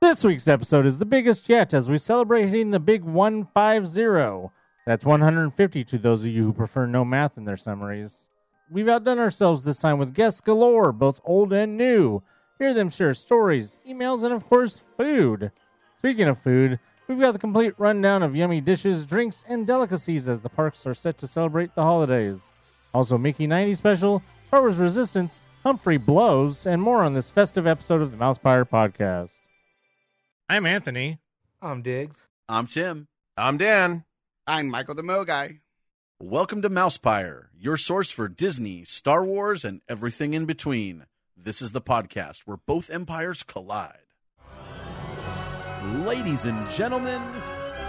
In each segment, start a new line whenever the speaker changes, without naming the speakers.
This week's episode is the biggest yet as we celebrate hitting the big 150. That's 150 to those of you who prefer no math in their summaries. We've outdone ourselves this time with guests galore, both old and new. Hear them share stories, emails, and of course, food. Speaking of food, we've got the complete rundown of yummy dishes, drinks, and delicacies as the parks are set to celebrate the holidays. Also, Mickey 90 special, Star Wars Resistance, Humphrey Blows, and more on this festive episode of the Mousepire Podcast. I'm Anthony.
I'm Diggs.
I'm Tim.
I'm Dan.
I'm Michael the Mo Guy.
Welcome to Mousepire, your source for Disney, Star Wars, and everything in between. This is the podcast where both empires collide. Ladies and gentlemen,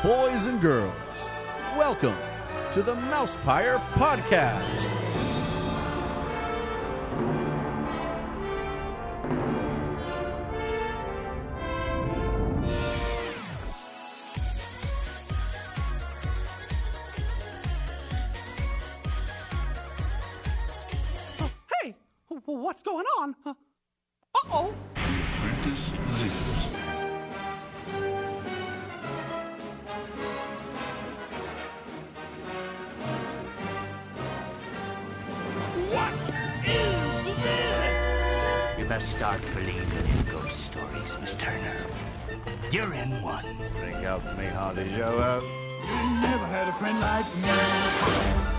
boys and girls, welcome to the Mousepire Podcast.
Hey, wh- what's going on? Uh oh.
Apprentice lives.
What is this?
You best start believing in ghost stories, Miss Turner. You're in one. Think of me, Hardy Joe.
Never had a friend like me.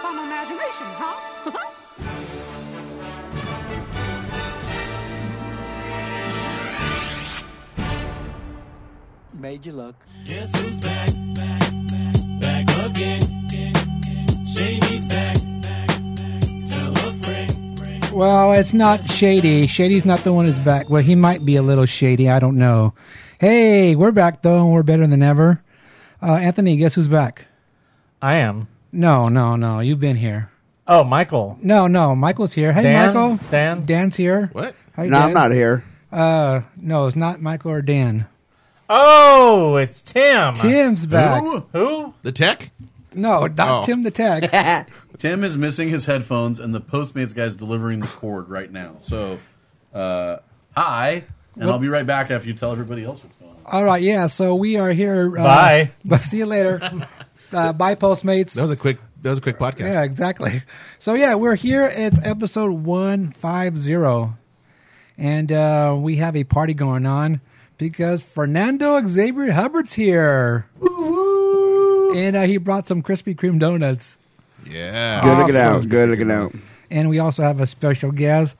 Some imagination, huh?
Made you look.
Guess who's back? Back, back again. Shady's back. Tell a friend.
Well, it's not Shady. Shady's not the one who's back. Well, he might be a little shady. I don't know. Hey, we're back though, and we're better than ever. Uh, Anthony, guess who's back?
I am.
No, no, no. You've been here.
Oh, Michael.
No, no. Michael's here. Hey,
Dan?
Michael.
Dan?
Dan's here.
What?
Hi,
No, I'm
Dan.
not here.
Uh, no, it's not Michael or Dan.
Oh, it's Tim.
Tim's back.
Who?
Who?
The tech?
No, not
Oh.
Tim the Tech.
Tim is missing his headphones, and the Postmates guy's delivering the cord right now. So, uh, hi, and I'll be right back after you tell everybody else what's going on.
All right, yeah. So we are here. Uh,
Bye.
But see you later. uh, bye, Postmates.
That was a quick. That was a quick podcast.
Yeah, exactly. So yeah, we're here. It's episode one five zero, and uh, we have a party going on because Fernando Xavier Hubbard's here, and uh, he brought some Krispy Kreme donuts.
Yeah.
Good looking
Awesome.
out. Good looking out.
And we also have a special guest,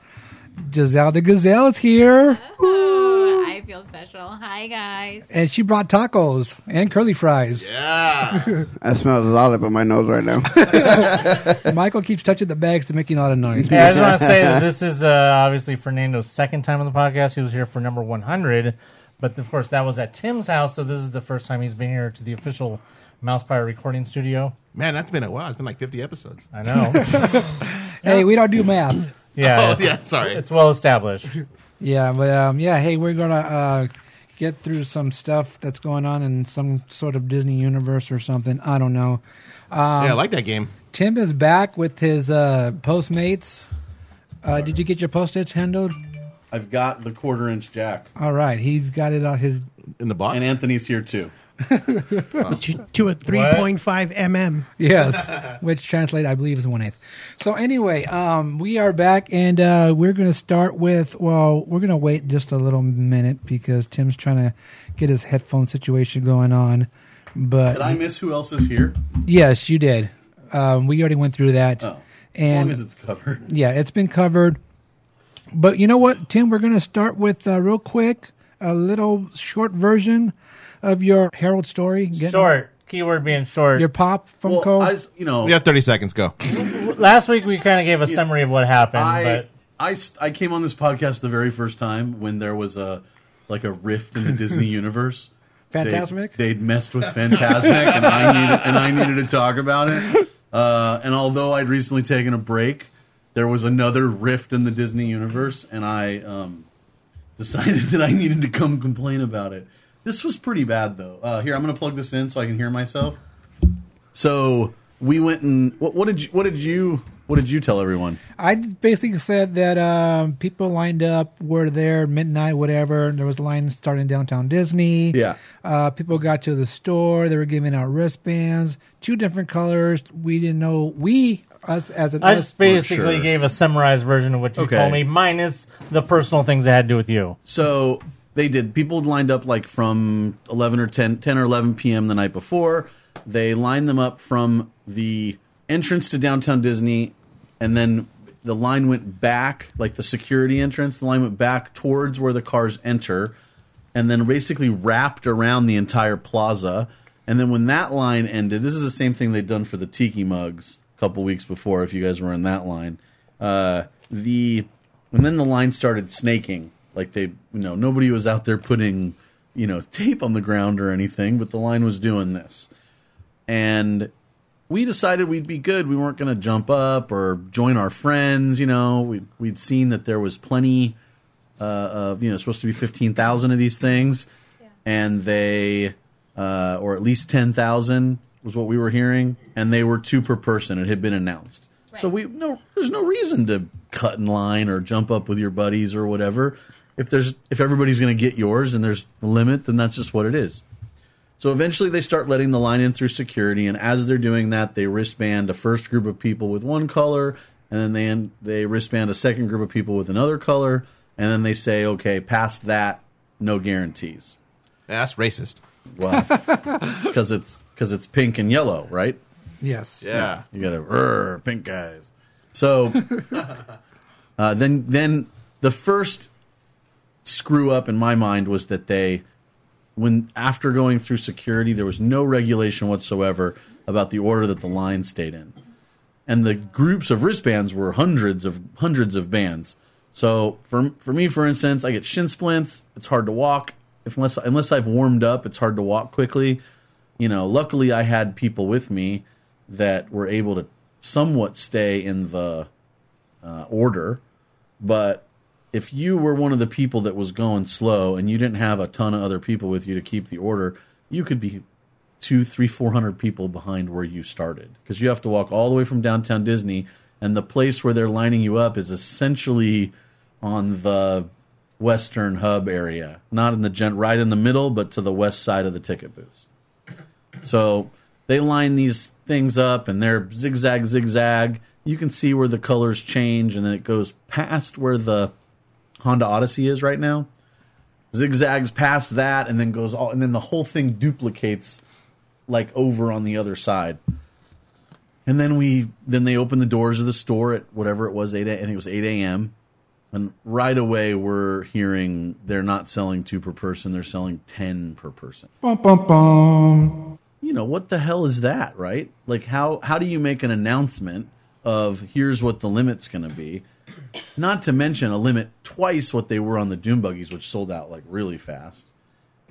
Giselle the Gazelle's here,
Oh, I feel special. Hi, guys.
and she brought tacos and curly fries.
Yeah.
I smell a lollipop in my nose right now.
Michael keeps touching the bags to make a lot of noise.
Yeah, I just want to say that this is uh, obviously Fernando's second time on the podcast. He was here for number 100, but of course that was at Tim's house, so this is the first time he's been here to the official Mousepire recording studio.
Man, that's been a while. It's been like 50 episodes.
Uh,
I know.
Hey, we don't do math.
yeah,
Oh,
it's,
yeah. Sorry.
it's well established.
Yeah, but um, yeah, hey, we're gonna uh, get through some stuff that's going on in some sort of Disney universe or something. I don't know.
Um,
yeah, I like that game.
Tim is back with his uh, Postmates. Uh, did you get your postage handled?
I've got the quarter inch jack,
All right, he's got it on his.
In the box.
and Anthony's here too.
to, to a 3.5 mm.
Yes, which translate I believe is one eighth. So anyway, um, we are back, and uh, we're going to start with. Well, we're going to wait just a little minute because Tim's trying to get his headphone situation going on. But
Did I miss who else is here?
Yes, you did. Um, we already went through that.
Oh. as
and
long as it's covered.
yeah, it's been covered. But you know what, Tim? We're going to start with uh, real quick a little short version of your Herald story. Get-
Short. Keyword being short.
Your pop from
Well,
Cole.
I, s- you know,
Yeah, 30 seconds. Go.
Last week we kind of gave a summary of what happened,
I,
but
I, s- I came on this podcast the very first time when there was a like a rift in the Disney universe. They'd-
Fantasmic?
They'd, messed with Fantasmic, and I needed and I needed to talk about it. Uh, and although I'd recently taken a break, there was another rift in the Disney universe, and I um, decided that I needed to come complain about it. This was pretty bad, though. Uh, here, I'm going to plug this in so I can hear myself. So we went and what, what did you, what did you What did you tell everyone?
I basically said that um, people lined up were there midnight, whatever. There was a line starting downtown Disney.
Yeah.
Uh, people got to the store. They were giving out wristbands, two different colors. We didn't know. We us as an
I
us,
just basically gave a summarized version of what you
Okay.
told me, minus the personal things that had to do with you.
So they did. People lined up like from 11 or 10, 10 or 11 p.m. the night before. They lined them up from the entrance to downtown Disney, and then the line went back, like the security entrance. The line went back towards where the cars enter, and then basically wrapped around the entire plaza. And then when that line ended, this is the same thing they'd done for the tiki mugs a couple weeks before. If you guys were in that line, uh, the and then the line started snaking. Like they, you know, nobody was out there putting, you know, tape on the ground or anything, but the line was doing this. And we decided we'd be good. We weren't going to jump up or join our friends. You know, we, we'd seen that there was plenty uh, of, you know, supposed to be 15,000 of these things. And they, uh, or at least 10,000 was what we were hearing. And they were two per person. It had been announced. So we, no, there's no reason to cut in line or jump up with your buddies or whatever. If there's, if everybody's going to get yours and there's a limit, then that's just what it is. So eventually they start letting the line in through security, and as they're doing that, they wristband a first group of people with one color, and then they they wristband a second group of people with another color, and then they say, "Okay, past that, no guarantees."
Yeah, that's racist.
Well, because it's because it's pink and yellow, right?
Yes.
Yeah.
you gotta "Rrr, pink guys. So uh, then then the first screw up in my mind was that they when after going through security there was no regulation whatsoever about the order that the line stayed in and the groups of wristbands were hundreds of hundreds of bands so for for me for instance i get shin splints it's hard to walk if, unless unless i've warmed up it's hard to walk quickly you know luckily i had people with me that were able to somewhat stay in the uh, order but if you were one of the people that was going slow and you didn't have a ton of other people with you to keep the order, you could be two, three, four hundred people behind where you started because you have to walk all the way from downtown Disney, and the place where they're lining you up is essentially on the western hub area, not in the gen- right in the middle, but to the west side of the ticket booths. So they line these things up and they're zigzag, zigzag. You can see where the colors change and then it goes past where the Honda Odyssey is right now. Zigzags past that and then goes all, and then the whole thing duplicates like over on the other side. And then we, then they open the doors of the store at whatever it was, 8 a, I think it was 8 a.m. And right away we're hearing they're not selling two per person, they're selling 10 per person
Bum, bum, bum.
you know what the hell is that right like how how do you make an announcement of here's what the limit's going to be not to mention a limit twice what they were on the doom buggies which sold out like really fast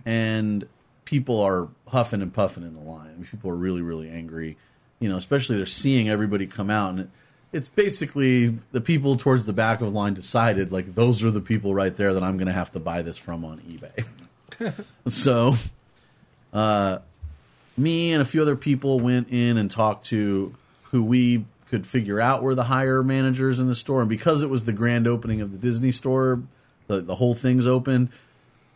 and people are huffing and puffing in the line I mean, people are really really angry you know especially they're seeing everybody come out and it, it's basically the people towards the back of the line decided like those are the people right there that i'm going to have to buy this from on ebay so uh, me and a few other people went in and talked to who we could figure out were the higher managers in the store. And because it was the grand opening of the Disney store, the, the whole thing's open.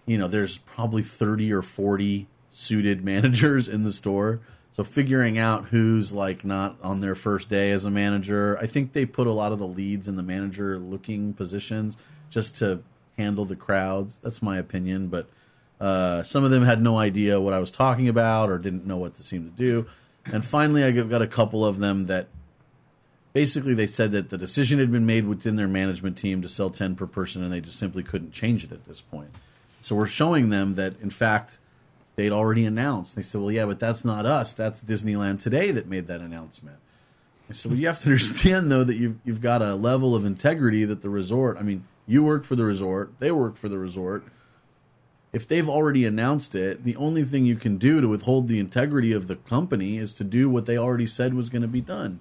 You know, there's probably 30 or 40 suited managers in the store. So figuring out who's like not on their first day as a manager, I think they put a lot of the leads in the manager looking positions just to handle the crowds. That's my opinion, but uh, some of them had no idea what I was talking about or didn't know what to seem to do. And finally, I got a couple of them that basically they said that the decision had been made within their management team to sell 10 per person and they just simply couldn't change it at this point. So we're showing them that, in fact, they'd already announced. They said, well, yeah, but that's not us. That's Disneyland Today that made that announcement. I said, well, you have to understand, though, that you've, you've got a level of integrity that the resort, I mean, you work for the resort, they work for the resort if they've already announced it, the only thing you can do to withhold the integrity of the company is to do what they already said was going to be done.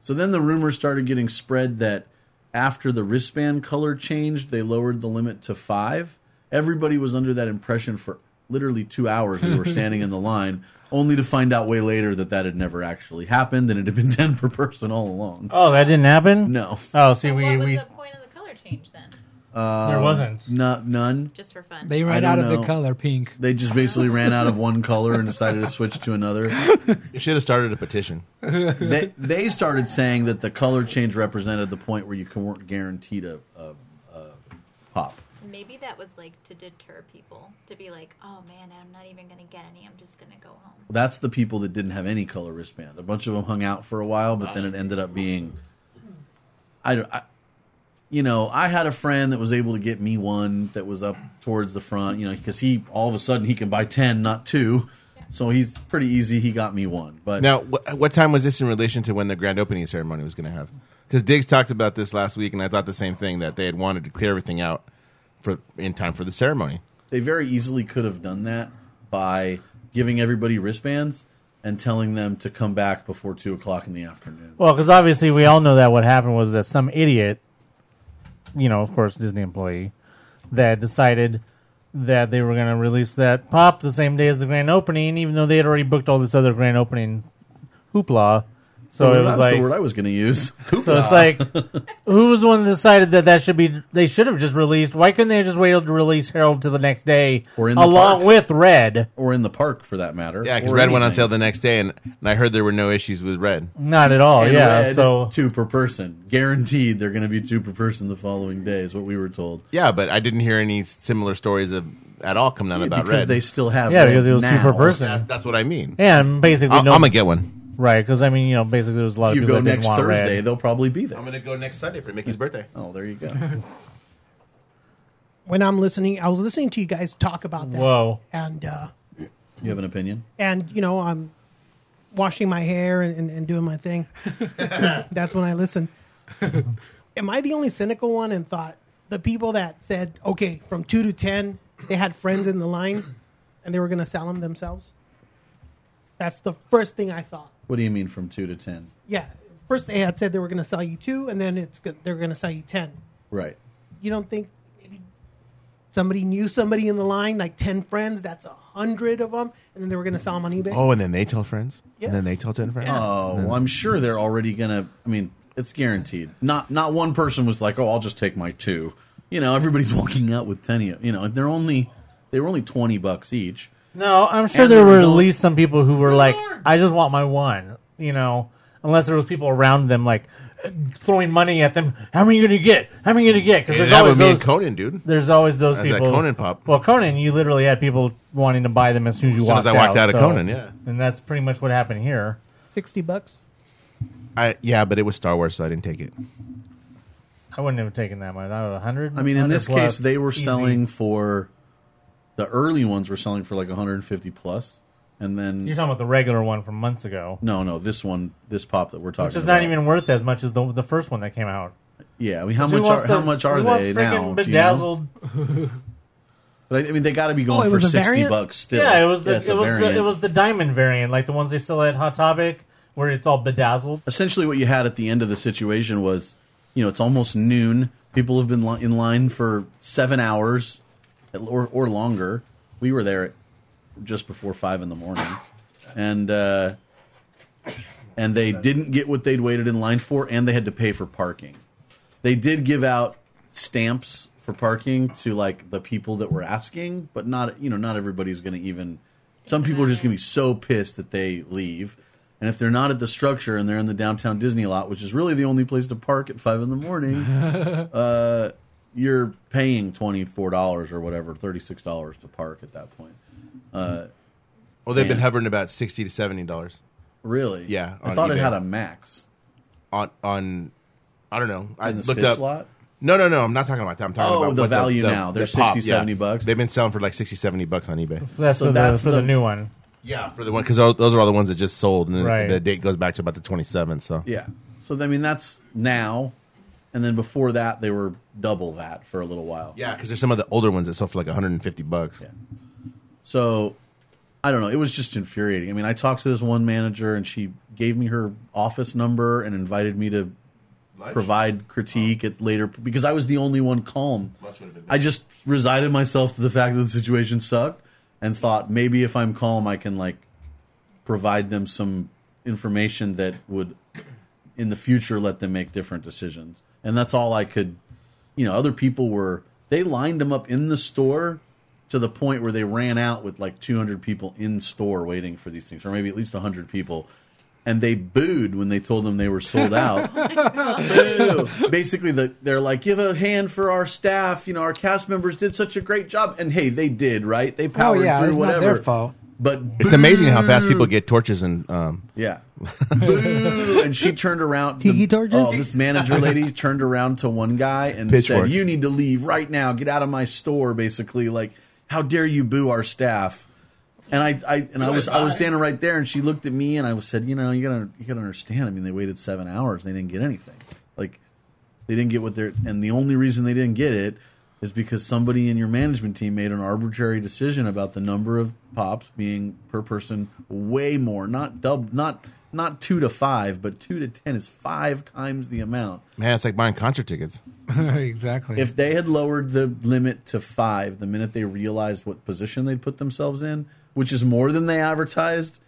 So then the rumor started getting spread that after the wristband color changed, they lowered the limit to five. Everybody was under that impression for literally two hours we were standing in the line, only to find out way later that that had never actually happened and it had been ten per person all along.
Oh, that didn't happen.
No.
Oh, see, we we
Uh,
There wasn't.
Um, no- none.
Just for fun.
They ran
I
out
don't
of the
know.
color pink.
They just basically ran out of one color and decided to switch to another.
You should have started a petition.
They they started saying that the color change represented the point where you c- weren't guaranteed a, a, a pop.
Maybe that was like to deter people to be like, oh man, I'm not even gonna get any. I'm just gonna go home.
That's the people that didn't have any color wristband. A bunch of them hung out for a while, but then it ended up being, I, don't- I- you know, I had a friend that was able to get me one that was up towards the front, you know, because he all of a sudden he can buy ten, not two, so he's pretty easy. He got me one, but
Now, wh- what time was this in relation to when the grand opening ceremony was going to have? Because Diggs talked about this last week, and I thought the same thing that they had wanted to clear everything out for in time for the ceremony.
they very easily could have done that by giving everybody wristbands and telling them to come back before two o'clock in the afternoon.
well, because obviously we all know that what happened was that some idiot, you know, of course Disney employee, that decided that they were going to release that pop the same day as the grand opening, even though they had already booked all this other grand opening hoopla. So
Well,
it was
that's
like
the word I was going to use.
So it's like, who was the one that decided that that should be? They should have just released. Why couldn't they have just waited to release Harold to the next day,
Or in the
along
park.
with Red?
or in the park for that matter.
Yeah, because
or
red went on
anything.
sale the next day, and, and I heard there were no issues with red.
Not at all.
And
Oh, yeah.
red,
so
two per person, guaranteed. They're going to be two per person the following day is what we were told.
Yeah, but I didn't hear any similar stories of at all come down about
because
red.
they still have.
yeah,
red
because it was two
now.
per person.
That- that's what I mean.
Yeah, and basically
I'll-
no.
I'm gonna get one.
right because I mean you know basically there was a lot
If
of
you
people
go
that didn't
next
want
Thursday,
Red.
they'll probably be there.
I'm gonna go next Sunday for Mickey's birthday.
Oh, there you go.
When I'm listening, I was listening to you guys talk about that.
Whoa.
And uh,
You have an opinion?
and you know I'm washing my hair and, and, and doing my thing. That's when I listen. Am I the only cynical one and thought the people that said okay from two to ten they had friends in the line and they were going to sell them themselves? That's the first thing I thought.
What do you mean from two to ten?
Yeah, first they had said they were going to sell you two, and then it's go- they're going to sell you ten.
Right.
You don't think maybe somebody knew somebody in the line, like ten friends? That's a hundred of them, and then they were going to sell them on eBay.
Oh, and then they tell friends,
Yeah.
and then they tell ten friends.
Oh, well, I'm sure they're already going to. I mean, it's guaranteed. Not not one person was like, "Oh, I'll just take my two. You know, everybody's walking out with ten. You know, they're only they were only twenty bucks each.
No, I'm sure
And
there
they
were at
don't-
least some people who were like, I just want my one. You know, unless there was people around them like throwing money at them. How many are you gonna get? How many are you gonna get? Because
Hey,
there's
that
always
was me and
those.
Conan, dude.
there's always those
Uh, that
people.
Conan pop.
Well, Conan, you literally had people wanting to buy them as soon as you
As soon
walked
as I walked out of
so-
Conan, yeah.
and that's pretty much what happened here.
Sixty bucks.
I, yeah, but it was Star Wars, so I didn't take it.
I wouldn't have taken that much. I would have hundred.
I mean, in this case, they were selling for the early ones were selling for like 150 plus, and then
You're talking about the regular one from months ago,
no, no, this one, this pop that we're talking,
which is
about.
not even worth as much as the the first one that came out.
Yeah, I mean, how
Who
much
wants
are how
the-
much are
who wants
they
freaking
now? Do you know?
Bedazzled.
But I, I mean, they got to be
Oh,
going
it
for
was a
60
variant?
bucks still.
Yeah, it was the
it's
it
a
was the,
variant.
it was the diamond variant, like the ones they sell at Hot Topic, where it's all bedazzled.
essentially what you had at the end of the situation was, you know, it's almost noon. People have been li- in line for seven hours or, or longer. We were there at just before five in the morning, and uh, and they didn't get what they'd waited in line for, and they had to pay for parking. They did give out stamps for parking to like the people that were asking, but not you know not everybody's going to even. Some people are just going to be so pissed that they leave, and if they're not at the structure and they're in the downtown Disney lot, which is really the only place to park at five in the morning, uh, you're paying twenty four dollars or whatever, thirty six dollars to park at that point. Uh,
Well, they've been
Man.
hovering about sixty to seventy dollars
really?
Yeah,
I
on
thought it
eBay.
had a max
on on. I don't know. I
in the
looked
Stitch
up.
lot.
No, no, no. I'm not talking about that. I'm talking
Oh,
about
the
what
value
the,
now.
the
They're
pop,
60, 70 bucks.
They've been selling for like 60, 70 bucks on eBay.
That's
So
for,
that's
the, for the,
the-
new one.
Yeah, for the one because those are all the ones that just sold, and the-
Right.
the date goes back to about the twenty seventh. So
Yeah. So I mean that's now, and then before that they were double that for a little while.
yeah, because there's some of the older ones that sell for like 150 bucks.
Yeah. So I don't know. It was just infuriating. I mean, I talked to this one manager, and she gave me her office number and invited me to provide critique at later because I was the only one calm. I just resided myself to the fact that the situation sucked and thought maybe if I'm calm, I can like provide them some information that would in the future let them make different decisions. And that's all I could, you know, other people were, they lined them up in the store to the point where they ran out with like 200 people in store waiting for these things, or maybe at least 100 people. And they booed when they told them they were sold out. Boo. Basically, the, they're like, give a hand for our staff. You know, our cast members did such a great job. And hey, they did, right? They powered
Oh, yeah,
through
it's not
whatever.
their fault.
But
It's amazing how fast
boo.
people get torches and um,
Yeah. Boo! And she turned around. Tiki torches? Oh, this manager lady turned around to one guy and
Pitchfork.
said, You need to leave right now. Get out of my store, basically. Like, how dare you boo our staff? And I, I and I was I was standing right there, and she looked at me, and I said, you know, you gotta you gotta understand. I mean, they waited seven hours, they didn't get anything. Like, they didn't get what they're, and the only reason they didn't get it is because somebody in your management team made an arbitrary decision about the number of pops being per person way more, not dub, not not two to five, but two to ten is five times the amount.
man, it's like buying concert tickets.
exactly.
If they had lowered the limit to five the minute they realized what position they'd put themselves in, which is more than they advertised,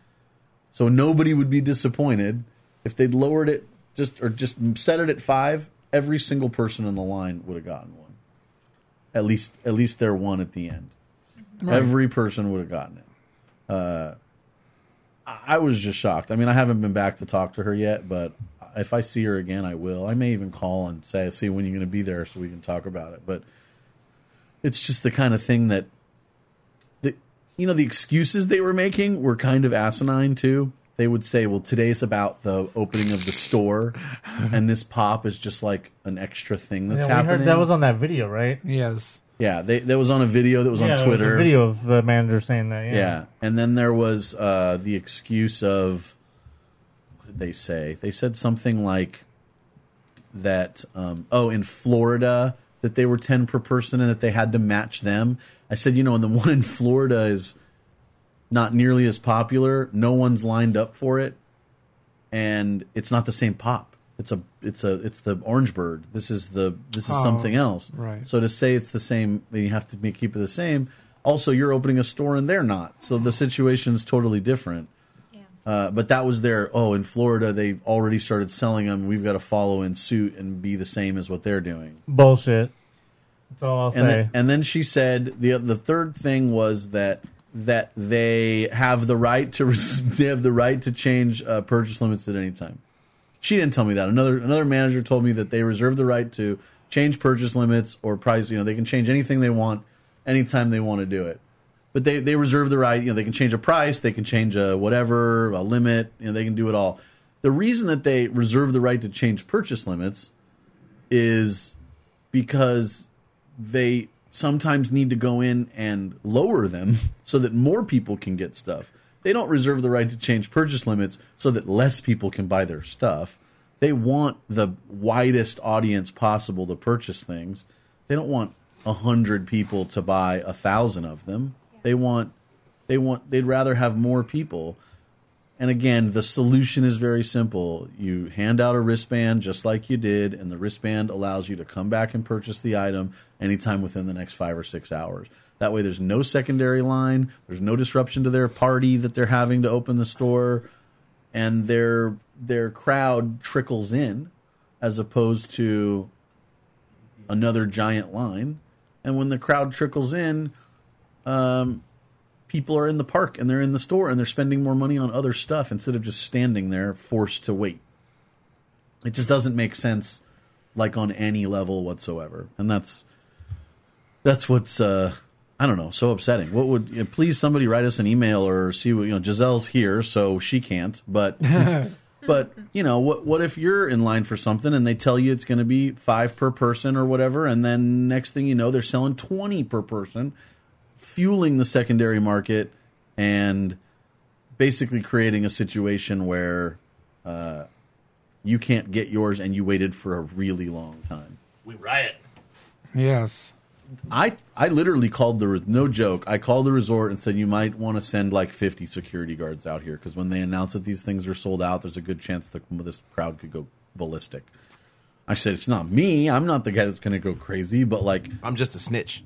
so nobody would be disappointed. If they'd lowered it just or just set it at five, every single person in the line would have gotten one. At least at least their one at the end.
Right.
Every person would have gotten it. Uh, I I was just shocked. I mean, I haven't been back to talk to her yet, but if I see her again, I will. I may even call and say, "See when you're going to be there, so we can talk about it." But it's just the kind of thing that the you know the excuses they were making were kind of asinine too. They would say, "Well, today's about the opening of the store, and this pop is just like an extra thing that's
yeah, we
happening."
heard that was on that video, right?
Yes.
yeah, they, that was on a video that was
yeah,
on
there was a
Twitter.
video of the manager saying that. Yeah.
Yeah. And then there was uh, the excuse of what did they say? They said something like that um, oh in Florida that they were 10 per person and that they had to match them. I said, you know, and the one in Florida is not nearly as popular. No one's lined up for it and it's not the same pop. It's a it's a it's the orange bird. This is the this is
Oh,
something else.
right.
So to say it's the same, then you have to be, keep it the same. Also, you're opening a store and they're not, so the situation is totally different. Uh, but that was their oh in Florida they already started selling them. We've got to follow in suit and be the same as what they're doing.
Bullshit. That's all I'll
And
say.
then, and then she said the the third thing was that that they have the right to res- they have the right to change uh, purchase limits at any time. She didn't tell me that. Another another manager told me that they reserve the right to change purchase limits or price. You know, they can change anything they want anytime they want to do it. But they they reserve the right. You know, they can change a price, they can change a whatever, a limit. You know, they can do it all. The reason that they reserve the right to change purchase limits is because they sometimes need to go in and lower them so that more people can get stuff. They don't reserve the right to change purchase limits so that less people can buy their stuff. They want the widest audience possible to purchase things. They don't want a hundred people to buy a thousand of them. They want they want they'd rather have more people. And again, the solution is very simple. You hand out a wristband just like you did, and the wristband allows you to come back and purchase the item anytime within the next five or six hours. That way, there's no secondary line, there's no disruption to their party that they're having to open the store, and their their crowd trickles in, as opposed to another giant line. And when the crowd trickles in, um, people are in the park and they're in the store and they're spending more money on other stuff instead of just standing there forced to wait. It just doesn't make sense, like on any level whatsoever. And that's that's what's uh, I don't know, so upsetting. What would you know, please somebody write us an email or see what you know? Giselle's here, so she can't. But but you know what? What if you're in line for something and they tell you it's going to be five per person or whatever, and then next thing you know, they're selling twenty per person fueling the secondary market and basically creating a situation where uh, you can't get yours and you waited for a really long time.
We riot.
Yes.
I I literally called the re- no joke. I called the resort and said you might want to send like 50 security guards out here because when they announce that these things are sold out, there's a good chance that this crowd could go ballistic. I said it's not me. I'm not the guy that's going to go crazy, but like
I'm just a snitch.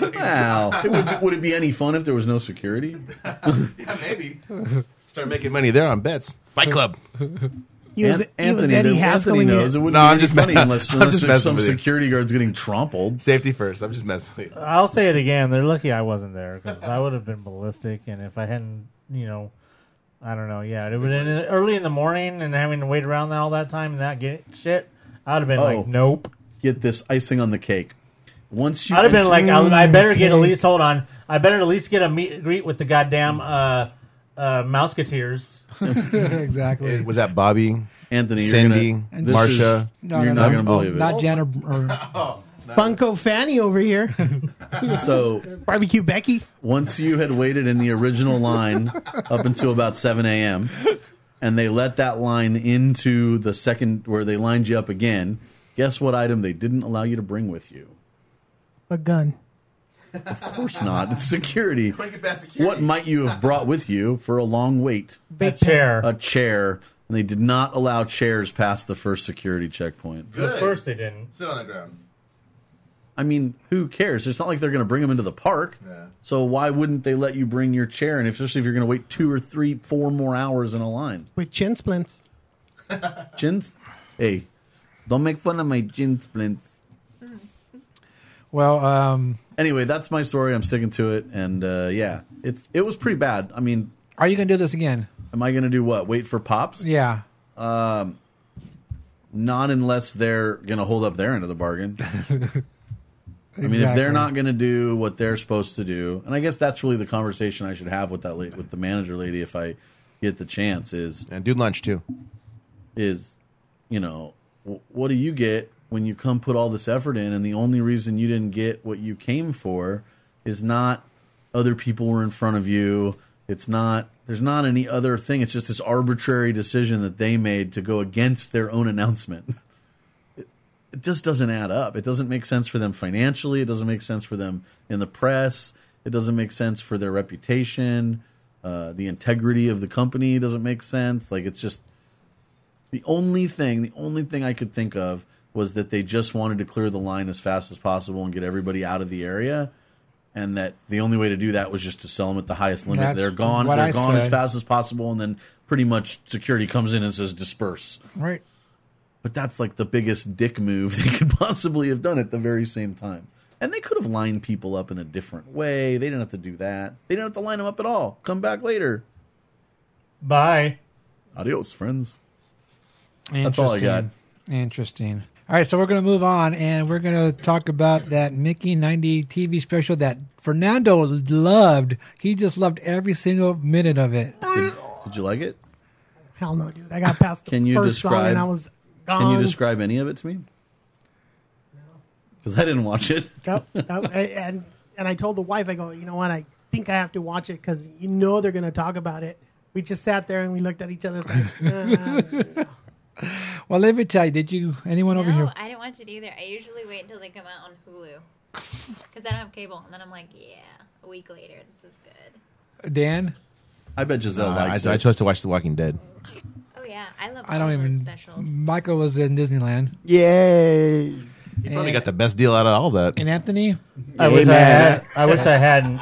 Wow. It would, would it be any fun if there was no security?
yeah, maybe. Start making money there on bets. Fight Club.
He was-
An-
he was Eddie
then Anthony
Haskelling
knows
it.
it wouldn't
No,
be
I'm
any
just
funny
messing-
unless,
I'm
unless
just
there's
messing
some
with you.
security guard's getting trampled.
Safety first. I'm just messing with you.
I'll say it again. They're lucky I wasn't there because I would have been ballistic. And if I hadn't, you know, I don't know. Yeah, it would have been early in the morning and having to wait around all that time and that get shit. I'd have been like, nope.
Get this icing on the cake. Once you
I'd have been
enter-
like, I, I better get at least. Hold on, I better at least get a meet and greet with the goddamn uh, uh, Mouseketeers.
exactly.
Was that Bobby?
Anthony, you're
Cindy,
gonna-
Marsha.
this is- No, you're no, Oh, not no. gonna believe it. Oh,
Not Janet or
Funko Fanny over here.
So-
barbecue Becky.
Once you had waited in the original line up until about 7 a.m., and they let that line into the second where they lined you up again, guess what item they didn't allow you to bring with you?
A gun.
Of course not. It's security.
security.
What might you have brought with you for a long wait?
A chair.
A chair. And they did not allow chairs past the first security checkpoint.
Of course they didn't.
Sit on the ground.
I mean, who cares? It's not like they're going to bring them into the park. So why wouldn't they let you bring your chair? And especially if you're going to wait two or three, four more hours in a line.
With chin splints.
Gins? Hey, don't make fun of my gin splints.
Well, um,
Anyway, that's my story. I'm sticking to it, and uh, yeah, it's it was pretty bad. I mean,
are you going to do this again?
Am I going to do what? Wait for pops?
yeah.
Um, not unless they're going to hold up their end of the bargain. I mean, if
Exactly.
they're not going to do what they're supposed to do, and I guess that's really the conversation I should have with that la- with the manager lady if I get the chance is
and do lunch too.
Is you know w- what do you get when you come put all this effort in, and the only reason you didn't get what you came for is not other people were in front of you. It's not there's not any other thing. It's just this arbitrary decision that they made to go against their own announcement. it just doesn't add up. It doesn't make sense for them financially. It doesn't make sense for them in the press. It doesn't make sense for their reputation. Uh, the integrity of the company doesn't make sense. Like it's just the only thing. The only thing I could think of was that they just wanted to clear the line as fast as possible and get everybody out of the area, and that the only way to do that was just to sell them at the highest limit.
That's
they're gone.
what
They're
I
gone as
said.
fast as possible, and then pretty much security comes in and says disperse.
Right.
But that's like the biggest dick move they could possibly have done at the very same time. And they could have lined people up in a different way. They didn't have to do that. They didn't have to line them up at all. Come back later.
Bye.
Adios, friends. That's all I got.
Interesting. All right, so we're going to move on, and we're going to talk about that Mickey 90 TV special that Fernando loved. He just loved every single minute of it.
Did, did you like it?
Hell no, dude. I got past the
Can you
first song
describe?
and I was gone.
can you describe any of it to me? No, because I didn't watch it.
Nope, nope. I- and and I told the wife, I go, you know what? I think I have to watch it because you know they're gonna talk about it. We just sat there and we looked at each other. Like, uh,
Well, let me tell you, did you, anyone over
No,
here?
I didn't watch it either. I usually wait until they come out on Hulu because I don't have cable, and then I'm like, yeah, a week later, this is good.
Dan?
I bet Giselle
Uh,
likes
I,
it.
I chose to watch The Walking Dead.
Oh yeah, I love.
I don't
all those
even.
specials.
Michael was in Disneyland.
Yay. You
Probably got the best deal out of all that.
And Anthony?
I wish I had. I wish I hadn't.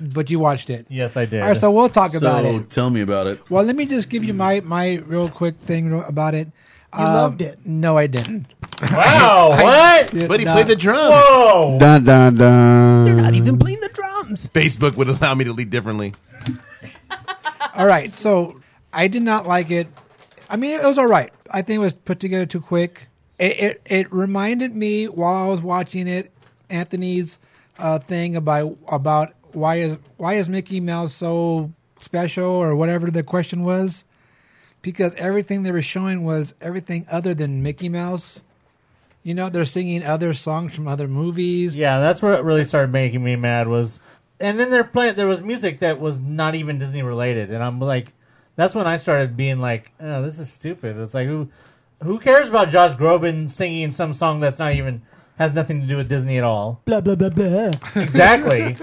But you watched it.
Yes, I did.
All right, so we'll talk about
so
it.
tell me about it.
Well, let me just give you my, my real quick thing ro- about it. You
loved it.
No, I didn't.
Wow, what?
did
But he
not-
played the drums.
Whoa!
Dun dun dun.
They're not even playing the drums.
Facebook would allow me to lead differently.
All right, so I did not like it. I mean, it was all right. I think it was put together too quick. It it, it reminded me while I was watching it, Anthony's uh, thing about about why is why is Mickey Mouse so special or whatever the question was, because everything they were showing was everything other than Mickey Mouse. You know, they're singing other songs from other movies.
Yeah, that's where it really started making me mad. Was and then they're playing. There was music that was not even Disney related, and I'm like, that's when I started being like, oh, this is stupid. It's like who who cares about Josh Groban singing some song that's not even has nothing to do with Disney at all?
Blah blah blah blah.
Exactly.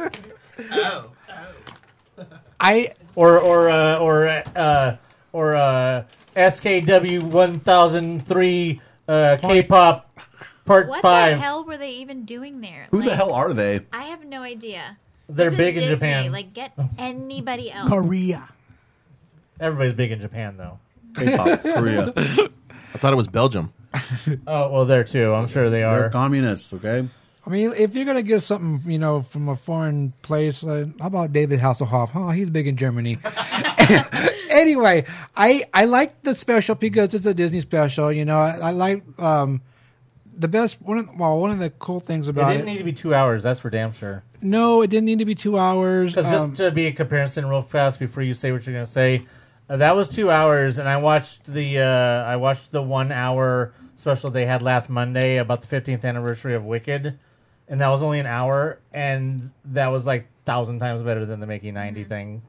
I
or or uh, or uh, or uh, SKW one thousand three uh, K-pop Part
what
five.
the hell were they even doing there?
Who the
Like,
hell are they?
I have no idea.
They're
This is
big in
Disney.
Japan.
Like, get anybody else.
Korea.
Everybody's big in Japan, though.
K-pop, Korea.
I thought it was Belgium.
Oh well, there too. I'm sure they
They're
are.
communists, okay?
I mean, if you're gonna get something, you know, from a foreign place, uh, how about David Hasselhoff? Huh? He's big in Germany. anyway, I I like the special because it's a Disney special. You know, I, I like um, the best one. Of, well, one of the cool things
It
about
didn't need to be two hours. That's for damn sure.
no, it didn't need to be two hours.
Because
Um,
just to be a comparison, real fast before you say what you're going to say, uh, that was two hours, and I watched the uh, I watched the one hour special they had last Monday about the 15th anniversary of Wicked, and that was only an hour, and that was like thousand times better than the Mickey 90 thing.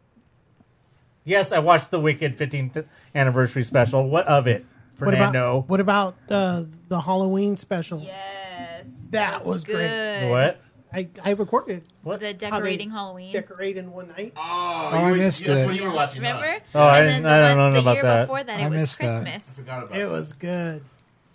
Yes, I watched the Wicked 15th anniversary special. What of it,
What
Fernando?
about what about uh, the Halloween special?
Yes.
That was great.
good.
what?
I, I recorded
What?
The decorating Halloween.
decorate in one night.
oh, I missed it.
you were watching.
Remember?
Oh, I
and
didn't-
then the
I don't
one
know
the
about
year
that.
before that,
I
it was
missed that.
Christmas.
It was good.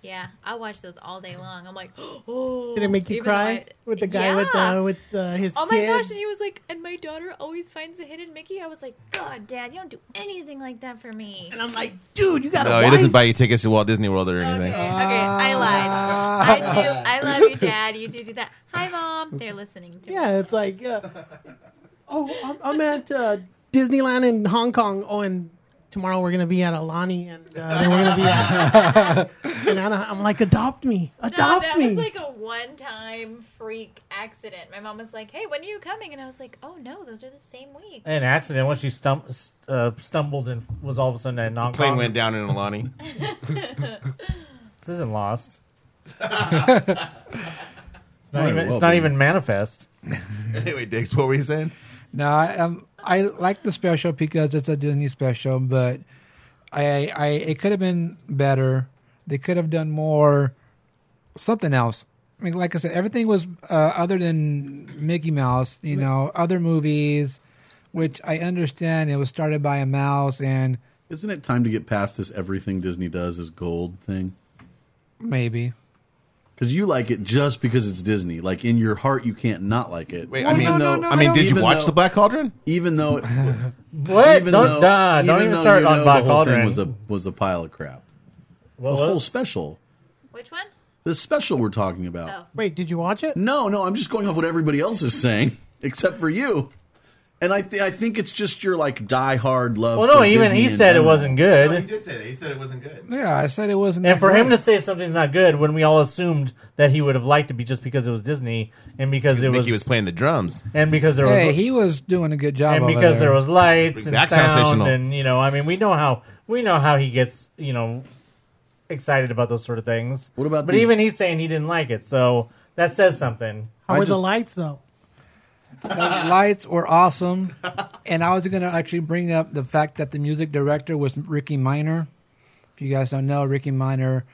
Yeah, I watch those all day long. I'm like, oh.
Did it make you
Even though
cry
I-
with the guy with
Yeah.
the with the, his
Oh my
kids?
gosh! And he was like, and my daughter always finds a hidden Mickey. I was like, God, Dad, you don't do anything like that for me.
and I'm like, dude, you got
No,
a
he
wife.
doesn't buy you tickets to Walt Disney World or
Okay,
anything.
okay, I lied. I do. I love you, Dad. You do do that. Hi, Mom. They're listening to me.
yeah, it's like, uh, oh, I'm, I'm at uh, Disneyland in Hong Kong. Oh, and tomorrow we're gonna be at Alani, and uh, then we're gonna be at. and Anna, I'm like, adopt me,
No,
adopt
that
me.
was like a one-time freak accident. My mom was like, "Hey, when are you coming?" And I was like, "Oh no, those are the same week."
An accident when she stum- s- uh, stumbled and was all of a sudden at Hong
Plane
Kong.
went down in Alani.
This isn't lost. it's
Oh,
not
it
even.
will
It's not
be.
even manifest.
anyway, Diggs, what were you saying?
No, I, um, I like the special because it's a Disney special, but I, I it could have been better. They could have done more, something else. I mean, like I said, everything was uh, other than Mickey Mouse. You know, other movies, which I understand it was started by a mouse, and
Isn't it time to get past this everything Disney does is gold thing?
maybe
Because you like it just because it's Disney. Like in your heart, you can't not like it.
Wait,
Well,
I mean,
no, no, no,
I mean,
I
did you
don't-
watch
Even
the Black Cauldron?
Even though, it, even
What? don't
though,
nah, don't even
though
start
you
on
know
Black
the whole thing
Cauldron.
was a was a pile of crap.
What
the whole
was-
special,
Which one?
the special we're talking about.
Oh.
Wait, did you watch it?
No, no, I'm just going off what everybody else is saying, except for you. And I, th- I think it's just your like diehard love.
well, no,
for
even
Disney
he
in
said it
general.
wasn't good.
did say that. He said it wasn't good.
yeah, I said it wasn't.
And
that
for him to
great.
say something's not good when we all assumed that he would have liked it be just because it was Disney and because it was,
Mickey was playing the drums.
and because there
hey,
was
he was doing a good job,
and
over
because
there.
there was lights and
That's
sound
sensational.
and you know, I mean, we know how we know how he gets you know excited about those sort of things.
What about
But
these-
even he's saying he didn't like it, so that says something.
How
I
were the
just-
lights though?
The lights were awesome. And I was going to actually bring up the fact that the music director was Ricky Miner. If you guys don't know, Ricky Miner,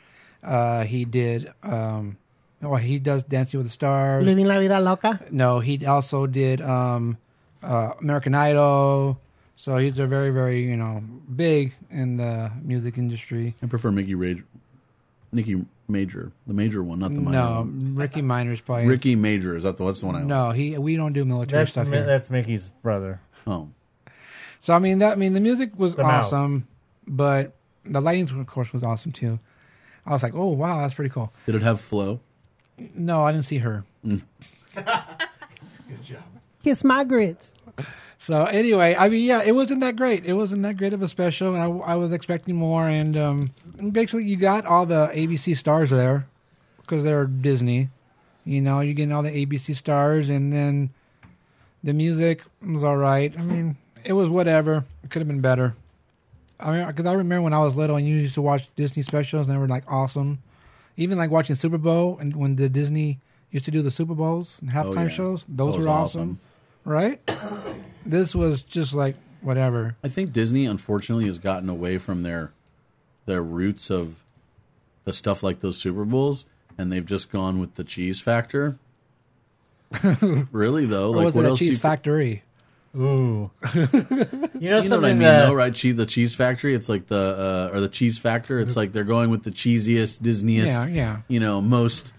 uh, he did, um, oh, he does Dancing with the Stars.
Living la vida loca.
No, he also did um, uh, American Idol. So he's a very, very, you know, big in the music industry.
I prefer Mickey Rage, Nicky Major, the major one, not the minor.
No,
one.
Ricky Miner's probably.
Ricky Major is that the that's the one I like.
No, he. We don't do military
That's
stuff
Mi-
here.
that's Mickey's brother.
Oh,
So I mean that I mean the music was
The mouse.
awesome, but the lighting of course was awesome too. I was like, oh wow, that's pretty cool.
did it have flow?
No, I didn't see her.
Kiss my grits.
So anyway, I mean yeah, it wasn't that great. It wasn't that great of a special, and I, I was expecting more. And um, basically, you got all the ABC stars there because they're Disney. You know, you're getting all the ABC stars, and then the music was all right. I mean, it was whatever. It could have been better. I mean, because I remember when I was little and you used to watch Disney specials and they were like awesome. Even like watching Super Bowl and when the Disney used to do the Super Bowls and halftime
yeah.
shows,
That
Oh, those
was
were awesome, right? this was just like whatever.
I think Disney unfortunately has gotten away from their their roots of the stuff like those Super Bowls, and they've just gone with the cheese factor. really though,
Or
like
was
what
it a
else do
cheese
you-
factory?
Ooh, you know
You know what I
something
mean,
that
though, right? Cheese, the cheese factory. It's like the uh, or the cheese factor. It's like they're going with the cheesiest, Disneyest,
Yeah, yeah.
you know, most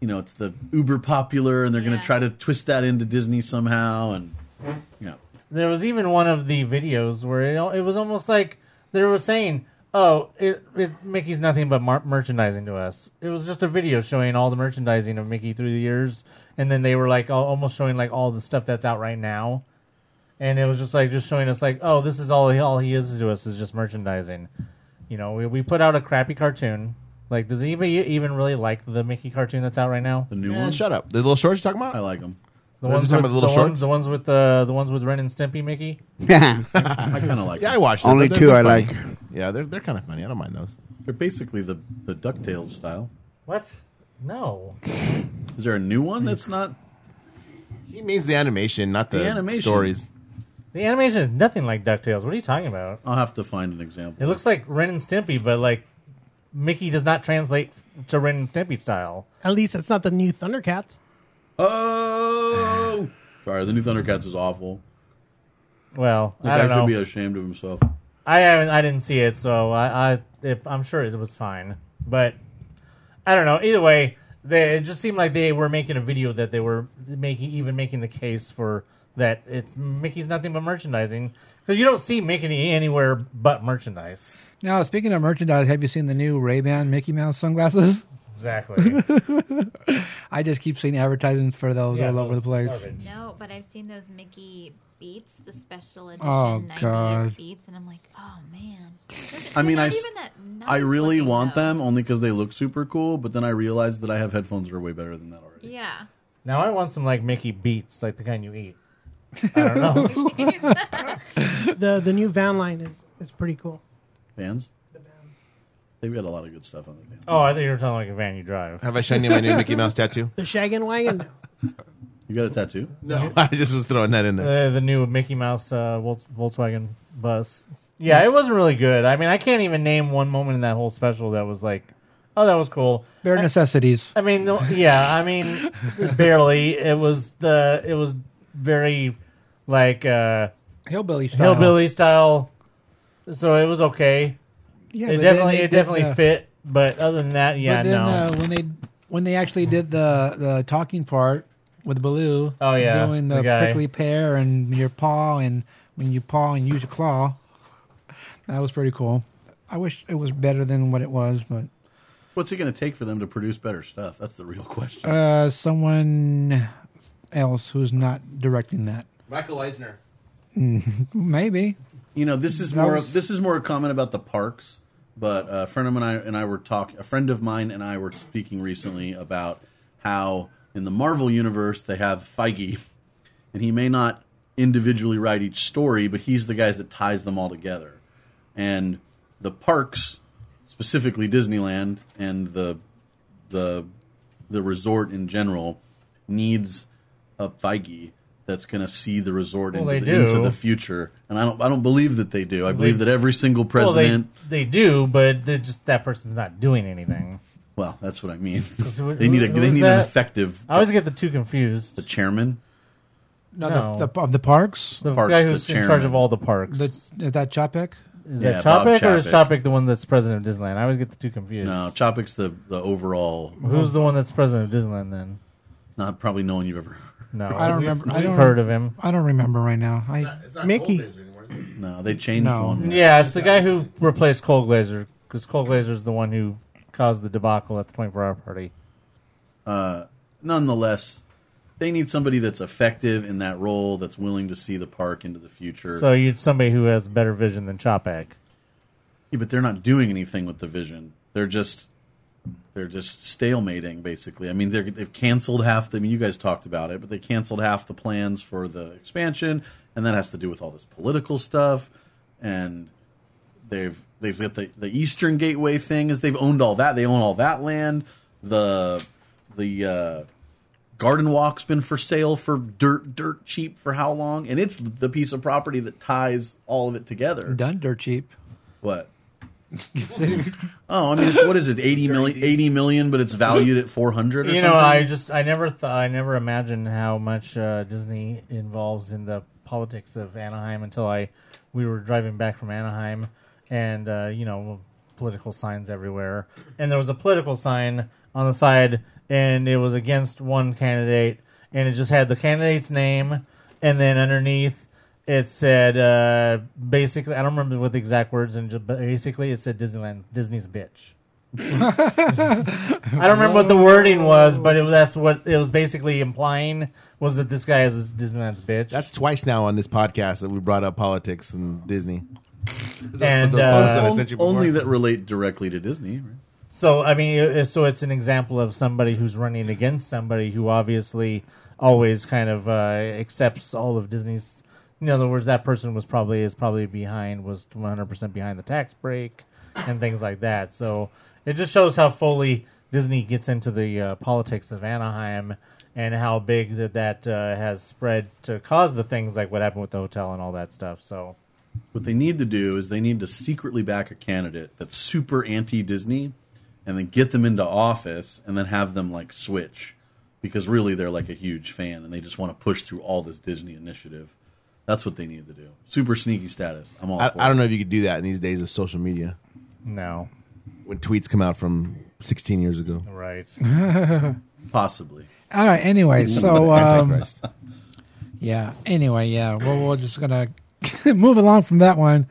you know it's the uber popular, and they're going to try to twist that into Disney somehow. And yeah,
There was even one of the videos where it, al- it was almost like they were saying, "Oh, it, it, Mickey's nothing but mar- merchandising to us." It was just a video showing all the merchandising of Mickey through the years, and then they were like al- almost showing like all the stuff that's out right now, and it was just like just showing us like, "Oh, this is all he, all he is to us is just merchandising." You know, we we put out a crappy cartoon. Like, does anybody e-, even really like the Mickey cartoon that's out right now?
The new
Man, shut up. The little shorts you're talking about? I
like them.
The
What
ones,
is it talking
with,
about, the little
the,
shorts?
Ones, the ones with uh, the ones with Ren and Stimpy, Mickey.
I kind of like.
Yeah,
them.
I watched them.
Only
They're-
two
they're
I
funny.
like.
Yeah, they're they're kind of funny. I don't mind those.
They're basically the the Ducktales style.
What? No.
Is there a new one that's not
He means the animation, not the,
The animation.
stories.
The animation is nothing like DuckTales. What are you talking about?
I'll have to find an example.
It looks like Ren and Stimpy, but like Mickey does not translate to Ren and Stimpy style.
At least it's not the new Thundercats.
Oh, sorry. The new Thundercats is awful.
Well,
The
I
guy
don't
should
know.
be ashamed of himself.
I haven't. I didn't see it, so I, I if, I'm sure it was fine. But I don't know. Either way, they, it just seemed like they were making a video that they were making, even making the case for that it's Mickey's nothing but merchandising because you don't see Mickey anywhere but merchandise.
Now, speaking of merchandise, have you seen the new Ray Ban Mickey Mouse sunglasses?
Exactly.
I just keep seeing advertisements for those all over the place.
No, but I've seen those Mickey Beats, the special edition
Oh,
90th
God.
Beats, and I'm like, oh man.
I mean, I,
They're not
s-
even that nice
I really
looking,
want
though.
them only because they look super cool, but then I realized that I have headphones that are way better than that already.
Yeah.
Now I want some like Mickey Beats, like the kind you eat. I don't know.
the the new van line is, is pretty cool.
Vans? They've got a lot of good stuff on the van.
Oh, I thought you were talking like a van you drive.
Have I shown you my new Mickey Mouse tattoo?
The Shaggin' Wagon.
You got a tattoo?
No. I just was throwing that in there.
Uh, the new Mickey Mouse uh, Volts- Volkswagen bus. Yeah, it wasn't really good. I mean, I can't even name one moment in that whole special that was like, oh, that was cool.
Bare necessities.
I mean, the- yeah, I mean, barely. It was the it was very like uh,
Hillbilly style.
Hillbilly style. So it was okay. it
Yeah, but then
definitely
they
it
did
definitely
the-
fit. But other than that, yeah,
but then
no.
uh, when they when they actually did the the talking part with Baloo,
Oh, yeah,
doing the,
the guy.
prickly pear and your paw and when you paw and use your claw, that was pretty cool. I wish it was better than what it was, but
What's it going to take for them to produce better stuff? That's the real question.
uh, someone else who's not directing that,
Michael Eisner.
maybe.
You know, this is
That
more
was-
this is more a comment about the parks. But a friend of mine and I, and I were talk a friend of mine and I were speaking recently about how in the Marvel universe they have Feige, and he may not individually write each story, but he's the guys that ties them all together. And the parks, specifically Disneyland and the the the resort in general, needs a Feige that's going to see the resort
Well,
into,
they
the, into
do.
the future. And I don't I don't believe that they do. I believe that every single
Well, they-
president.
they, do, but they just that person's not doing anything.
Well, that's what I mean.
who-
they need a
who
they
is
need an
that?
effective
I always get the two confused.
the chairman.
No,
No.
The, the, of the parks,
The
Parks,
guy
the
who's in
chairman.
charge of all the parks.
the, is that Chopek.
is
Yeah,
that
Bob
Chopik or is
Chapek.
Chopik the one that's president of Disneyland? I always get the two confused.
No, Chopik's the the overall.
Who's the one that's president of Disneyland then?
Not probably no one you've ever.
No,
I don't
we've-
remember. I
We've
don't
heard of him.
I don't remember right now. I
Mickey.
No, they changed
No.
one.
Yeah, it's the guy who replaced Cole Glazer because Cole Glazer's the one who caused the debacle at the 24 hour party.
Nonetheless, they need somebody that's effective in that role, that's willing to see the park into the future.
So you somebody who has better vision than Chopik.
Yeah, but they're not doing anything with the vision. They're just they're just stalemating basically. I mean, they're, they've canceled half. The, I mean, you guys talked about it, but they canceled half the plans for the expansion, and that has to do with all this political stuff. And they've they've got the, the Eastern Gateway thing is they've owned all that. They own all that land. The the uh, Garden Walk's been for sale for dirt dirt cheap for how long? And it's the piece of property that ties all of it together.
done dirt cheap.
What? oh, I mean, it's what is it? 80 million, 80 million, but it's valued at four hundred. or
You know,
something?
I just I never thought I never imagined how much uh, Disney involves in the politics of Anaheim until I we were driving back from Anaheim and uh, you know political signs everywhere and there was a political sign on the side, and it was against one candidate, and it just had the candidate's name, and then underneath it said uh, basically I don't remember what the exact words, and ju- but basically it said Disneyland Disney's bitch. I don't remember what the wording was, but it, was- that's what it was basically implying was that this guy is Disneyland's bitch.
That's twice now on this podcast that we brought up politics and Disney.
And,
those photos that I
uh,
sent you before.
Only that relate directly to Disney. Right?
So I mean, it- so it's an example of somebody who's running against somebody who obviously always kind of uh, accepts all of Disney's. In other words, that person was probably is probably behind was 100 percent behind the tax break and things like that. So it just shows how fully Disney gets into the uh, politics of Anaheim and how big that that uh, has spread to cause the things like what happened with the hotel and all that stuff. So
What they need to do is they need to secretly back a candidate that's super anti Disney and then get them into office and then have them like switch because really they're like a huge fan and they just want to push through all this Disney initiative. That's what they need to do. Super sneaky status. I'm all
I,
for
I
it.
don't know if you could do that in these days of social media.
No.
When tweets come out from 16 years ago.
Right.
Mm-hmm.
Possibly.
All right. Anyway, so um,
Antichrist.
yeah. Anyway, yeah. Well, we're just gonna move along from that one.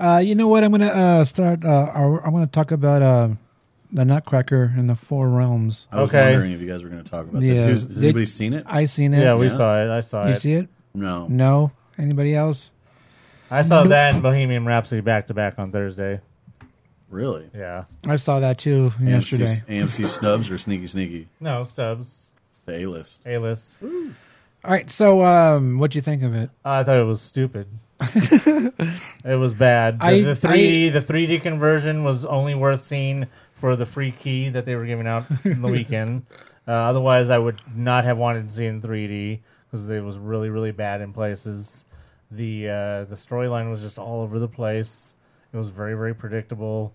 Uh, you know what? I'm gonna uh, start. Uh, I want to talk about uh, the Nutcracker and the Four Realms.
I was wondering if you guys were going to talk about that. Who's, has
Did-
anybody seen it?
I seen it. you see it?
No.
No. Anybody else?
I saw
Nope.
that and Bohemian Rhapsody back to back on Thursday.
Really?
Yeah.
I saw that too yesterday.
AMC, AMC snubs or sneaky sneaky?
No, Stubbs.
The A list.
A list.
All right. So, um, what do you think of it?
I thought it was stupid. it was bad. The,
I-
the 3D the 3D conversion was only worth seeing for the free key that they were giving out in the weekend. Uh, otherwise, I would not have wanted to see it in 3D because it was really really bad in places. The uh, the storyline was just all over the place. It was very very predictable.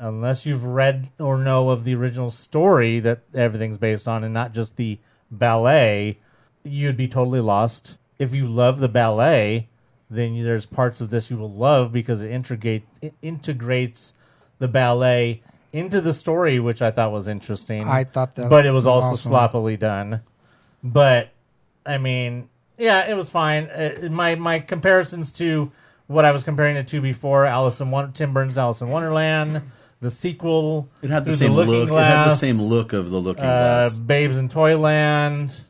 Unless you've read or know of the original story that everything's based on, and not just the ballet, you'd be totally lost. If you love the ballet, then you- there's parts of this you will love because it, integrate, it integrates the ballet into the story, which I thought was interesting.
I thought that
Mm-hmm. but it was also
awesome.
sloppily done. But I mean, yeah, it was fine. Uh, my my comparisons to what I was comparing it to before, Alice in Won- Tim Burns' Alice in Wonderland, the sequel. uh,
It had the
Through
same
Looking
look. It had the
Glass,
same look of the Looking
uh,
Glass.
Babes in Toyland.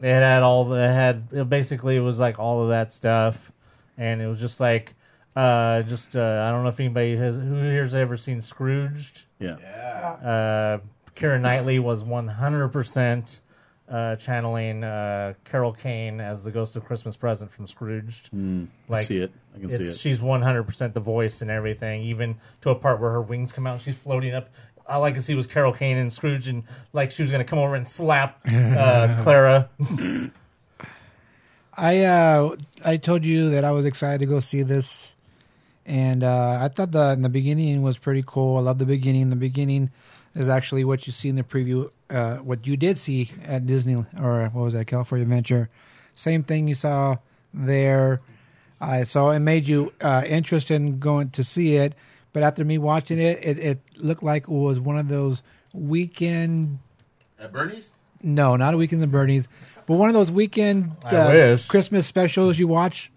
It had all the it had it basically it was like all of that stuff, and it was just like, uh, just uh, I don't know if anybody has who here's ever seen Scrooged.
Yeah.
Uh, Kira Knightley was 100% uh, channeling uh, Carol Kane as the ghost of Christmas Present from Scrooged.
Mm, I see it. I can see
it's-
it.
She's 100% the voice and everything, even to a part where her wings come out and she's floating up. All I could see was Carol Kane and Scrooge, and like she was going to come over and slap uh, Clara.
I uh, I told you that I was excited to go see this, and uh, I thought the in the beginning was pretty cool. I love the beginning. The beginning is actually what you see in the preview. Uh, what you did see at Disney or what was that California Adventure? Same thing you saw there. Uh, so it made you uh, interested in going to see it. But after me watching it, it, it looked like it was one of those weekend
At Bernie's?
no, not a weekend in the Bernies, but one of those weekend uh,
I wish.
Christmas specials you watch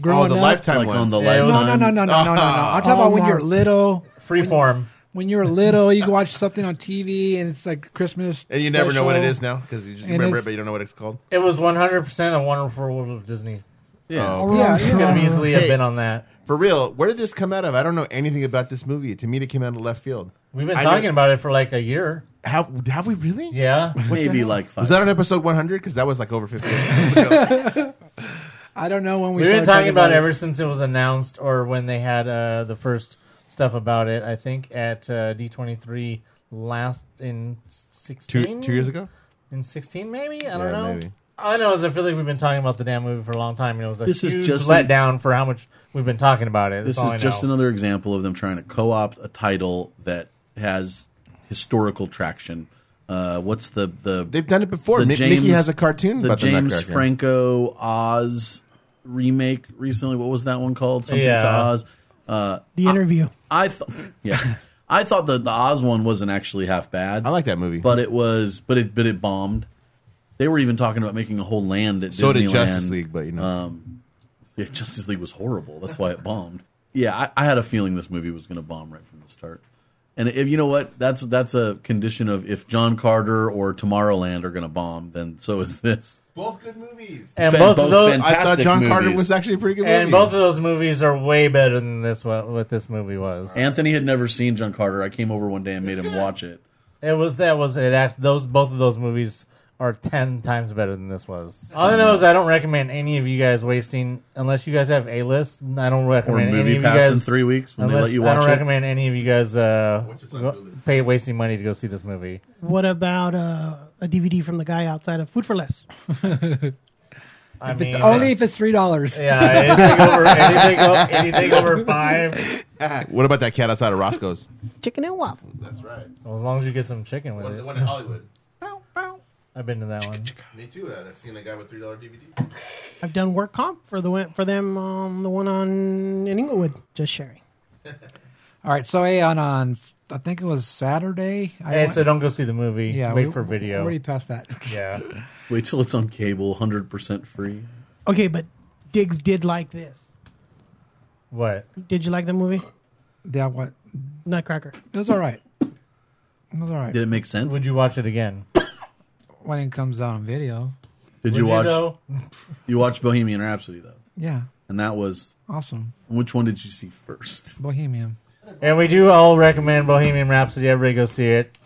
growing
Oh, the
up.
Lifetime Like ones. on the
No, no,
Lifetime?
no, no, no, no, no, no. I'm talking
Oh
about when you're little.
Freeform.
When you're little, you can watch something on TV and it's like Christmas.
And you never know what it
special.
is now because you just
And
remember
it's-
it, but you don't know what it's called.
It was 100% a wonderful world of Disney.
Oh,
Oh,
okay.
yeah, you could have easily have been on that.
For real, where did this come out of? I don't know anything about this movie. To me, it came out of left field.
We've been talking about it for like a year.
Have, have we really?
Yeah.
Maybe like five.
Was that on episode 100? Because that was like over 50.
I don't know when we
We've been
started
talking about it
it.
ever since it was announced, or when they had uh, the first stuff about it. I think at uh, D23 last in sixteen,
Two- two years ago?
in sixteen maybe. I
Yeah,
don't know.
maybe.
All I know is I feel like we've been talking about the damn movie for a long time, and it was a
This is
huge
just an-
letdown for how much we've been talking about it. That's
This
all Oh, I
is just
know.
another example of them trying to co-opt a title that has historical traction. Uh, what's the the?
They've done it before. Mi- Mickey has a cartoon
The
about the
James
Nutcracker.
Franco Oz remake recently. What was that one called? Something
Yeah.
to Oz. Uh,
The interview.
I thought, yeah, I thought that the Oz one wasn't actually half bad. I
like that movie,
but it was, but it, but it bombed. They were even talking about making a whole land at
So
Disneyland.
did Justice League, but you know,
um, yeah, Justice League was horrible. That's why it bombed. Yeah, I, I had a feeling this movie was going to bomb right from the start. And if you know what, that's that's a condition of if John Carter or Tomorrowland are going to bomb, then so is this.
both good movies.
And both, of those,
fantastic movies.
actually a pretty good
And
movie.
both of those movies are way better than this one. What this movie was.
Anthony had never seen John Carter. I came over one day and made him watch it.
It was that was it. Act those both of those movies are ten times better than this was. All I know is I don't recommend any of you guys wasting unless you guys have a list. I don't recommend
Movie
any of you
Pass in
guys
three weeks when they
unless-
let you
I
watch
don't
it.
recommend any of you guys uh, go- pay wasting money to go see this movie.
What about uh, a DVD from the guy outside of Food for Less?
I
If it's only if it's three dollars.
Yeah, anything over anything, o- anything over five.
What about that cat outside of Roscoe's?
Chicken and waffle.
That's right.
Well, as long as you get some chicken with it.
Hollywood.
I've been to that one.
Me too. I've seen a guy with three dollar DVDs.
I've done work comp for the one- for them on the one on in Inglewood. Just sharing.
All right, so hey, on on I think it was Saturday. I
Hey,
went-
so don't go see the movie.
Yeah,
wait
we-
for video.
we're already past that.
Yeah.
Wait till it's on cable, hundred percent free.
Okay, but Diggs did like this.
What?
Did you like the movie?
Yeah, what?
Nutcracker.
It was all right. It was all right
Did it make sense?
Would you watch it again?
when it comes out on video.
Did you
Would you
watch?
though?
you watched Bohemian Rhapsody though,
Yeah,
and that was
awesome.
Which one did you see first?
Bohemian.
And we do all recommend Bohemian Rhapsody. Everybody go see it.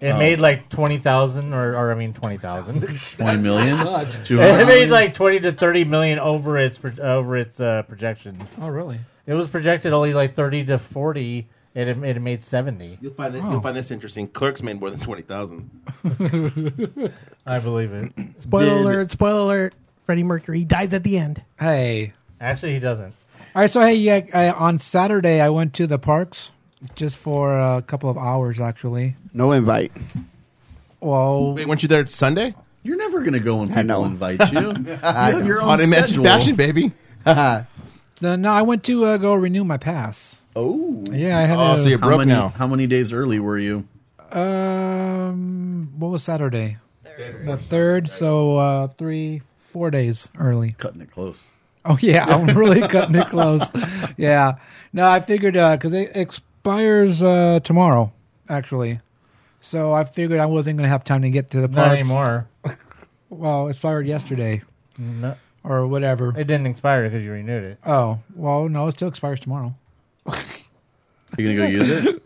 It
Oh.
made like twenty thousand, or, or I mean twenty thousand.
Twenty million. Two
it
hundred
made
million?
like twenty to thirty million over its pro- over its uh, projections.
Oh, really?
It was projected only like thirty to forty, and it, it made seventy.
You'll find, it,
Wow.
you'll find this interesting. Clerks made more than 20,000.
I believe it.
Spoiler alert! Spoiler alert! Freddie Mercury dies at the end.
Hey,
Actually, he doesn't.
all right, so hey, yeah, I, on Saturday I went to the parks just for a couple of hours actually.
No invite.
Well,
Wait, weren't you there Sunday?
You're never gonna go when
I
people
know.
invite you. you have your own
On Imagine
schedule.
Fashion, baby.
no, no, I went to uh, go renew my pass.
Oh,
Yeah, I had.
Oh,
a,
so you're
how
broke
many?
now.
How many days early were you?
Um, what was Saturday? The third, so uh, three, four days early.
Cutting it close.
Oh yeah, I'm really cutting it close. Yeah, no, I figured because it expires uh, tomorrow, actually. So I figured I wasn't going to have time to get to the
Not
park.
anymore.
Well, it expired yesterday
No,
or whatever.
it didn't expire because you renewed it.
Oh well, no, it still expires tomorrow.
You gonna go use it?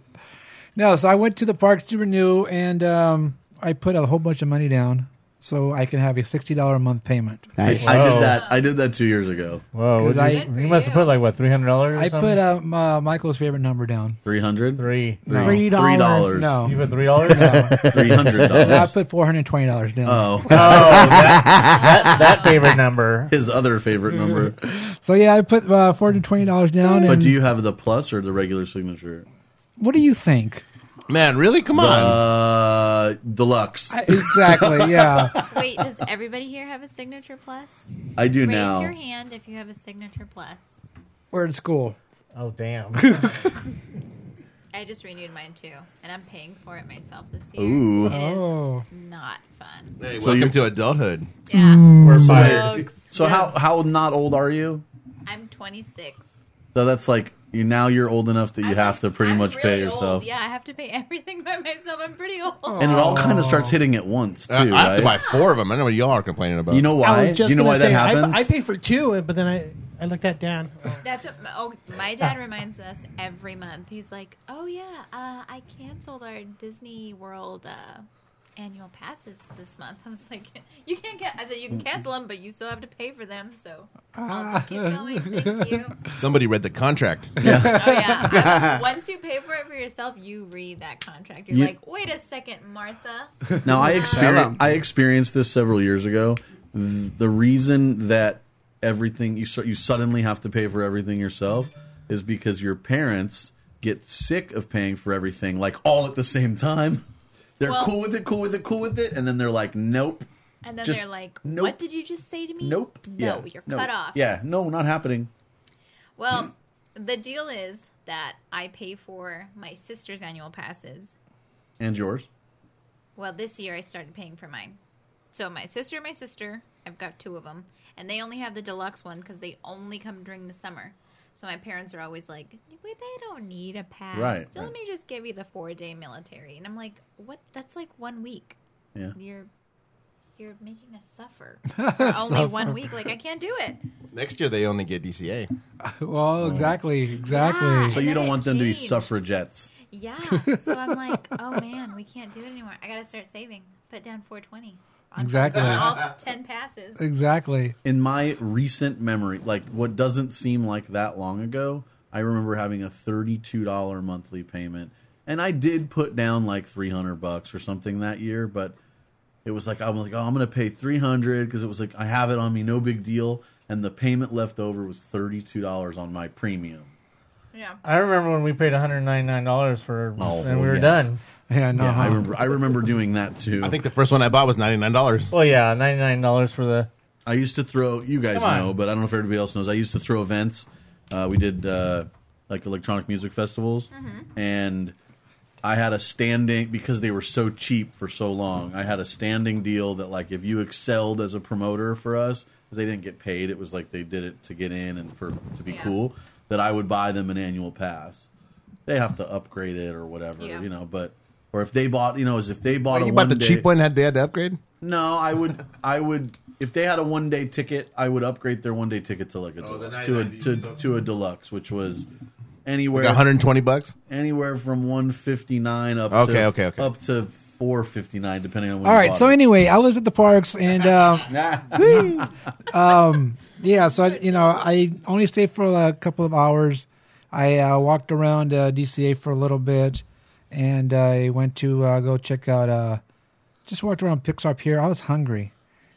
No, so I went to the parks to renew, and um, I put a whole bunch of money down so I can have a sixty dollar a month payment.
Nice.
I
Wow.
did that. I did that two years ago.
Whoa! what'd
'Cause I-
you,
Good for
you must have
you.
put like what three hundred dollars?
I put um, uh, Michael's favorite number down.
Three hundred.
three.
No.
Three
Three dollars.
dollars.
You
No,
put three dollars.
Three hundred
I
dollars.
put four hundred twenty dollars down.
Oh,
Oh, that, that, that favorite number.
his other favorite number.
So yeah, I put uh, four hundred twenty dollars down. And
But do you have the plus or the regular signature?
What do you think?
Man, really? Come on.
Uh, deluxe. I,
Exactly. Yeah.
Wait, does everybody here have a signature plus?
do
Raise
now.
your hand if you have a signature plus.
We're in school.
Oh damn!
I just renewed mine too, and I'm paying for it myself this year.
Ooh.
It is
Oh.
not fun.
Hey,
So
welcome
you-
to adulthood.
Mm.
Yeah.
We're fired.
Folks,
So how how not old are you?
I'm 26.
So that's like you now you're old enough that you have to pretty
I'm
much
really
pay yourself.
Old. Yeah, I have to pay everything by myself. I'm pretty old.
And it all kind of starts hitting at once too,
I I have to buy
right?
four of them. I know what y'all are complaining about.
You know
I
why?
was just
Do you know
gonna
why
say,
that happens?
I, I pay for two, but then I I looked at Dan.
That's what my, oh, my dad reminds us every month. He's like, "Oh yeah, uh, I canceled our Disney World uh, annual passes this month." I was like, "You can't get," I said, "You can cancel them, but you still have to pay for them." So I'll just keep going. Thank you.
Somebody read the contract.
Oh yeah. I'm like, Once you pay for it for yourself, you read that contract. You're
You-
like, "Wait a second, Martha."
Now I
Hello.
experienced I experienced this several years ago. Th- The reason that everything you su- you suddenly have to pay for everything yourself is because your parents get sick of paying for everything like all at the same time. They're
Well-
cool with it, cool with it, cool with it, and then they're like, "Nope,
And then
Just
they're like,
nope.
"What did you just say to me?"
nope,
No,
yeah,
you're
no,
cut off.
Yeah, no, not happening.
Well, the deal is that I pay for my sister's annual passes.
And yours?
Well, this year I started paying for mine. So my sister and my sister, I've got two of them, and they only have the deluxe one because they only come during the summer. So my parents are always like, "Well, "They don't need a pass.
Right,
Let
right.
me just give you the four-day military." And I'm like, "What? That's like one week.
Yeah.
You're you're making us suffer for only one
Suffer.
week. Like I can't do it."
Next year they only get DCA.
Well, exactly,
exactly. Yeah,
so
and then
you don't
it
want them to be
changed.
suffragettes.
Yeah. So I'm like, oh man, we can't do it anymore. I gotta start saving. Put down 420. on
Exactly.
All ten passes.
Exactly.
In my recent memory, like what doesn't seem like that long ago, I remember having a thirty-two dollar monthly payment, and I did put down like three hundred bucks or something that year, but it was like I'm like, oh, I'm gonna pay three hundred because it was like I have it on me, no big deal, and the payment left over was thirty-two dollars on my premium.
Yeah.
I remember when we paid $199 for,
Oh,
and we were
yeah.
done.
I
Uh-huh.
remember. I remember doing that too.
I think the first one I bought was ninety nine dollars.
Well, yeah, ninety nine dollars for the.
I used to throw. You guys
Come on.
know, but I don't know if everybody else knows. I used to throw events. Uh, we did uh, like electronic music festivals,
Mm-hmm.
and I had a standing because they were so cheap for so long. I had a standing deal that like if you excelled as a promoter for us, 'cause they didn't get paid. It was like they did it to get in and for to be
Yeah.
cool. That I would buy them an annual pass. They have to upgrade it or whatever,
Yeah.
you know. But or if they bought, you know, is if they bought
Wait,
a
you bought the
one-day-
cheap one. Had they had to upgrade?
no, I would. I would. If they had a one day ticket, I would upgrade their one day ticket to like a
Oh, the
delu- to a
990
to, to a deluxe, which was anywhere
Like 120 bucks.
anywhere from one fifty nine up.
Okay,
to,
okay, okay.
Up to four fifty nine, depending on. When
All
you
right.
bought
So
it.
anyway, I was at the parks and um, um, yeah. So I- you know, I only stayed for a couple of hours. I uh, walked around uh, DCA for a little bit, and I went to uh, go check out. Uh, just walked around Pixar Pier. I was hungry,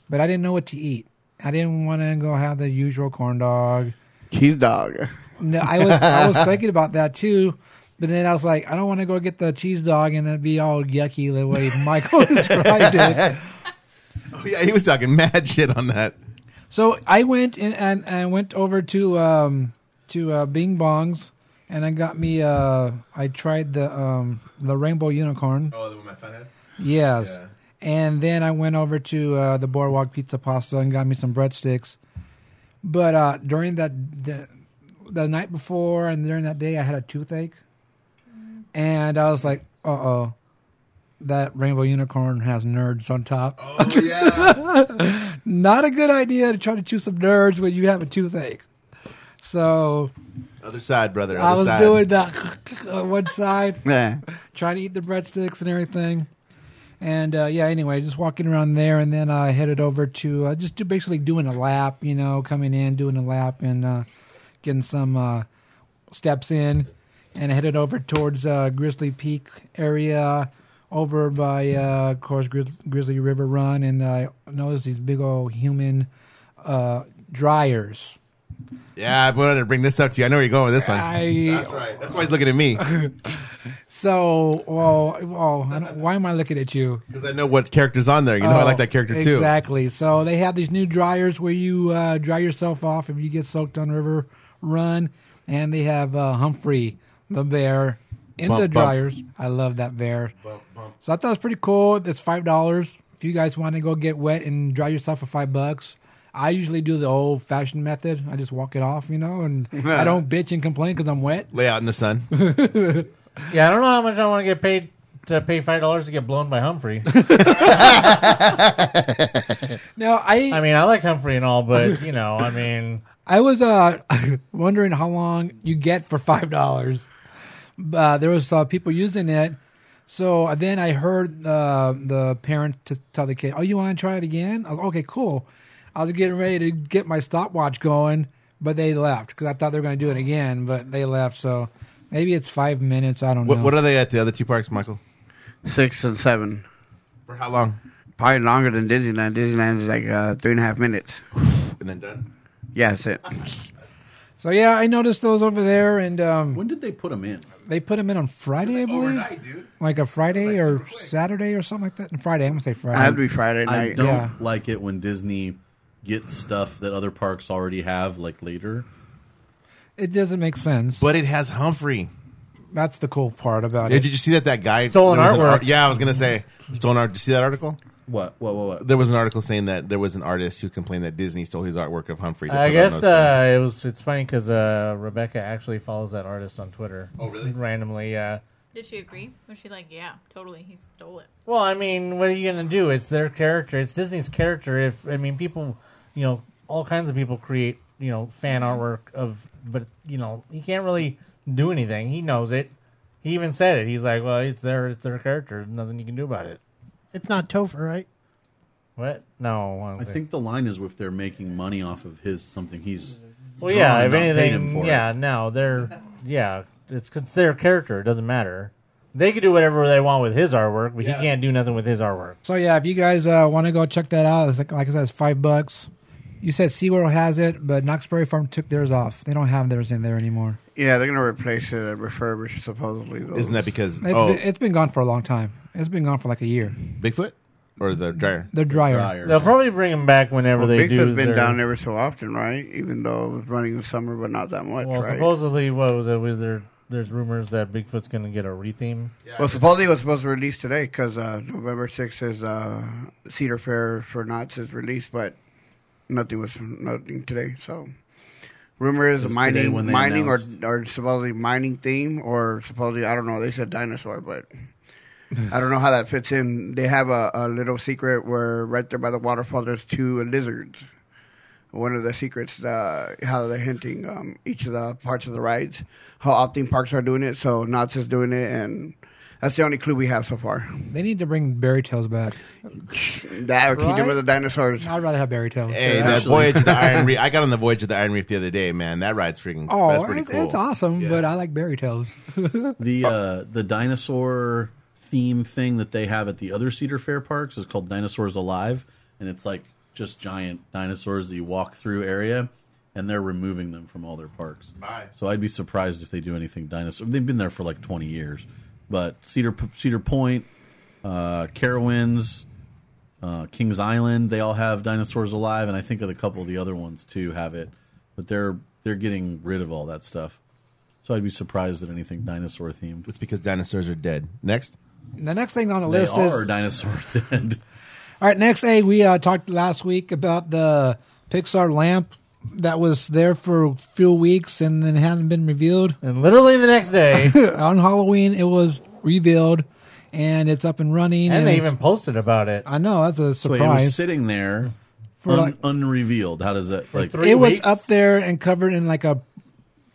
but I didn't know what to eat. I didn't want to go have the usual corn dog.
Cheese dog.
No, I was I was thinking about that too, but then I was like, I don't want to go get the cheese dog and that'd be all yucky the way Michael described it.
Oh, yeah, he was talking mad shit on that.
So I went in and I went over to um, to uh, Bing Bong's and I got me uh, I tried the um, the rainbow unicorn.
Oh, the one my son had.
Yes. And then I went over to uh, the Boardwalk Pizza Pasta and got me some breadsticks. But uh, during that the, the night before and during that day, I had a toothache, and I was like, "Uh oh, that rainbow unicorn has nerds on top." Oh yeah, not a good idea to try to chew some nerds when you have a toothache. So
Other side, brother.
I
other
was
side.
doing that on one side,
Yeah.
trying to eat the breadsticks and everything. And uh, yeah, anyway, just walking around there, and then I headed over to uh, just do basically doing a lap, you know, coming in, doing a lap, and uh, getting some uh, steps in, and I headed over towards uh, Grizzly Peak area, over by uh, of course Grizz- Grizzly River Run, and I noticed these big old human uh, dryers.
Yeah, I wanted to bring this up to you. I know where you're going with this one.
I-
That's right. That's why he's looking at me
So, well, well I don't, why am I looking at you?
because I know what character's on there. You know, I
Oh,
like that character too.
Exactly. So they have these new dryers where you uh, dry yourself off if you get soaked on River Run, and they have uh, Humphrey the bear in
Bump,
the
bump.
dryers. I love that bear. So I thought it was pretty cool. It's five dollars if you guys want to go get wet and dry yourself for five bucks. I usually do the old fashioned method. I just walk it off, you know, and I don't bitch and complain because I'm wet.
Lay out in the sun.
Yeah, I don't know how much I want to get paid to pay five dollars to get blown by Humphrey.
no, I.
I mean, I like Humphrey and all, but you know, I mean,
I was uh, wondering how long you get for five dollars. Uh, there was uh, people using it, so then I heard uh, the parent to tell the kid, "Oh, you want to try it again?" I was, okay, cool. I was getting ready to get my stopwatch going, but they left because I thought they were going to do it again, but they left. So maybe it's five minutes. I don't
What,
know.
what are they at the other two parks, Michael?
Six and seven.
For how long?
Probably longer than Disneyland. Disneyland is like uh, three and a half minutes.
And then done.
Yeah, that's it.
so yeah, I noticed those over there, and um,
when did they put them in?
They put them in on Friday, I believe. Like a Friday or Saturday or something like that. Friday, I'm gonna say Friday.
I don't
Yeah.
like it when Disney gets stuff that other parks already have, like later.
it doesn't make sense.
But it has Humphrey.
That's the cool part about
Yeah,
it.
did you see that that guy
Stolen
there was an
artwork.
art- yeah, I was gonna say stolen art. Did you see that article?
What? What? What? what?
There was an article saying that there was an artist who complained that Disney stole his artwork of Humphrey. to put
I
on
guess
those
uh, it was. It's funny because uh, Rebecca actually follows that artist on Twitter.
Oh, really?
Randomly, yeah.
Did she agree? Was she like, yeah, totally, he stole it?
Well, I mean, what are you gonna do? It's their character. It's Disney's character. If I mean, people, you know, all kinds of people create, you know, fan
Mm-hmm.
artwork of, but you know, he can't really do anything. He knows it. He even said it. He's like, well, it's their, it's their character. There's Nothing you can do about it.
It's not Topher, right?
What? No,
I think the line is if they're making money off of his something he's.
Well, yeah.
drawn
If
and not paid him
anything,
for it.
yeah. No, they're yeah. It's, 'cause it's their character. It doesn't matter. They could do whatever they want with his artwork, but he can't do nothing with his artwork.
So yeah, if you guys uh, want to go check that out, it's like, like I said, it's five bucks. You said SeaWorld has it, but Knox Berry Farm took theirs off. They don't have theirs in there anymore.
Yeah, they're gonna replace it and refurbish supposedly. Those.
Isn't that because
It's
oh
been, it's been gone for a long time. It's been gone for like a year.
Bigfoot or the dryer?
The dryer.
They'll probably bring him back whenever
Well,
they
Bigfoot's
do.
been
their-
down every so often, right? Even though it was running in summer, but not that much,
Well,
right?
supposedly, what was it? Was there? There's rumors that Bigfoot's going to get a retheme.
well, supposedly it was supposed to release today because uh, November 6th is uh, Cedar Fair for Knott's is released, but nothing was nothing today. So, rumor is
It was today when
mining,
they
mining, or,
announced.
or supposedly mining theme, or supposedly I don't know. They said dinosaur, but I don't know how that fits in. They have a, a little secret where right there by the waterfall, there's two lizards. One of the secrets, uh, how they're hinting um, each of the parts of the rides, how all theme parks are doing it. So Knott's is doing it, and that's the only clue we have so far.
They need to bring Berry Tales back.
That or Kingdom
Right?
of the Dinosaurs.
I'd rather have Berry Tales.
Hey, that voyage of the Iron Reef. I got on the voyage of the Iron Reef the other day, man. That ride's freaking. that's
Oh,
pretty
it's,
cool.
it's awesome, but I like Berry Tales.
The uh, the dinosaur theme thing that they have at the other Cedar Fair parks is called Dinosaurs Alive, and it's like just giant dinosaurs that you walk through area, and they're removing them from all their parks. So I'd be surprised if they do anything dinosaur. They've been there for like twenty years, but Cedar Cedar Point, uh, Carowinds, uh, Kings Island, they all have Dinosaurs Alive, and I think of a couple of the other ones too have it, but they're they're getting rid of all that stuff. So I'd be surprised at anything dinosaur themed.
It's because dinosaurs are dead. Next,
The next thing on the
they
list is
are dinosaur dead.
All right, next, hey, we uh, talked last week about the Pixar lamp that was there for a few weeks and then hadn't been revealed.
And literally the next day,
on Halloween, it was revealed and it's up and running.
and they
it's-
even posted about it.
I know that's a
So it was
surprise.
sitting there,
For
un-
like-
unrevealed. How does that like?
it was up there and covered in like a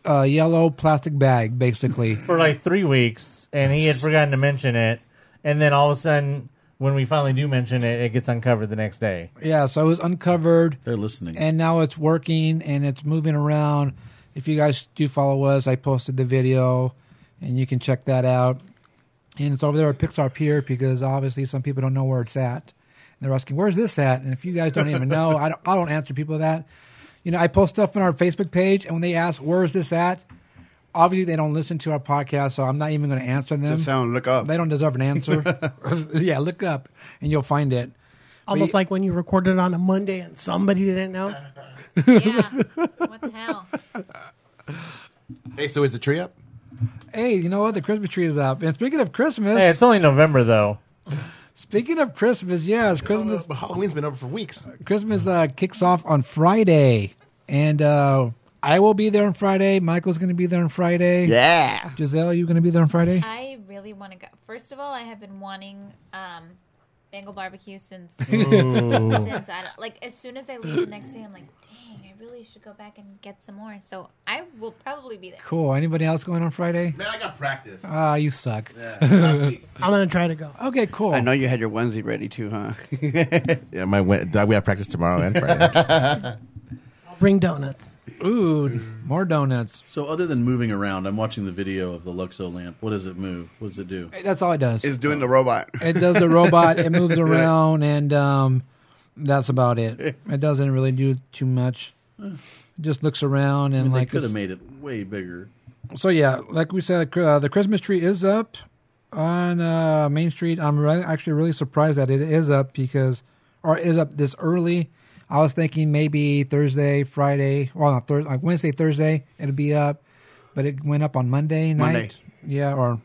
uh, yellow plastic bag, basically.
for like three weeks, and he had forgotten to mention it. And then all of a sudden, when we finally do mention it, it gets uncovered the next day.
yeah, so it was uncovered
They're listening.
and now it's working and it's moving around. If you guys do follow us, I posted the video and you can check that out. And it's over there at Pixar Pier because obviously some people don't know where it's at. And they're asking, where's this at? And if you guys don't even know, I don't, I don't answer people that. You know, I post stuff on our Facebook page and when they ask, where's this at? Obviously, they don't listen to our podcast, so I'm not even going to answer them.
Just sound look up.
They don't deserve an answer. yeah, look up and you'll find it.
Almost like when you recorded on a Monday and somebody didn't know.
Yeah. what the hell?
hey, so is the tree up?
Hey, you know what? The Christmas tree is up. And speaking of Christmas,
Hey, it's only November though.
Speaking of Christmas, yes, Christmas
Oh, But Halloween's been over for weeks.
Christmas uh, kicks off on Friday, and uh, I will be there on Friday. Michael's going to be there on Friday.
Yeah.
Giselle, you going to be there on Friday?
I really want to go. First of all, I have been wanting um, Bengal barbecue since
Ooh.
since I don't- like as soon as I leave the next day, I'm like, dang, I really should go back and get some more. So I will probably be there.
Cool. Anybody else going on Friday?
Man, I got practice.
Ah, you suck.
last week.
I'm gonna try to go.
Okay, cool.
I know you had your onesie ready too, huh?
Yeah, my we we have practice tomorrow and Friday.
I'll bring donuts.
Ooh, more donuts.
so other than moving around, I'm watching the video of the Luxo lamp. What does it move? What does it do?
Hey, That's all it does.
It's doing the robot.
It does the robot. It moves around, and um, that's about it. It doesn't really do too much. It just looks around and
I mean,
like
they could
it's-
have made it way bigger.
So yeah, like we said, uh, the Christmas tree is up on uh, Main Street. I'm re- actually really surprised that it is up because, or is up this early. I was thinking maybe Thursday, Friday, well, not Thursday, like Wednesday, Thursday, it'll be up, but it went up on Monday night.
Monday.
Yeah, or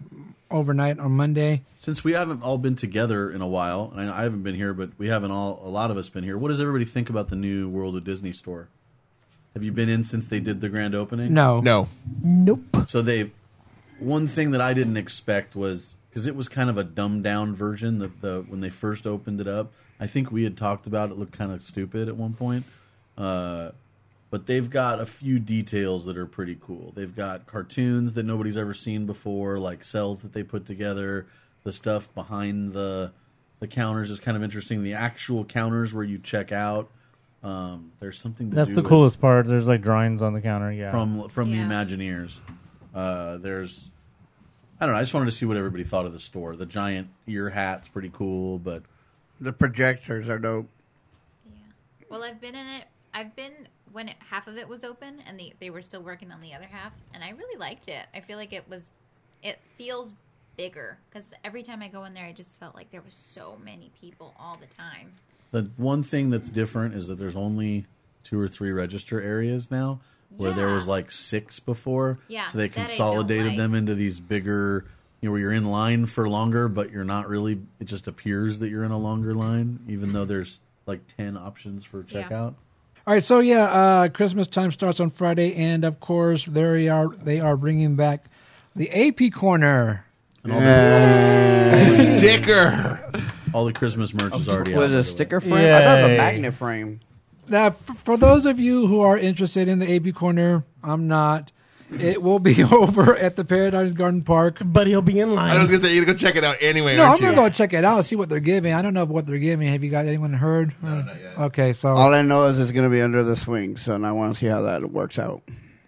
overnight on Monday.
Since we haven't all been together in a while, and I I haven't been here, but we haven't all a lot of us been here. What does everybody think about the new World of Disney store? Have you been in since they did the grand opening?
No.
No.
Nope.
So they one thing that I didn't expect was because it was kind of a dumbed down version. The, the when they first opened it up, I think we had talked about it looked kind of stupid at one point. Uh, but they've got a few details that are pretty cool. They've got cartoons that nobody's ever seen before, like cells that they put together. The stuff behind the the counters is kind of interesting. The actual counters where you check out, um, there's something. To
That's
do
the
with-
coolest part. There's like drawings on the counter. Yeah.
from from the Imagineers. Uh, there's, I don't know. I just wanted to see what everybody thought of the store. The giant ear hat's pretty cool, but
the projectors are dope.
Well, I've been in it. I've been when it, half of it was open and the, they were still working on the other half, and I really liked it. I feel like it was, it feels bigger because every time I go in there, I just felt like there was so many people all the time.
The one thing that's different is that there's only two or three register areas now, where there
Yeah.
was like six before.
Yeah,
So they
that I don't
consolidated
like.
them into these bigger, you know, where you're in line for longer, but you're not really. It just appears that you're in a longer line, even though there's like ten options for
Mm-hmm. Yeah.
checkout.
All right, so yeah, uh, Christmas time starts on Friday, and of course, they are they are bringing back the AP corner.
Sticker.
All the Christmas merch is already out.
Was it a
by the way.
sticker frame? I thought it was a
Yay.
magnet frame.
Now, f- for those of you who are interested in the AP corner, I'm not. It will be over at the Paradise Garden Park.
But he'll be in
I
line.
was gonna say you're gonna go check it out anyway.
No, I'm
aren't
gonna
you?
go check it out, see what they're giving. I don't know what they're giving. Have you guys anyone heard? No, not yet. Okay, so
Uh,
All I know is it's going to be under the swing, so and I want to see how that works out.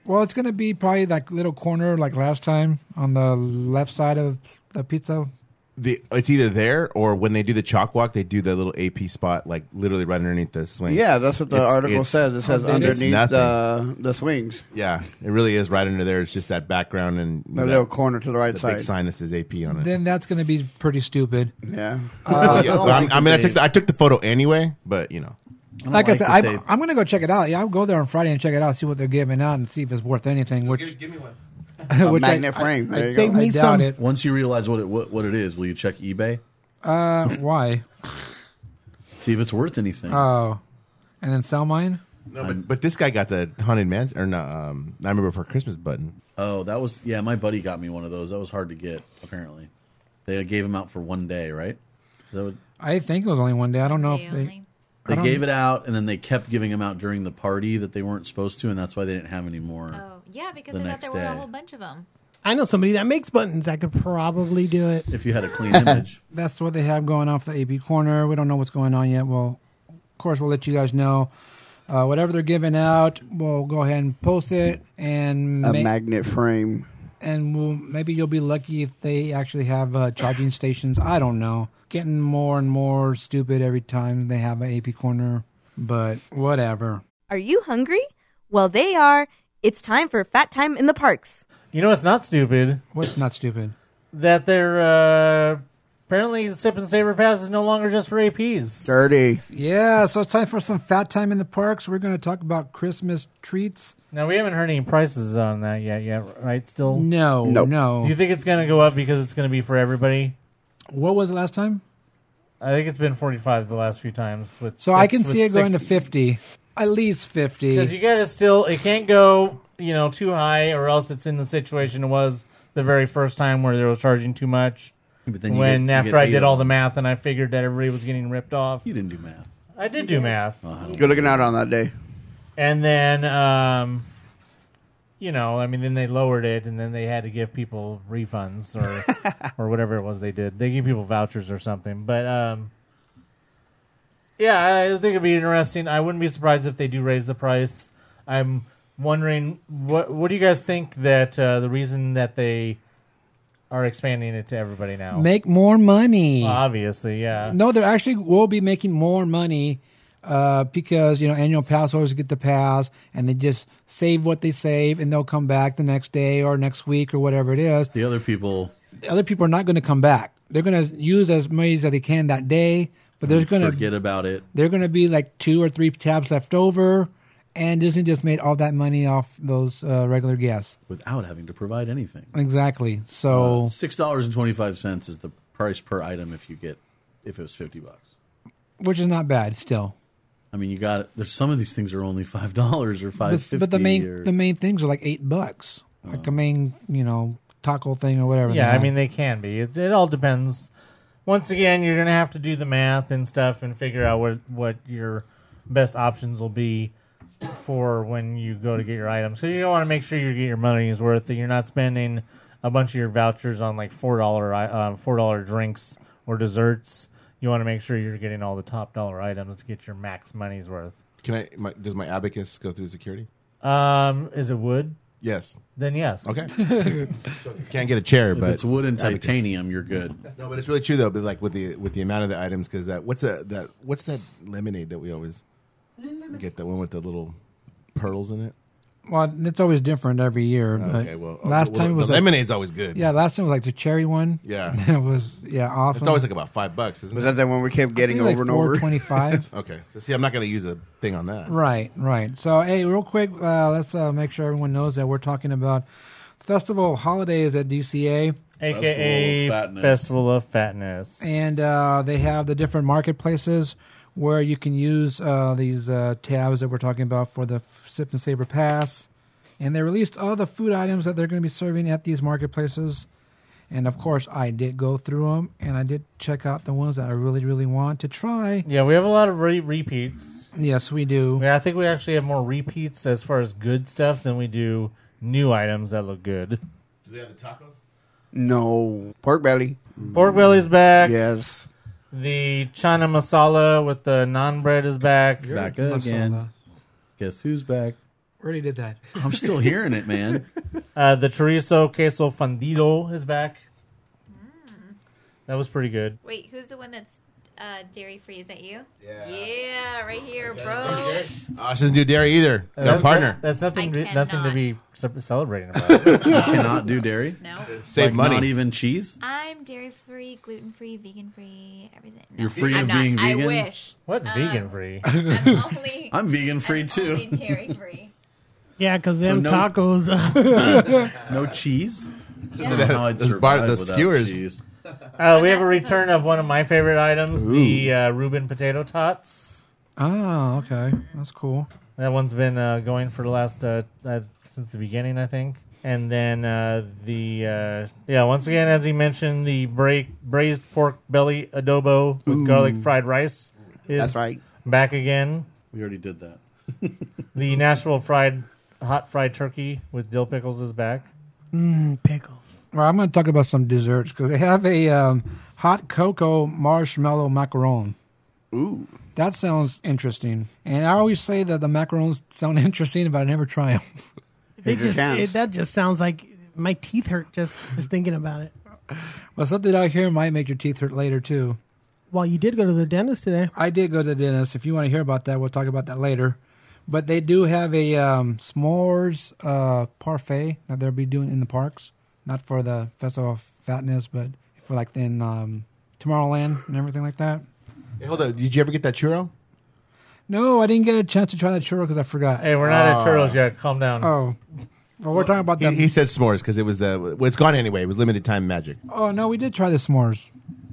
well, it's gonna be probably that little corner like last time on the left side of the pizza.
the it's either there or when they do the chalk walk, they do the little AP spot like literally right underneath the swing.
Yeah, that's what the
It's-
article
it's-
says. It says
it's
underneath
nothing.
the the swings,
yeah, it really is right under there. It's just that background and
the
that-
little corner to the right
the
side.
big sign that says AP on it.
Then that's gonna be pretty stupid.
Yeah,
Yeah, well, I'm- I mean, I took the, I took the photo anyway, but you know,
like, I
like
said,
that
I'm,
they-
I'm going to go check it out. Yeah, I'll go there on Friday and check it out, see what they're giving out, and see if it's worth anything. Which,
me one.
a
which I,
magnet frame.
I
there you
think-
go.
I
Me
doubt
some.
it.
Once you realize what it what, what it is, will you check eBay?
Uh, why?
See if it's worth anything.
Uh,
Oh, and then sell mine.
No, but, but this guy got the haunted mansion or not? Um, I remember for Christmas button.
oh, that was yeah. My buddy got me one of those. That was hard to get. Apparently, they gave them out for one day, right? That would-
I think it was only one day. I don't know
They
if Oh, they.
only-
they
don't-
gave it out, and then they kept giving them out during the party that they weren't supposed to, and that's why they didn't have any more.
oh yeah, because
The
I thought
next
there were
day.
a whole bunch of them.
I know somebody that makes buttons that could probably do it.
If you had a clean image,
That's what they have going off the AP corner. We don't know what's going on yet. Well, of course, we'll let you guys know. Uh, whatever they're giving out, we'll go ahead and post it, and
a
ma-
magnet frame.
and we'll, maybe you'll be lucky if they actually have uh, charging stations. I don't know. Getting more and more stupid every time they have an AP corner, but whatever.
Are you hungry? Well, they are. It's time for Fat Time in the Parks.
You know, it's not stupid
What's not stupid?
that they're uh, apparently the sip and saver pass is no longer just for APs.
Dirty.
Yeah, so it's time for some fat time in the parks. We're going to talk about Christmas treats.
Now we haven't heard any prices on that yet. Yet, right? Still,
No,
Nope.
Do you
no.
think it's going to go up because it's going to be for everybody?
What was it last time?
I think it's been forty-five the last few times. With
So
six-
I can
with
see it going to
six-
50, at least 50.
Because you got to still, it can't go, you know, too high, or else it's in the situation it was the very first time where they were charging too much.
but then you
When
get- you
after
get
I
eight
did
of
all the
them.
math and I figured that everybody was getting ripped off,
you didn't do math.
I did do math,
Good looking out on that day.
and then, um, you know, I mean, then they lowered it, and then they had to give people refunds or or whatever it was they did. They gave people vouchers or something, but um. Yeah, I think it'd be interesting. I wouldn't be surprised if they do raise the price. I'm wondering what what do you guys think that uh, the reason that they are expanding it to everybody now?
Make more money.
Obviously, yeah.
No, they're actually will be making more money uh, because you know annual pass holders get the pass, and they just save what they save, and they'll come back the next day or next week or whatever it is.
The other people,
The other people are not going to come back. They're going to use as many as they can that day, But there's gonna
forget about it.
There are going to be like two or three tabs left over, and Disney just made all that money off those uh, regular guests.
without having to provide anything.
Exactly. So
Uh, six dollars and twenty five cents is the price per item if you get if it was fifty bucks.
which is not bad still.
I mean, you got it. There's some of these things are only five dollars or five
But,
fifty.
but the main the main things are like eight bucks, like a main you know taco thing or whatever.
Yeah,
they
I mean
have.
they can be. It, it all depends. Once again, you're gonna have to do the math and stuff and figure out what what your best options will be for when you go to get your items because you want to make sure you get your money's worth. That you're not spending a bunch of your vouchers on like four dollar uh, four dollar drinks or desserts. You want to make sure you're getting all the top dollar items to get your max money's worth.
Can I? My, does my abacus go through security?
Um, is it wood?
Yes.
Then yes.
Okay. Can't get a chair,
If
but
it's wood and
abacus.
titanium, you're good.
No, but it's really true though. But like with the with the amount of the items, because that what's that that what's that lemonade that we always get the one with the little pearls in it.
well, it's always different every year. but
Okay, well, uh,
last
well,
time it
the
was like-
lemonade's always good.
Yeah, last time was like the cherry one.
Yeah.
it was yeah awesome.
It's always like about five bucks, isn't
Was
it?
that the one we kept getting
think like
over and over?
425.
okay, so see, I'm not going to use a thing on that.
Right, right. So, hey, real quick, uh, let's uh, make sure everyone knows that we're talking about Festival Holidays at DCA.
AKA Festival of Fatness.
And uh, they have the different marketplaces where you can use uh, these uh, tabs that we're talking about for the Sip and Savor Pass. And they released all the food items that they're going to be serving at these marketplaces. And of course, I did go through them and I did check out the ones that I really, really want to try.
Yeah, we have a lot of re- repeats.
Yes, we do.
I think we actually have more repeats as far as good stuff than we do new items that look good.
Do they have the tacos?
No. Pork belly.
Pork belly's back.
Yes.
The chana masala with the naan bread is back.
Back again. Guess who's back?
Already did that.
I'm still hearing it, man.
Uh, the chorizo queso fundido is back. That was pretty good.
Wait, who's the one that's uh, dairy free? Is that you? Yeah. Yeah, right here, bro.
Oh, she doesn't do dairy either.
Uh,
They're a
That-
partner.
That's nothing.
I
re- nothing to be ce- celebrating about.
You cannot do dairy.
No.
Save
Like,
money.
Not even cheese.
I'm dairy free, gluten free, vegan free, everything. No,
You're free
I'm
of
not.
being vegan.
I wish.
What
Um,
vegan free?
I'm only.
I'm vegan free
I'm
too.
Only dairy free.
Yeah, because
So
them uh,
no-
tacos.
no cheese.
Yeah.
I don't know how I'd
Those bar-
survive
those
without
skewers.
cheese.
Uh, we have a return of one of my favorite items, the uh, Reuben potato tots.
Oh, okay. That's cool.
That one's been uh, going for the last uh, uh, since the beginning, I think. And then uh, the uh, yeah, once again, as he mentioned, the bra- braised pork belly adobo with garlic fried rice is
That's right.
back again.
We already did that.
The Nashville fried hot fried turkey with dill pickles is back.
Mm, pickles.
Well, I'm going to talk about some desserts because they have a um, hot cocoa marshmallow macaron.
Ooh.
That sounds interesting. And I always say that the macarons sound interesting, but I never try them.
They
your
just,
hands.
it, that just sounds like my teeth hurt just, just thinking about it.
But something out here might make your teeth hurt later, too.
Well, you did go to the dentist today.
I did go to the dentist. If you want to hear about that, we'll talk about that later. But they do have a um, s'mores uh, parfait that they'll be doing in the parks, not for the Festival of Fatness, but for like in um, Tomorrowland and everything like that.
Hey, hold on. Did you ever get that churro?
No, I didn't get a chance to try that churro because I forgot.
Hey, we're not
Ah.
at Turtles yet. Calm down.
Oh, well, we're talking about
He,
that.
he said s'mores because it was the. Well, it's gone anyway. It was limited time magic.
oh no, we did try the s'mores.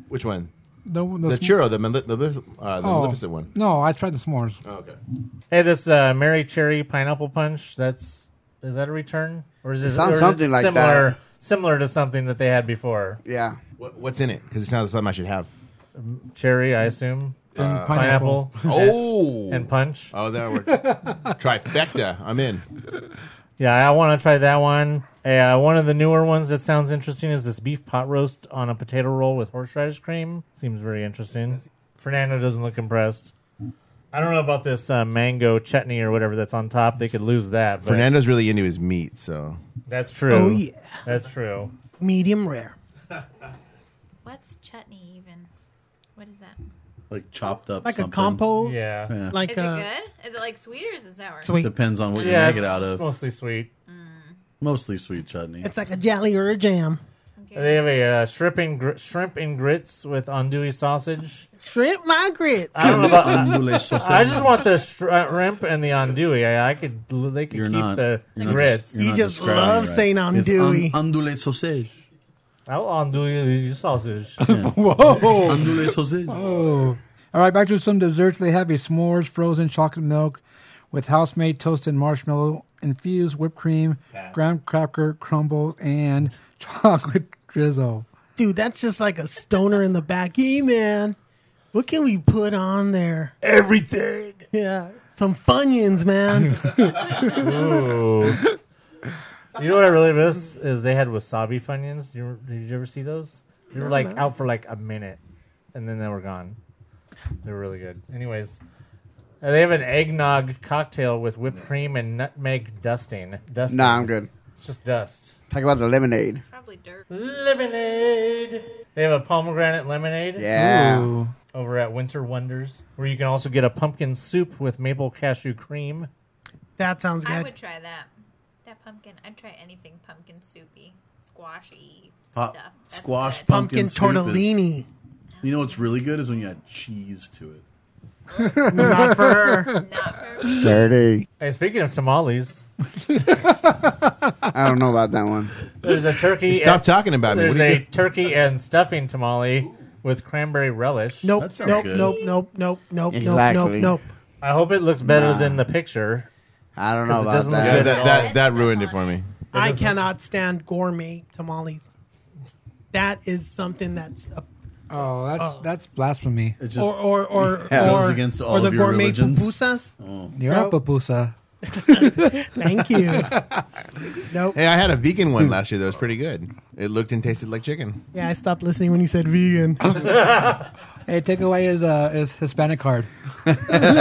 Which one?
The, the,
The
s'm-
churro, the male- the, male- uh, the
oh,
Maleficent one.
No, I tried the s'mores.
Oh, okay.
Hey, this uh, Mary Cherry Pineapple Punch. That's is that a return or is it,
sounds
or is it
something like
similar
that.
similar to something that they had before?
Yeah.
What, what's in it? Because it sounds like something I should have.
Cherry, I assume.
And
Uh,
Pineapple
Oh.
and punch.
oh, that worked. Trifecta. I'm in.
Yeah, I want to try that one. Uh, one of the newer ones that sounds interesting is this beef pot roast on a potato roll with horseradish cream. Seems very interesting. Fernando doesn't look impressed. I don't know about this uh, mango chutney or whatever that's on top. They could lose that. But
Fernando's really into his meat, so
that's true.
Oh, yeah.
That's true.
Medium rare.
What's chutney even? What is that?
Like chopped up
Like
something.
a compo.
Yeah.
Yeah.
Like
Is
uh,
it good? Is it like sweet or is it sour?
sweet.
Depends on what you
Yeah,
make
it's
it out of.
mostly sweet.
Mostly sweet chutney.
It's like a jelly or a jam.
They have a uh, shrimp and gr- shrimp and grits with andouille sausage.
Shrimp my grits.
I don't know about
Andouille sausage.
I just want the uh, shrimp and the andouille. I, I could they could keep
not-
the
you're not-
grits.
you're not He just describing it loves right. saying It's andouille. andouille sausage.
I want andouille sausage.
Whoa.
Andouille sausage.
Oh. All right, back to some desserts. They have a s'mores frozen chocolate milk with house made toasted marshmallow infused whipped cream, graham cracker crumbles, and chocolate drizzle.
Dude, that's just like a stoner in the back. Hey, man, what can we put on there?
Everything.
Yeah, some Funyuns, man.
Ooh. You know what I really miss is they had wasabi funyuns. Do you, did you ever see those? They were
No,
like
no.
out for like a minute, and then they were gone. They were really good. Anyways, uh, they have an eggnog cocktail with whipped cream and nutmeg dusting. Dusting.
Nah, I'm good.
It's just dust.
Talk about the lemonade.
Probably dirt.
Mm-hmm.
Lemonade. They have a pomegranate lemonade.
Yeah.
Ooh.
Over at Winter Wonders, where you can also get a pumpkin soup with maple cashew cream.
That sounds
I
good.
would try that. That pumpkin. I'd try anything pumpkin soupy, squashy
Pop,
stuff. That's
squash
good.
pumpkin,
Pumpkin
soup is-
tortellini.
you know what's really good is when you add cheese to it.
Not for her.
Dirty.
Hey, speaking of tamales,
I don't know about that one.
there's a turkey.
Stop
and-
talking about me. What
There's
do you
a
get?
turkey and stuffing tamale with cranberry relish.
Nope, nope, nope, nope, nope, nope, nope, nope, nope.
I hope it looks better
Nah.
than the picture.
I don't
know about that. Yeah, that- that- that ruined it for me.
I cannot stand gourmet tamales. That is something that's a
Oh, that's that's blasphemy.
Uh,
It
or or or, or, or the gourmet pupusas.
You're a pupusa.
Thank you. nope.
Hey, I had a vegan one last year that was pretty good. It looked and tasted like chicken.
Yeah, I stopped listening when you said vegan.
Hey, take away his uh, his Hispanic card.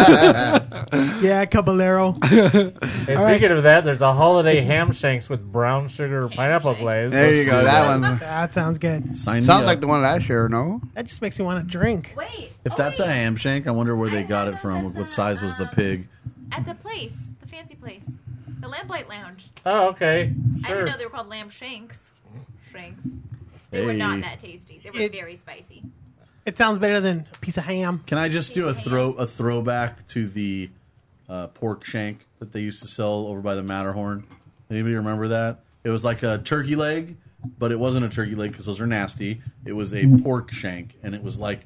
yeah, Caballero.
Hey, speaking of that, there's a holiday ham shanks with brown sugar pineapple glaze.
There you go. That one.
That sounds good.
Sign me
Sounds
up.
like the one last year, no?
That just makes me want to drink. Wait.
Oh,
If that's a ham shank, I wonder where they got it from. Like, what size was the pig?
At the place, the fancy place, the Lamplight Lounge.
Oh, okay.
I
Sure.
didn't know they were called lamb shanks. Shanks. They were
Hey.
not that tasty. They were very spicy.
It sounds better than a piece of ham.
Can I just do a throw a throwback to the uh, pork shank that they used to sell over by the Matterhorn? Anybody remember that? It was like a turkey leg, but it wasn't a turkey leg because those are nasty. It was a pork shank, and it was like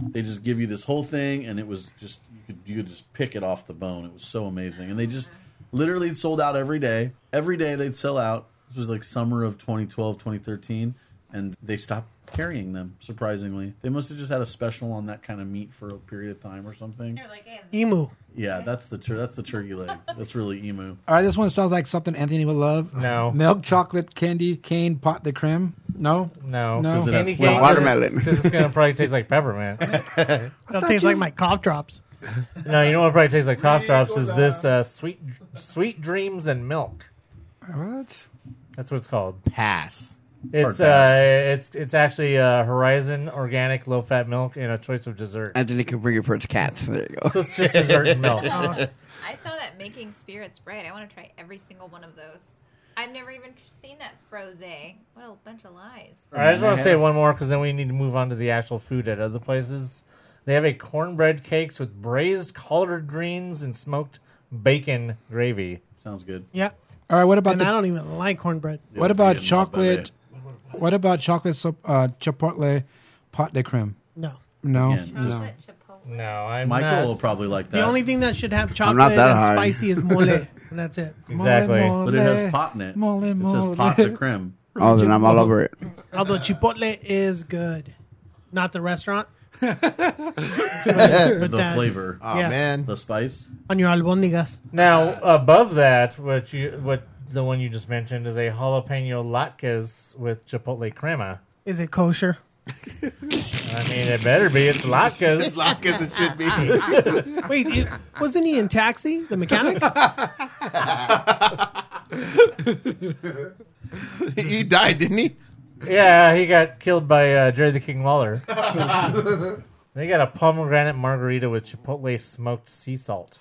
they just give you this whole thing, and it was just you could you could just pick it off the bone. It was so amazing, and they just literally sold out every day. Every day they'd sell out. This was like summer of 2012, 2013, and they stopped carrying them. Surprisingly, they must have just had a special on that kind of meat for a period of time or something.
Emu.
Yeah, that's the tur- that's the turkey leg. That's really emu.
All right, this one sounds like something Anthony would love.
No.
Milk, chocolate, candy, cane, pot de creme. No.
No.
No.
Candy cane- Because it's going to probably taste like peppermint.
That
thought
tastes
you-
like my cough drops.
no, you know what probably tastes like cough drops is this uh, sweet sweet dreams and milk.
What?
That's what it's called.
Pass.
It's
Hard pass.
uh, it's it's actually uh, Horizon organic low fat milk and a choice of dessert.
Anthony Kubrick cats. There you go.
So it's just dessert and milk.
Uh, I saw that making spirits bright. I want to try every single one of those. I've never even seen that froze. What a bunch of lies.
All right, I just want to say one more because then we need to move on to the actual food at other places. They have a cornbread cakes with braised collard greens and smoked bacon gravy.
Sounds good.
Yeah.
All right, what about
and
the-
I don't even like cornbread.
what about chocolate? What about chocolate so- uh, chipotle pot de creme?
No.
No.
Again,
no.
No, I'm
Michael
not.
will probably like that.
The only thing that should have
I'm
chocolate
not
and
that high.
spicy is mole, and that's it.
Exactly.
but it has pot in it.
Mole,
it says
mole.
pot de creme.
Oh, then I'm all over it.
Although chipotle is good, not the restaurant.
the
But that-
flavor.
Aw, Yes. man.
The spice.
On your albondigas.
Now above that, what you what the one you just mentioned is a jalapeno latkes with chipotle crema.
Is it kosher?
I mean, it better be. It's latkes.
It's
latkes, it should be.
Wait, it, wasn't he in Taxi, the mechanic?
he died, didn't he?
Yeah, he got killed by uh, Jerry the King Lawler. they got a pomegranate margarita with chipotle smoked sea salt.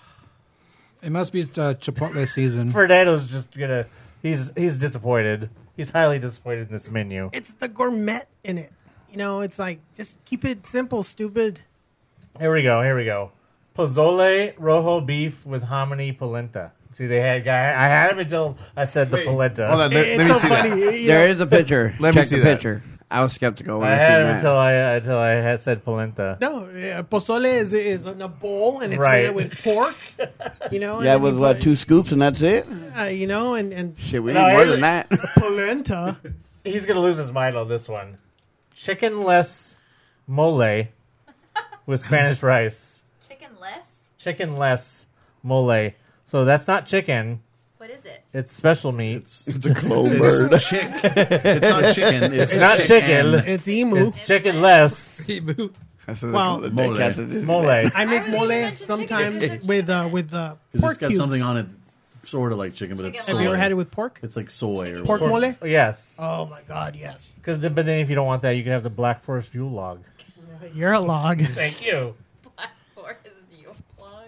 It must be uh, chipotle season.
Fernando's just gonna He's he's disappointed. He's highly disappointed in this menu.
It's the gourmet in it. You know, it's like just keep it simple, stupid.
Here we go. Here we go. Pozole rojo beef with hominy polenta. See, they had guy. I had him until I said the polenta.
Hold on, let- It's let me so see that. funny, you There know- is a picture. Check the picture. I was skeptical when
I
I
had
seen
him
that.
until I until I had said polenta.
No, uh, pozole is, is in a bowl and it's
Right.
made with pork. You know, and
Yeah,
then
with
you
what two scoops and that's it.
put- uh, you know, and and
Shit, we need more than that.
polenta.
He's gonna lose his mind on this one. Chickenless mole with Spanish rice.
Chickenless?
Chickenless mole. So that's not chicken.
What is it?
It's special meat. It's,
a clone It's bird.
chick. It's not chicken, it's
It's, not
chicken.
chicken.
It's emu.
It's chickenless.
Emu.
That's
what they Wow. call it. They
Mole.
cats that do that.
Mole.
I make mole sometimes with uh, with uh,
Because
pork
it's got
cubes.
something on it, sort of like chicken, but it's soy.
Have you ever had it with pork?
It's like soy or
Pork
whatever.
mole?
Yes.
Oh my god, yes.
Because but then if you don't want that, you can have the Black Forest Yule log.
You're a log.
Thank you.
Black Forest Yule log.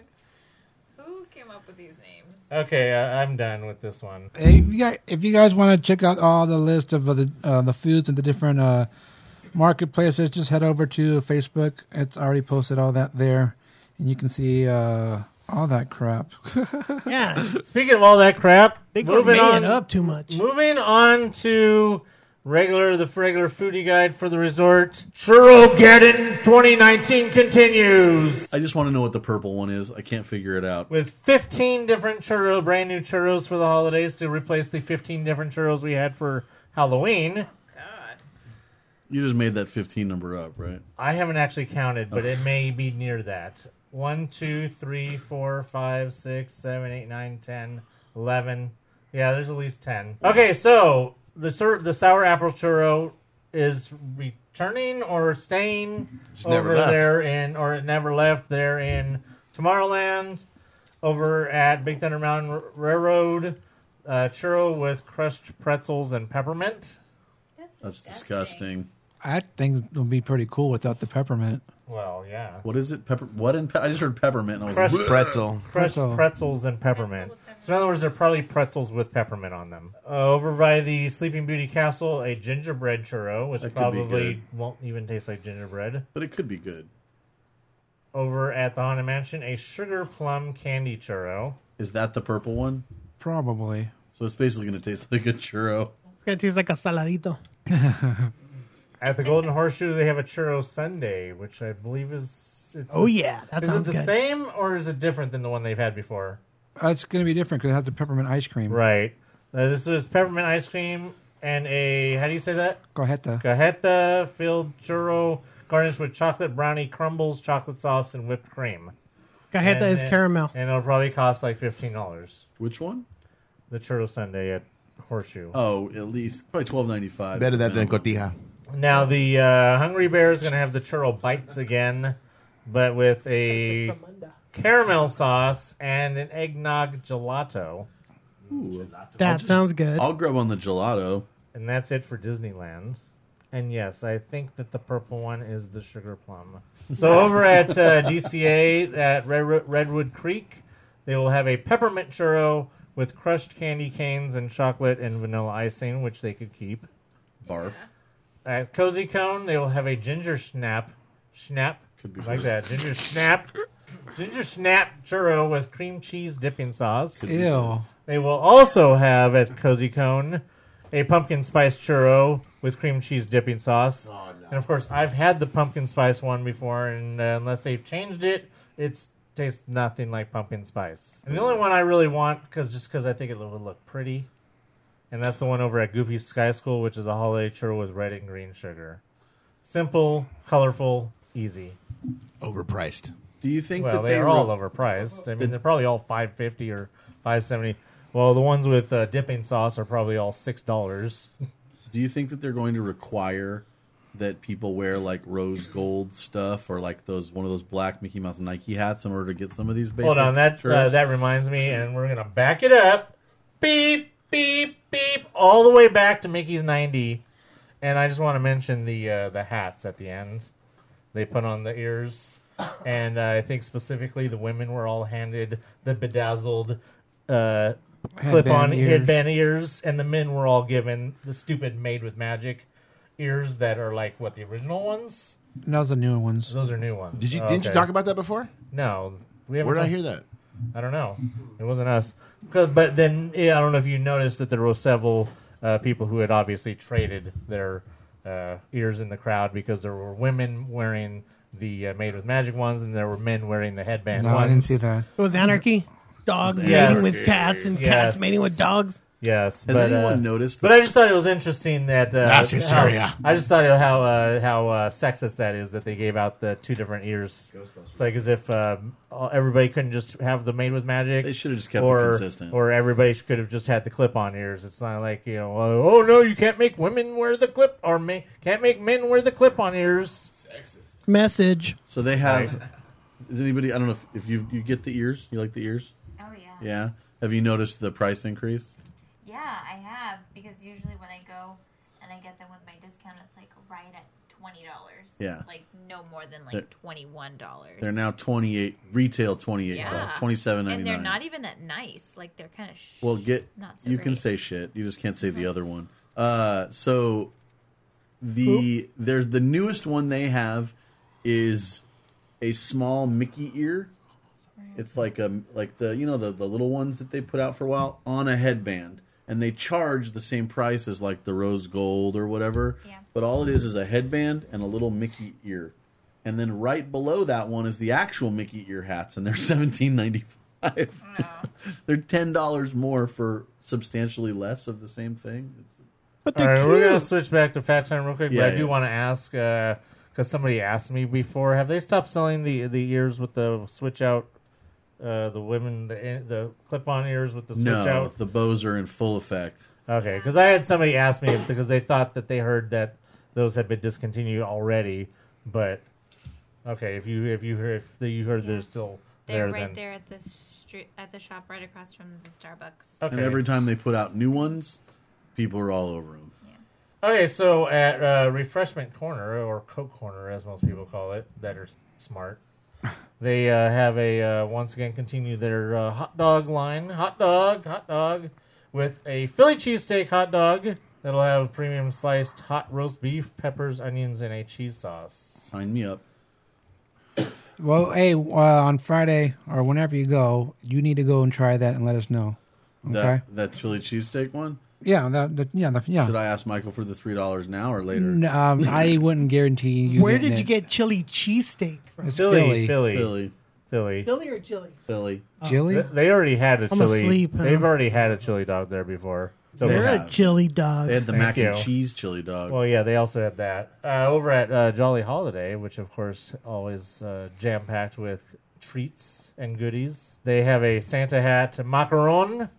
Who came up with these names?
Okay, I, I'm done with this one.
Hey, if you guys, if you guys want to check out all the list of uh, the uh, the foods and the different uh, marketplaces, just head over to Facebook. It's already posted all that there, and you can see uh, all that crap.
yeah.
Speaking of all that crap,
They
moving
gourmet it
on
up too much.
Moving on to regular the regular foodie guide for the resort. Churro Geddon 2019 continues
I just want to know what the purple one is. I can't figure it out.
with 15 different churro, brand new churros for the holidays to replace the 15 different churros we had for Halloween.
You just made that 15 number up, right?
I haven't actually counted, but it may be near that. 1, 2, 3, 4, 5, 6, 7, 8, 9, 10, 11. Yeah, there's at least 10. Okay, so the sur- the sour apple churro is returning or staying
never
over
left.
there in, or it never left there in Tomorrowland over at Big Thunder Mountain R- Railroad. Uh, churro with crushed pretzels and peppermint.
That's disgusting.
I think it would be pretty cool without the peppermint.
Well, yeah.
What is it? Pepper? What in? Pe- I just heard peppermint. And I was
Crushed
like,
pretzel.
crushed
Pretzel.
pretzels and peppermint. So in other words, they're probably pretzels with peppermint on them. Uh, over by the Sleeping Beauty Castle, a gingerbread churro, which
That could be
probably
good.
won't even taste like gingerbread.
But it could be good.
Over at the Haunted Mansion, a sugar plum candy churro.
Is that the purple one?
Probably.
So it's basically going to taste like a churro.
It's gonna taste like a saladito.
At the Golden Horseshoe, they have a churro sundae, which I believe is. It's
Oh, yeah, that
is it
sounds
the
good.
same or is it different than the one they've had before?
Uh, it's going to be different because it has the peppermint ice cream.
Right. Uh, this was peppermint ice cream and a how do you say that?
Cojeta.
Cajeta filled churro garnished with chocolate brownie crumbles, chocolate sauce, and whipped cream.
Cajeta
And
is
it-
caramel.
And it'll probably cost like fifteen dollars.
Which one?
The churro sundae at Horseshoe.
Oh, at least probably twelve ninety five.
Better that than cotija.
Now the uh, Hungry Bear is gonna have the churro bites again, but with a caramel sauce and an eggnog gelato.
That sounds good.
I'll grab on the gelato.
And that's it for Disneyland. And yes, I think that the purple one is the sugar plum. So over at uh, DCA at Red- Redwood Creek, they will have a peppermint churro with crushed candy canes and chocolate and vanilla icing, which they could keep.
Barf.
At Cozy Cone, they will have a ginger snap, snap,
Could be
like that, ginger snap, ginger snap churro with cream cheese dipping sauce.
Ew.
They will also have at Cozy Cone a pumpkin spice churro with cream cheese dipping sauce. And of course, I've had the pumpkin spice one before, and uh, unless they've changed it, it's tastes nothing like pumpkin spice. And the only one I really want, because just because I think it would look pretty, and that's the one over at Goofy Sky School, which is a holiday churro with red and green sugar. Simple, colorful, easy.
Overpriced.
Do you think
Well,
that
they
they
are all
wrote-
overpriced. I mean, they're probably all five fifty or five seventy. Well, the ones with uh, dipping sauce are probably all six dollars.
Do you think that they're going to require that people wear like rose gold stuff or like those one of those black Mickey Mouse Nike hats in order to get some of these basic?
Hold on, that uh,
shirts?
that reminds me, and we're gonna back it up. Beep beep beep, all the way back to Mickey's ninety. And I just want to mention the uh, the hats at the end. They put on the ears, and uh, I think specifically the women were all handed the bedazzled uh, clip on
Headband ears.
headband ears, and the men were all given the stupid made with magic ears that are like what the original ones.
And those are newer ones.
Those are new ones. Oh,
Did you didn't you talk about that before?
No, we haven't.
Where did I
talked-
hear that?
I don't know. It wasn't us. 'Cause- But then yeah, I don't know if you noticed that there were several uh, people who had obviously traded their uh, ears in the crowd because there were women wearing the uh, made with magic ones, and there were men wearing the headband.
No, I didn't
ones.
see that.
It was anarchy. Dogs
Yes.
mating with cats and cats
Yes.
mating with dogs.
Yes.
Has
but,
anyone
uh,
noticed
But I just thought it was interesting that uh,
That's
how-
hysteria.
I just thought of how uh, how uh, sexist that is that they gave out the two different ears. It's like as if uh, all- everybody couldn't just have the made with magic. They should have just
kept it
or,
consistent.
Or everybody should have just had the clip on ears. It's not like you know, oh oh, no, you can't make women wear the clip or ma- can't make men wear the clip on ears.
Message.
So they have. Is anybody? I don't know if, if you you get the ears. You like the ears?
Oh, yeah.
Yeah. Have you noticed the price increase?
Yeah, I have because usually when I go and I get them with my discount, it's like right at twenty dollars.
Yeah.
like no more than
They're-
like twenty one dollars.
They're now twenty eight retail twenty eight dollars twenty seven ninety
and they're
nine.
not even that nice. Like they're kind of sh-
Well, get
not so
you can
great.
say shit. You just can't say the other one. Uh, so the there's the newest one they have is a small Mickey ear. It's like a like the you know the the little ones that they put out for a while on a headband, and they charge the same price as like the rose gold or whatever. Yeah. But all it is is a headband and a little Mickey ear, and then right below that one is the actual Mickey ear hats, and they're seventeen ninety five. They're ten dollars more for substantially less of the same thing. It's,
But All right, we're gonna switch back to fat time real quick.
Yeah,
but I do
yeah.
want to ask because somebody asked me before: Have they stopped selling the the ears with the switch out? Uh, the women, the, the clip-on ears with the switch
no,
out.
the bows are in full effect.
Okay, because I had somebody ask me because they thought that they heard that those had been discontinued already. But okay, if you if you heard if you heard they're still
They're
there,
right
then
there at the street at the shop right across from the Starbucks.
Oh,
And every time they put out new ones, people are all over them.
Okay, so at uh, Refreshment Corner, or Coke Corner, as most people call it, that are s- smart, they uh, have a, uh, once again, continue their uh, hot dog line. Hot dog, hot dog, with a Philly cheesesteak hot dog that'll have premium sliced hot roast beef, peppers, onions, and a cheese sauce.
Sign me up.
Well, hey, uh, on Friday or whenever you go, you need to go and try that and let us know. Okay.
That that chili cheesesteak one.
yeah. That, that, yeah. That, yeah.
Should I ask Michael for the three dollars now or
Mm.
later?
N- um, I wouldn't guarantee you.
Where
getting
did you
it.
get chili cheesesteak from?
It's Philly, Philly.
Philly.
Philly.
Philly.
Philly or chili?
Philly.
Th- They already had a
I'm
chili.
asleep, huh?
They've already had a chili dog there before. So
You're a chili dog.
They had the
Thank
mac and
you.
cheese chili dog.
Well, yeah, they also had that uh, over at uh, Jolly Holiday, which of course always uh, jam packed with treats and goodies. They have a Santa hat macaron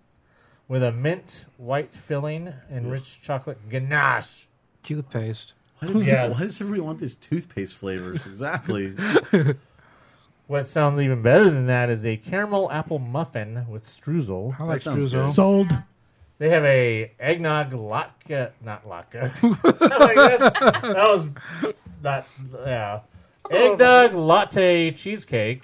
with a mint white filling and rich chocolate ganache.
Toothpaste.
Why, did-
Yes.
why does everybody want these toothpaste flavors? Exactly.
What sounds even better than that is a caramel apple muffin with streusel.
I like That sounds streusel. good.
Sold.
They have a eggnog latke, not latke. Like, that's- that was not yeah. Eggnog latte cheesecake,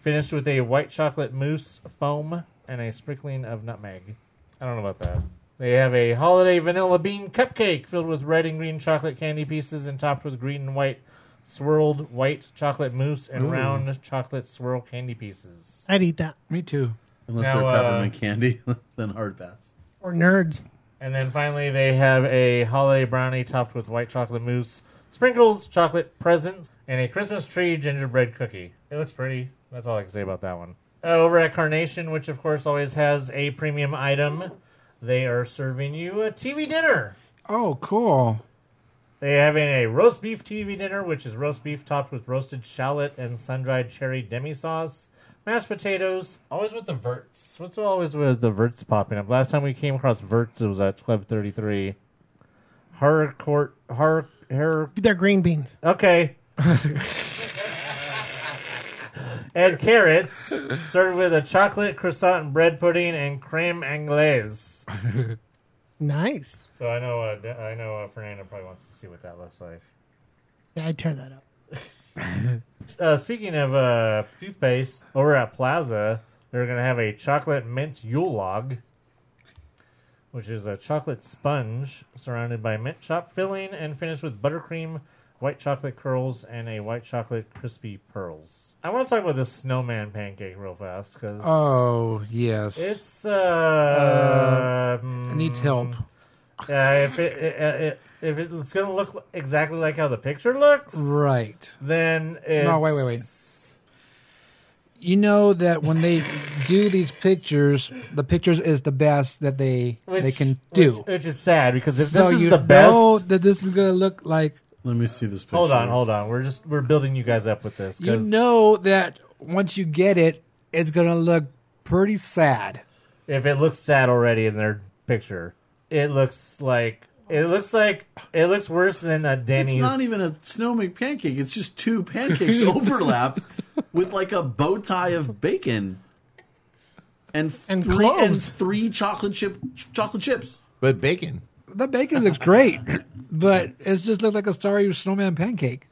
finished with a white chocolate mousse foam and a sprinkling of nutmeg. I don't know about that. They have a holiday vanilla bean cupcake filled with red and green chocolate candy pieces and topped with green and white swirled white chocolate mousse and
Ooh.
round chocolate swirl candy pieces.
I'd eat that.
Me too.
Unless
Now,
they're
uh,
peppermint candy, then hard pass.
Or nerds.
And then finally, they have a holiday brownie topped with white chocolate mousse, sprinkles, chocolate presents, and a Christmas tree gingerbread cookie. It looks pretty. That's all I can say about that one. Uh, over at Carnation, which of course always has a premium item, they are serving you a TV dinner.
Oh, cool.
They have a roast beef TV dinner, which is roast beef topped with roasted shallot and sun-dried cherry demi sauce, mashed potatoes, always with the verts. What's always with the verts popping up? Last time we came across verts, it was at twelve thirty-three. Harcourt, har, har.
They're green beans.
Okay. and carrots, served with a chocolate croissant bread pudding and creme anglaise.
Nice.
So I know, uh, I know, uh, Fernando probably wants to see what that looks like.
Yeah, I'd tear that up.
Uh, speaking of uh, toothpaste, over at Plaza, they're going to have a chocolate mint Yule log which is a chocolate sponge surrounded by mint chop filling and finished with buttercream, white chocolate curls, and a white chocolate crispy pearls. I want to talk about this snowman pancake real fast because
Oh, yes.
it's uh, mm,
I need help.
Yeah, if it, it, it if it, it's gonna look exactly like how the picture looks,
Right.
Then it's,
No, wait, wait, wait. You know that when they do these pictures, the pictures is the best that they they
Which-
can do.
which, which is sad because if
so
this
you
is the best,
know that this is gonna look like.
Let me see this picture.
hold on, hold on. We're just we're building you guys up with this.
You
'cause-
know that once you get it, it's gonna look pretty sad.
if it looks sad already in their picture, it looks like it looks like it looks worse than a Denny's.
It's not even a snowman pancake. It's just two pancakes overlapped with like a bow tie of bacon and
And
three, and
cloves.
three chocolate chip ch- chocolate chips.
But bacon.
The bacon looks great, but it just looks like a starry snowman pancake.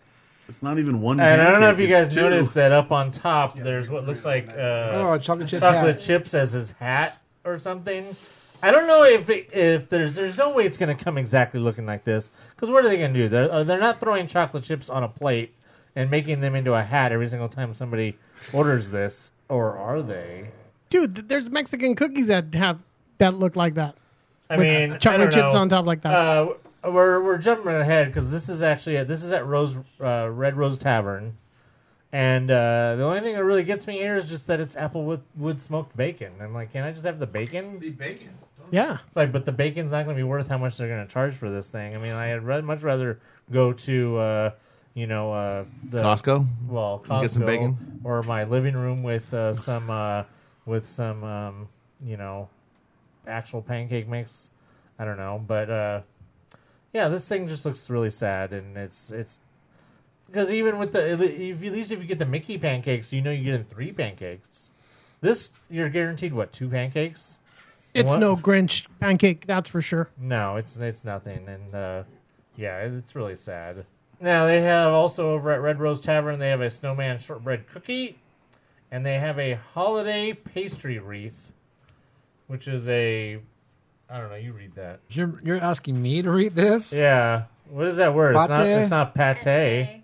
It's not even one.
and I don't know if you
pancake,
guys
it's two.
noticed that up on top, there's what looks like uh,
Oh, a chocolate chip hat.
chips as his hat or something. I don't know if it, if there's there's no way it's going to come exactly looking like this because what are they going to do? They're uh, they're not throwing chocolate chips on a plate and making them into a hat every single time somebody orders this, or are they?
dude. th- There's Mexican cookies that have that look like that.
I
With
mean, I
chocolate
don't
chips
know.
on top like that.
Uh, we're we're jumping ahead because this is actually at, this is at Rose uh, Red Rose Tavern, and uh, the only thing that really gets me here is just that it's apple wood, wood smoked bacon. I'm like, can I just have the bacon? See
bacon.
yeah,
It's like, but the bacon's not going to be worth how much they're going to charge for this thing. I mean, I'd ra- much rather go to, uh, you know, uh, the,
Costco?
Well, Costco,
And get some bacon?
or my living room with uh, some, uh, with some, um, you know, actual pancake mix. I don't know, but uh, yeah, this thing just looks really sad, and it's it's because even with the if, at least if you get the Mickey pancakes, you know you're getting three pancakes. This you're guaranteed what two pancakes?
it's
One-
no Grinch pancake, that's for sure.
no, it's it's nothing, and uh, yeah, it's really sad. Now they have also over at Red Rose Tavern they have a snowman shortbread cookie, and they have a holiday pastry wreath, which is a I don't know. You read that?
You're you're asking me to read this?
Yeah. What is that word? It's not.
Pate?
It's not pate.
Pate.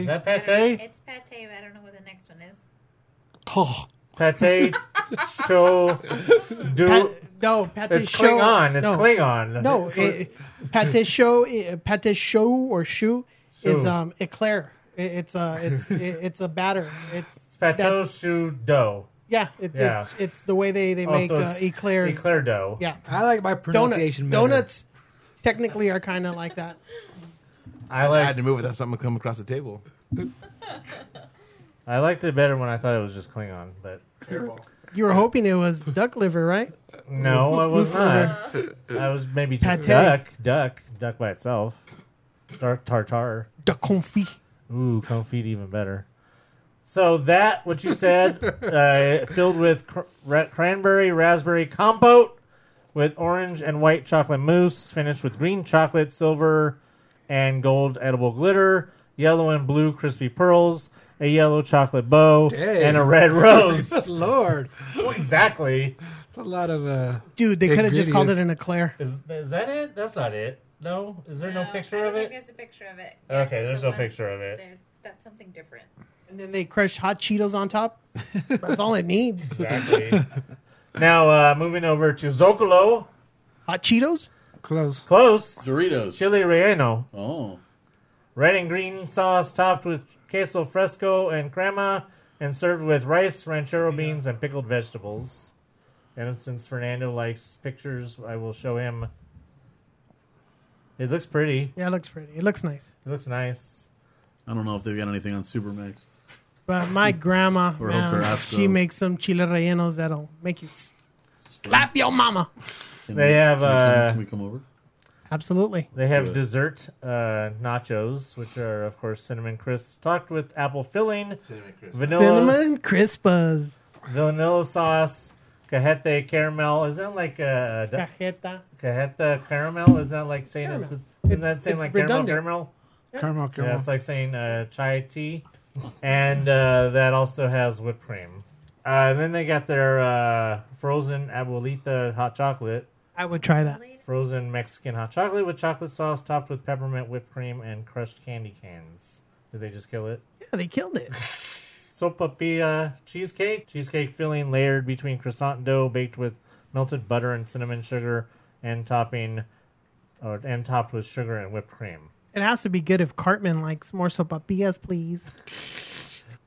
Is that pate?
It's pate, but I don't know what the next one is.
Oh.
Pate. show. Do.
Pat, no, pate
It's
show.
Klingon. It's
no.
Klingon.
No,
It's what-
it, pate show, it- pate show or shoe is
Shoe.
um eclair. It, it's a it's it, it's a batter. It's
It's pate
that's-
shoe dough.
Yeah, it,
Yeah.
It, it's the way they they make
Also,
uh,
it's
eclairs.
Eclair dough.
Yeah,
I like my
Donut,
pronunciation. better.
donuts technically are kind of like that.
I like.
I had to move without something come across the table.
I liked it better when I thought it was just Klingon, but
You were hoping it was duck liver, right?
no, I was
Goose
not.
liver.
I was maybe just
Pate.
duck, duck, duck by itself. Dark tartar.
Duck confit.
Ooh, confit even better. So that what you said, uh, filled with cr- ra- cranberry raspberry compote with orange and white chocolate mousse, finished with green chocolate, silver and gold edible glitter, yellow and blue crispy pearls, a yellow chocolate bow,
Dang.
and a red rose.
Lord,
Well, exactly.
it's a lot of uh.
Dude, they could have just called it an
ingredients.
eclair.
Is, is that it? That's not it. No? Is there no,
Oh,
picture of it?
There's a picture of it.
Okay, there's no picture of it.
There- That's something different.
And then they crushed hot Cheetos on top. That's all it needs.
Exactly. now, uh, moving over to Zocalo.
Hot Cheetos?
Close.
Close.
Doritos.
Chili relleno.
Oh,
Red and green sauce topped with queso fresco and crema and served with rice, ranchero beans, and pickled vegetables. And since Fernando likes pictures, I will show him. It looks pretty.
Yeah, it looks pretty. It looks nice.
It looks nice.
I don't know if they've got anything on Supermax.
But my grandma,
Or
man,
El Tarasco.
she makes some chile rellenos that'll make you slap your mama.
Can
They have,
Mm, Can we, come,
uh,
can we come over?
Absolutely.
They have
Good.
dessert uh, nachos, which are of course cinnamon crisps, topped with apple filling, vanilla
Cinnamon crispas.
vanilla sauce, cajete caramel. Isn't that like uh, da-
Cajeta.
cajeta caramel? Isn't that like saying
Caramel.
isn't that
It's-
saying
it's
like
redundant.
caramel caramel?
Caramel, caramel.
Yeah, it's like saying uh, chai tea, and uh, that also has whipped cream. Uh, and then they got their uh, frozen abuelita hot chocolate,
I would try that.
Frozen Mexican hot chocolate with chocolate sauce topped with peppermint whipped cream and crushed candy cans. Did they just kill it?
Yeah, they killed it.
Sopapilla cheesecake. Cheesecake filling layered between croissant dough baked with melted butter and cinnamon sugar and topping or and topped with sugar and whipped cream.
It has to be good if Cartman likes more sopapillas, please.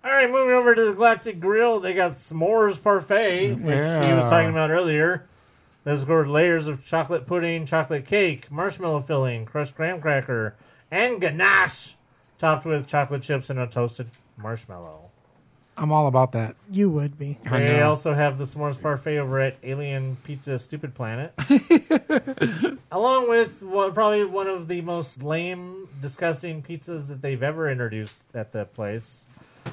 All right, moving over to the Galactic Grill, they got s'mores parfait, which he was
Yeah.
talking about earlier. Those were layers of chocolate pudding, chocolate cake, marshmallow filling, crushed graham cracker, and ganache, topped with chocolate chips and a toasted marshmallow.
I'm all about that.
You would be.
They also have the s'mores parfait over at Alien Pizza Stupid Planet, along with what, probably one of the most lame, disgusting pizzas that they've ever introduced at that place.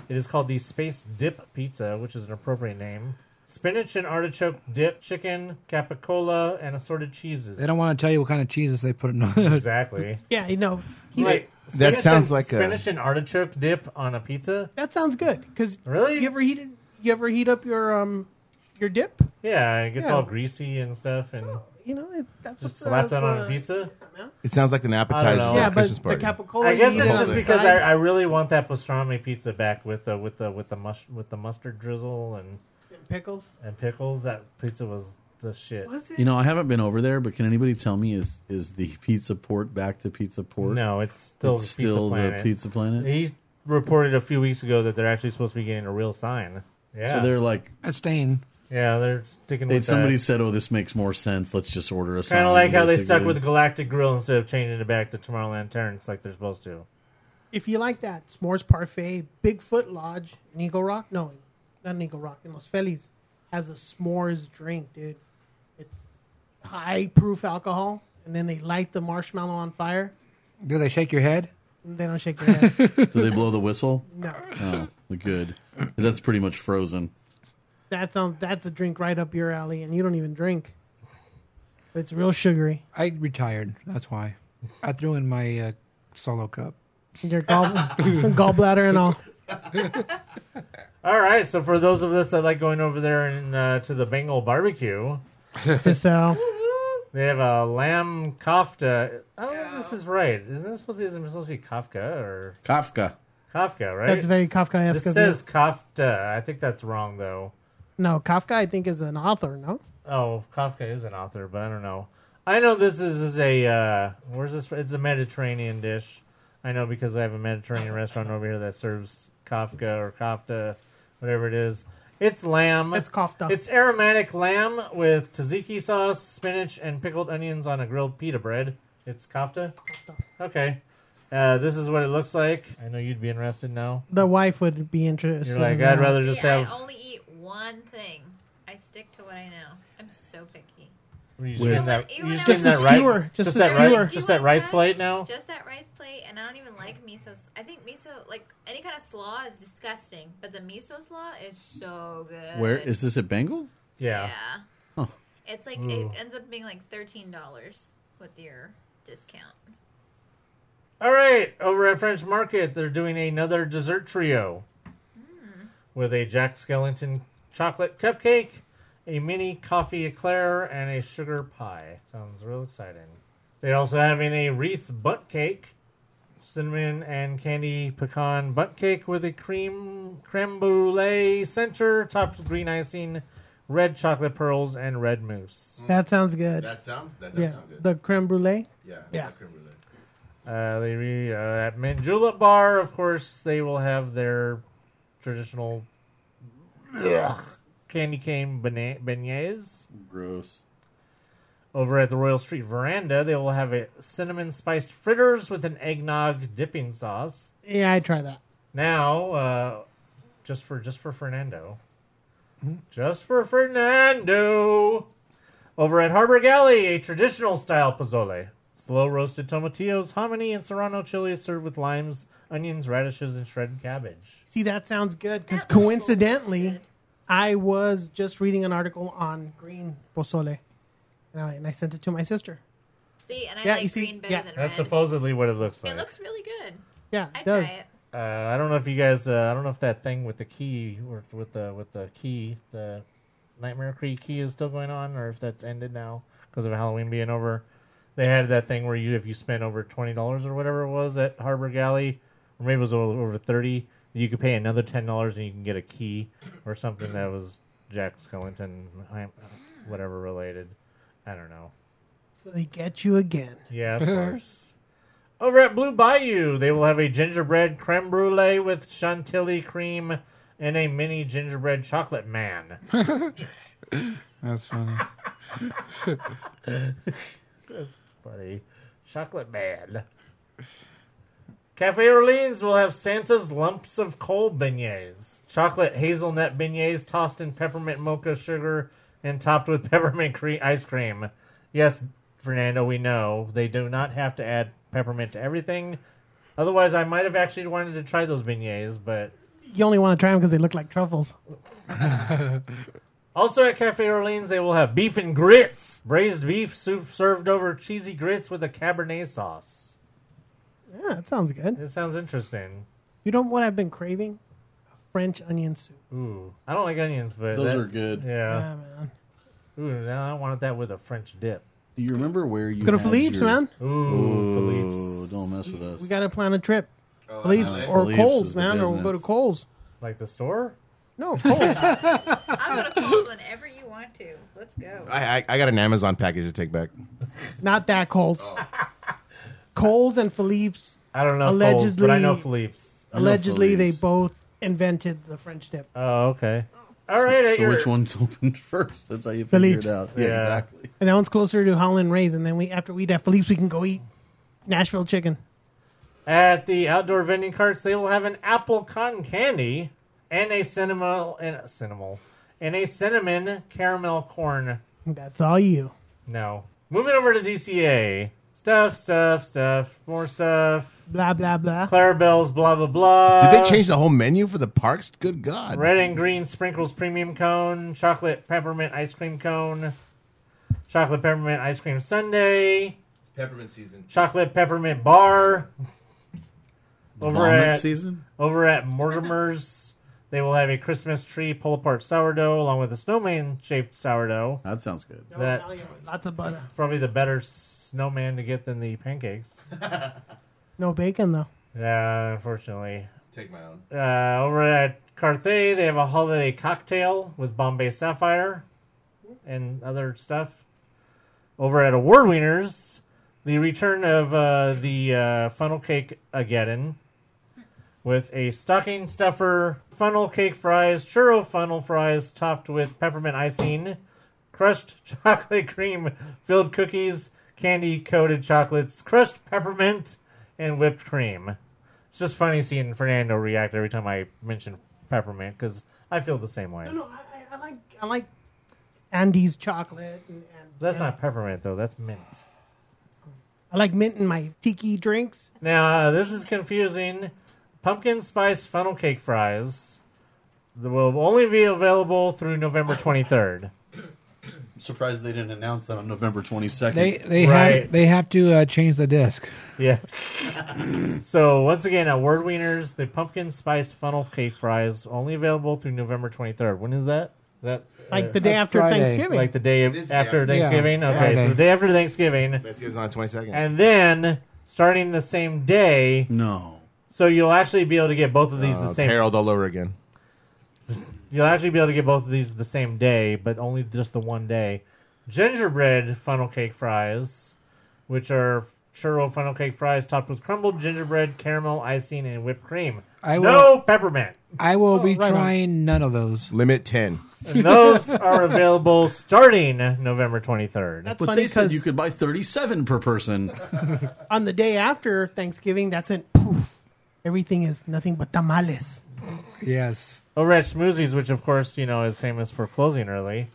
It is called the Space Dip Pizza, which is an appropriate name. Spinach and artichoke dip, chicken, capicola, and assorted cheeses.
They don't want to tell you what kind of cheeses they put in.
exactly.
Yeah, you know,
Like,
That
spinach
sounds
and-
like a-
spinach and artichoke dip on a pizza.
that sounds good. Cause
really,
you ever heat it, you ever heat up your um your dip?
Yeah, it gets
Yeah.
all greasy and stuff, and
Oh,
You know, it, that's
just
what's
slap
up,
that on
uh,
a pizza.
It sounds like an appetizer
know.
for
Yeah, but
a Oh, Christmas
the
party.
capicola
I guess
you
it's
eat on
just
the
because I,
side.
I really want that pastrami pizza back with the with the with the mush with the mustard drizzle and
pickles
and pickles. That pizza was the shit.
Was
You know, I haven't been over there, but can anybody tell me is is the pizza port back to pizza port?
No, it's still
It's
Pizza
still the
Planet.
pizza planet.
He reported a few weeks ago that they're actually supposed to be getting a real sign. Yeah,
So they're like
a stain.
Yeah, they're sticking
They,
with
somebody
that.
said, "Oh, this makes more sense. Let's just order a."
Kind
sign,"
of like how they stuck
basically.
with Galactic Grill instead of changing it back to Tomorrowland Terrence like they're supposed to.
If you like that s'mores parfait, Bigfoot Lodge in Eagle Rock, no, not in Eagle Rock, in Los Feliz, has a s'mores drink, dude. It's high proof alcohol, and then they light the marshmallow on fire.
Do they shake your head?
They don't shake their head.
Do they blow the whistle?
No.
Oh, good. That's pretty much frozen.
that sounds. That's a drink right up your alley, and you don't even drink. But it's real sugary.
I retired. That's why. I threw in my uh, solo cup.
Your gall- gallbladder and all.
All right, so for those of us that like going over there and uh, to the Bengal barbecue,
So
They have a lamb kofta. I don't think this is right. Isn't this supposed to be, isn't it supposed to be Kafka or
Kafka.
Kafka? Right.
That's very Kafkaesque
This
of
says kofta. I think that's wrong though.
no, Kafka I think is an author. No,
Oh, Kafka is an author, but I don't know. I know this is, is a uh, where's this? It's a Mediterranean dish. I know because I have a Mediterranean restaurant over here that serves Kafka or kofta, whatever it is. It's lamb. It's
kofta.
It's aromatic lamb with tzatziki sauce, spinach, and pickled onions on a grilled pita bread. It's kofta. Okay. Uh, this is what it looks like. I know you'd be interested now.
the wife would be interested.
You're like,
in
I'd
that.
rather just
See,
have.
I only eat one thing. I stick to what I know. I'm so picky.
You
Wait.
getting that-
Even
you just
when I
getting
was
that right-
skewer,
just a
that right-
skewer.
Just that rice plate now.
Just that rice plate, and I don't even like miso. s- I think miso, like any kind of slaw, is disgusting. But the miso slaw is so good.
Where is this at Bengal?
Yeah.
Yeah.
Huh.
It's like
Ooh.
it ends up being like thirteen dollars with your discount.
All right, over at French Market, they're doing another dessert trio with a Jack Skellington chocolate cupcake, a mini coffee eclair, and a sugar pie. Sounds real exciting. They're also having a wreath butt cake, cinnamon and candy pecan butt cake with a cream creme brulee center topped with green icing, red chocolate pearls, and red mousse.
That sounds good.
That sounds- that does
yeah.
sound good.
The creme brulee.
Yeah,
Yeah.
Uh, they re, uh, at Mint Julep Bar, of course, they will have their traditional Ugh. candy cane bena- beignets.
Gross.
Over at the Royal Street Veranda, they will have a cinnamon spiced fritters with an eggnog dipping sauce.
Yeah, I'd try that.
Now, uh, just for just for Fernando, just for Fernando, over at Harbor Galley, a traditional style pozole: slow roasted tomatillos, hominy, and serrano chilies served with limes, onions, radishes, and shredded cabbage.
See, that sounds good because coincidentally, I was just reading an article on green pozole, and I, and I sent it to my sister.
See, and I
Yeah, you
like
see-
green better
yeah.
than
That's
red.
supposedly what it looks like.
It looks really good.
Yeah,
I
it does.
try it.
Uh, I don't know if you guys. Uh, I don't know if that thing with the key or with the with the key the Nightmare Creek Key is still going on, or if that's ended now because of Halloween being over. They had that thing where you, if you spent over twenty dollars or whatever it was at Harbor Galley, or maybe it was over over thirty, you could pay another ten dollars and you can get a key or something that was Jack Skellington, I- whatever related. I don't know.
So they get you again.
Yeah, of course. Over at Blue Bayou, they will have a gingerbread creme brulee with chantilly cream and a mini gingerbread chocolate man.
That's funny.
That's funny. Chocolate man. Cafe Orleans will have Santa's lumps of coal beignets, chocolate hazelnut beignets tossed in peppermint mocha sugar and topped with peppermint cre- ice cream. Yes, Fernando, we know they do not have to add peppermint to everything. Otherwise, I might have actually wanted to try those beignets, but
You only want to try them because they look like truffles.
Also at Cafe Orleans, they will have beef and grits, braised beef soup served over cheesy grits with a cabernet sauce.
Yeah, that sounds good.
It sounds interesting.
You know what I've been craving? A French onion soup.
Ooh, I don't like onions, but
Those
that-
are good.
Yeah.
Yeah, man.
Ooh, now I wanted that with a French dip.
Do you remember where you?
Let's go to
had
Philippe's,
your-
man.
Ooh,
Ooh, don't mess with us.
We got to plan a trip.
Oh,
Leaves
nice.
or
Leaves is
Coles,
the
man, or we'll go to
business.
Coles.
Like the store?
No, Coles.
I'll go to Coles whenever you want to. Let's go.
I, I I got an Amazon package to take back.
Not that Coles. Coles and Philippe's.
I don't know.
Allegedly,
Coles, but I know Philippe's.
Allegedly, they both invented the French dip.
Oh, okay. All right.
So,
at your-
which one's open first? That's how you figure
Philippe's.
it out. Yeah,
Yeah.
exactly.
And that one's closer to Holland Rays. And then we, after we eat at Philippe's, we can go eat Nashville chicken.
At the outdoor vending carts, they will have an apple cotton candy and a cinnamon and a cinnamon and a cinnamon caramel corn
That's all you.
No. Moving over to DCA. Stuff, stuff, stuff, more stuff.
Blah, blah, blah.
Clarabelle's blah blah blah.
Did they change the whole menu for the parks? Good God!
Red and green sprinkles premium cone, chocolate peppermint ice cream cone, chocolate peppermint ice cream sundae,
Peppermint season.
chocolate peppermint bar. Over
Vomit
at
season.
over at Mortimer's, they will have a Christmas tree pull apart sourdough along with a snowman shaped sourdough.
That sounds good.
That
Lots of butter.
probably the better snowman to get than the pancakes.
No bacon, though.
Yeah, unfortunately.
Take my own.
Uh, over at Carthay, they have a holiday cocktail with Bombay Sapphire and other stuff. Over at Award Wieners, the return of uh, the uh, funnel cake again with a stocking stuffer, funnel cake fries, churro funnel fries topped with peppermint icing, crushed chocolate cream filled cookies, candy coated chocolates, crushed peppermint, and whipped cream. It's just funny seeing Fernando react every time I mention peppermint because I feel the same way.
No, no, I, I, I like I like Andy's chocolate, and, and
That's
and
not peppermint though. That's mint.
I like mint in my tiki drinks.
Now uh, this is confusing. Pumpkin spice funnel cake fries that will only be available through November twenty third.
I'm surprised they didn't announce that on November 22nd.
They they
Right.
have they have to uh, change the disc.
Yeah. so once again, at Word Wieners, the pumpkin spice funnel cake fries only available through November twenty third. When is that? Is that
Like the day after
Friday.
Thanksgiving.
like the day
It is the
after
after-
Thanksgiving? Okay, so
Friday.
the day after Thanksgiving,
Let's see, it was on twenty second.
and then starting the same day.
no.
So you'll actually be able to get both of these the
Oh, it's
same.
Harold all over again.
You'll actually be able to get both of these the same day, but only just the one day. Gingerbread funnel cake fries, which are churro funnel cake fries topped with crumbled gingerbread, caramel icing, and whipped cream.
I
no peppermint.
I will be
right on.
trying none of those.
Limit ten.
And those are available starting November twenty third.
That's
But
funny
they said
because
you could buy 37 per person.
on the day after Thanksgiving, that's when poof, everything is nothing but tamales.
Yes.
Over at Smoothies, which of course you know is famous for closing early,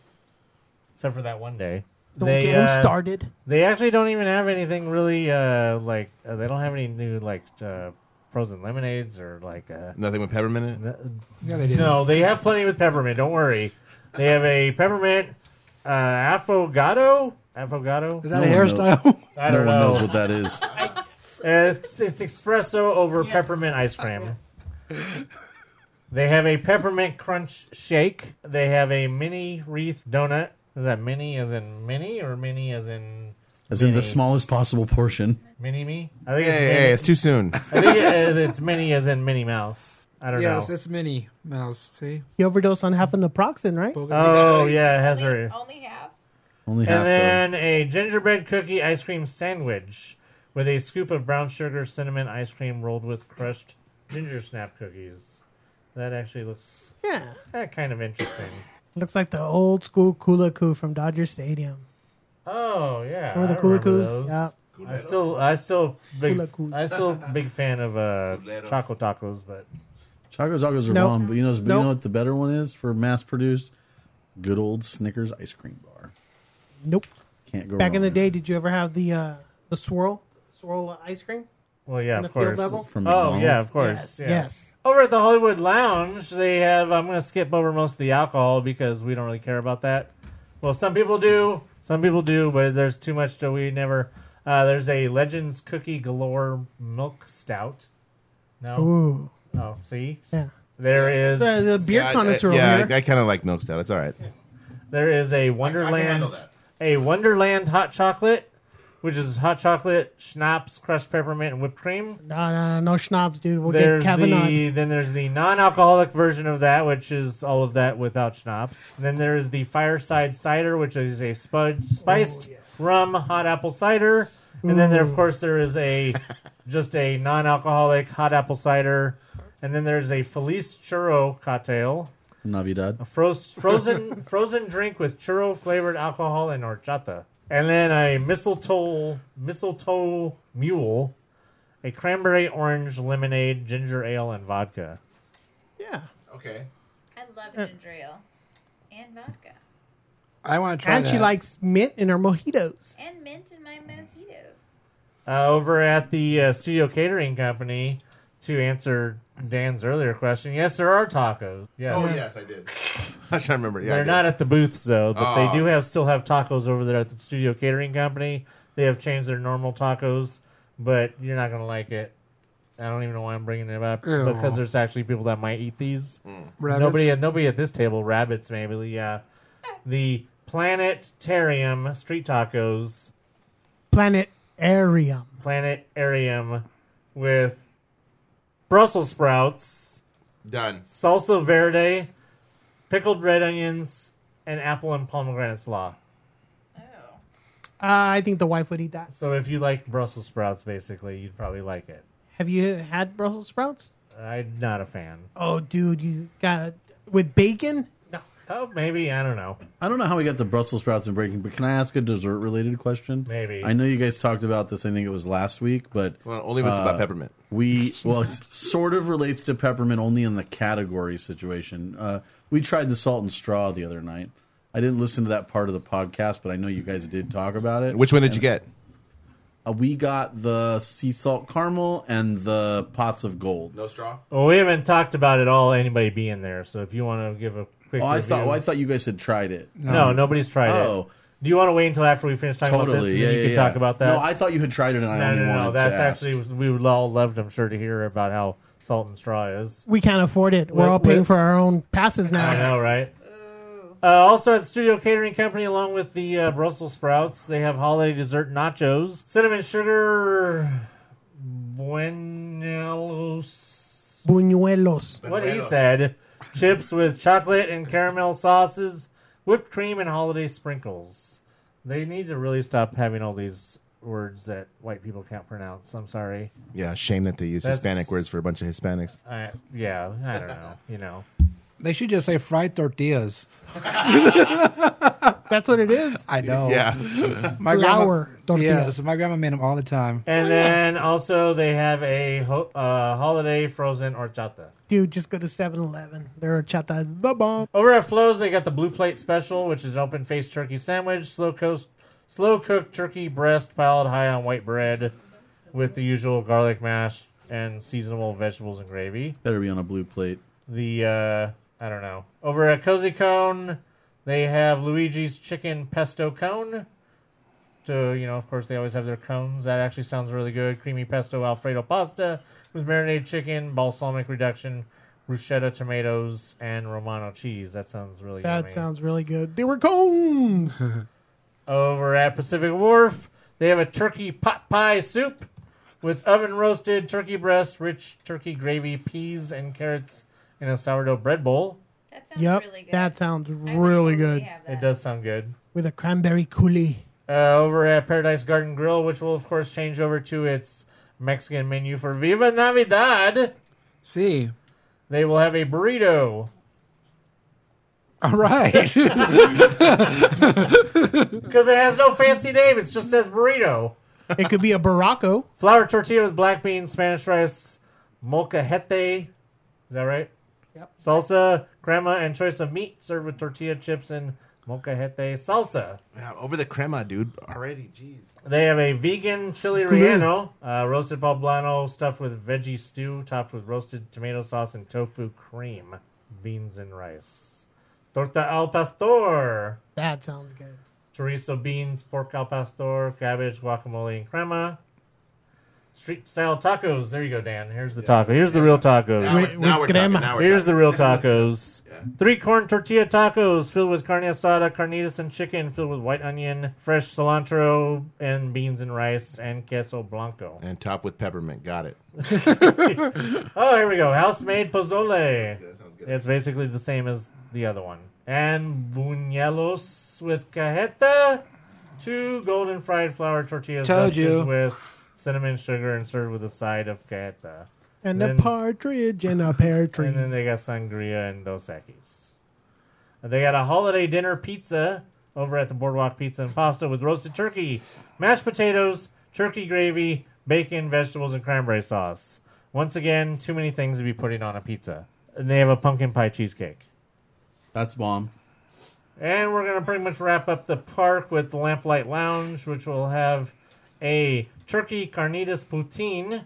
except for that one day.
Don't
They,
get 'em
uh,
started.
They actually don't even have anything really uh, like uh, they don't have any new like uh, frozen lemonades or like uh,
Nothing with peppermint in it.
Yeah, they did.
no. They have plenty with peppermint. Don't worry. They have a peppermint uh, affogato. Affogato.
Is that a
No one
hairstyle?
I
no
don't
one
know. Uh,
knows what that is.
It's, it's espresso over peppermint ice cream. They have a peppermint crunch shake. They have a mini wreath donut. Is that mini as in mini or mini as in
As in the smallest possible portion.
mini me? I
Hey,
think
hey,
it's mini.
it's too soon.
I think it, it's mini as in Minnie Mouse. I don't
yes,
know.
it's Minnie Mouse. See?
You overdosed on half of naproxen, right?
Oh yeah, it has her.
Only half.
Only
and
half, though.
then a gingerbread cookie ice cream sandwich with a scoop of brown sugar cinnamon ice cream rolled with crushed ginger snap cookies. That actually looks eh,
yeah,
kind of interesting.
Looks like the old school Kula Koo from Dodger Stadium.
Oh yeah,
Remember the
I
Kula Koos?
those.
Yeah.
I still, I still big,
Kula Koos.
I still big fan of uh, choco tacos, but
Choco tacos are
Nope.
bomb, but you know, but you
Nope.
know what the better one is for mass produced? Good old Snickers ice cream bar.
Nope.
Can't go
Back
wrong.
in the day, did you ever have the uh, the swirl swirl uh, ice cream?
Well, yeah,
On
of
the field
course.
level? From
oh,
McDonald's?
yeah, of course.
Yes,
yeah.
yes.
Over at the Hollywood Lounge, they have. I'm going to skip over most of the alcohol because we don't really care about that. Well, some people do. Some people do, but there's too much that we never. Uh, there's a Legends Cookie Galore Milk Stout. No.
Ooh.
Oh, see.
Yeah.
There is
The- the beer
Yeah, I- I-
connoisseur over
Yeah,
here.
I, I kind of like milk stout. It's all right.
There is a Wonderland, a Wonderland hot chocolate, which is hot chocolate, schnapps, crushed peppermint, and whipped cream.
No, no, no, no schnapps, dude. We'll
there's
get Kavanaugh.
the then there's the non-alcoholic version of that, which is all of that without schnapps. Then there is the fireside cider, which is a spud,
Oh,
spiced rum hot apple cider. And then there, of
Ooh.
course, there is a just a non-alcoholic hot apple cider. And then there's a Felice churro cocktail,
Navidad.
a froze, frozen frozen drink with churro flavored alcohol and horchata. And then a mistletoe mistletoe mule, a cranberry orange lemonade, ginger ale, and vodka.
Yeah.
Okay.
I love ginger ale and vodka
I want to try
and she
that.
likes mint in her mojitos.
and mint in my mojitos.
Uh, over at the uh, studio catering company, to answer Dan's earlier question, yes, there are tacos. Yes.
Oh yes, I did. I should remember. Yeah, I
They're
did.
not at the booths though, but
Oh.
they do have still have tacos over there at the Studio Catering Company. They have changed their normal tacos, but you're not gonna like it. I don't even know why I'm bringing it up
Ew.
because there's actually people that might eat these.
Mm.
Rabbits?
Nobody, at nobody at this table. Rabbits, maybe. Yeah, the Planetarium street tacos,
Planetarium.
Planetarium, with Brussels sprouts,
Done.
salsa verde, pickled red onions, and apple and pomegranate slaw.
Uh, I think the wife would eat that.
So if you like Brussels sprouts, basically, you'd probably like it.
Have you had Brussels sprouts?
I'm not a fan.
Oh, dude, you got with bacon?
No. Oh, maybe I don't know.
I don't know how we got the Brussels sprouts and breaking, but can I ask a dessert related question?
Maybe.
I know you guys talked about this, I think it was last week, but.
Well, only if it's about peppermint.
We, well, it sort of relates to peppermint only in the category situation. Uh, we tried the salt and straw the other night. I didn't listen to that part of the podcast, but I know you guys did talk about it.
Which one did you
And-
get?
Uh, we got the sea salt caramel and the pots of gold.
No straw.
Well, we haven't talked about it all. Anybody being there, so if you want to give a quick,
Oh, I
review-
thought. well, I thought you guys had tried it.
no, nobody's tried
Oh,
it. Do you want to wait until after we finish talking about this?
totally.
and
Yeah,
then
yeah,
you can
yeah.
talk about that.
No, I thought you had tried it, and I
no,
only
no, no,
wanted
That's
to ask.
actually we would all loved, I'm sure, to hear about how salt and straw is.
We can't afford it. We're
What-
all paying
what-
for our own passes
I
now.
know, right? Uh, also at the Studio Catering Company, along with the uh, Brussels sprouts, they have holiday dessert nachos, cinnamon sugar, buenos,
Buñuelos.
what he said, chips with chocolate and caramel sauces, whipped cream, and holiday sprinkles. They need to really stop having all these words that white people can't pronounce. I'm sorry.
Yeah, shame that they use
That's-
Hispanic words for a bunch of Hispanics.
I, yeah, I don't know. You know.
They should just say fried tortillas.
That's what it is.
I know.
Yeah.
My
Flour
grandma,
tortillas.
Yes, my grandma made them all the time.
And then also they have a ho- uh, holiday frozen horchata.
Dude, just go to 7 Eleven. Their chata is the bomb.
Over at Flo's, they got the Blue Plate Special, which is an open faced turkey sandwich, slow coast, slow cooked turkey breast piled high on white bread, with the usual garlic mash and seasonable vegetables and gravy.
Better be on a blue plate.
The uh, I don't know. Over at Cozy Cone, they have Luigi's Chicken Pesto Cone. So you know, of course, they always have their cones. That actually sounds really good. Creamy pesto Alfredo pasta with marinated chicken, balsamic reduction, bruschetta tomatoes and Romano cheese. That sounds really
That
yummy.
sounds really good. They were cones.
Over at Pacific Wharf, they have a turkey pot pie soup with oven roasted turkey breast, rich turkey gravy, peas, and carrots in a sourdough bread bowl.
That
yep, that sounds really good.
It does sound good.
With a cranberry coulis.
uh, over at Paradise Garden Grill, which will of course change over to its Mexican menu for Viva Navidad.
See,
they will have a burrito.
All right.
Because it has no fancy name, it just says burrito.
It could be a barraco.
Flour tortilla with black beans, Spanish rice, molcajete. Is that right?
Yep.
Salsa, crema, and choice of meat served with tortilla chips and molcajete salsa.
over the crema, dude. Already, jeez.
They have a vegan chili
Cool.
relleno, uh, roasted poblano stuffed with veggie stew, topped with roasted tomato sauce and tofu cream, beans and rice. Torta al pastor,
That sounds good.
chorizo beans, pork al pastor, cabbage, guacamole, and crema. Street style tacos. There you go, Dan. Here's the taco. Here's the real tacos.
Now we're- With- now with we're talking, crema. now we're
Here's the
talking.
real tacos. Three corn tortilla tacos filled with carne asada, carnitas, and chicken filled with white onion, fresh cilantro, and beans and rice, and queso blanco.
And top with peppermint. Got it.
Oh, here we go. House made pozole. It's basically the same as the other one. And buñuelos with cajeta. Two golden fried flour tortillas
Told
dusted
you.
with cinnamon sugar and served with a side of cajeta.
And
Then-
a partridge and a pear tree.
And then they got sangria and Dos Equis. And They got a holiday dinner pizza over at the Boardwalk Pizza and Pasta with roasted turkey, mashed potatoes, turkey gravy, bacon, vegetables, and cranberry sauce. Once again, too many things to be putting on a pizza. And they have a pumpkin pie cheesecake.
That's bomb.
And we're going to pretty much wrap up the park with the Lamplight Lounge, which will have a turkey carnitas poutine,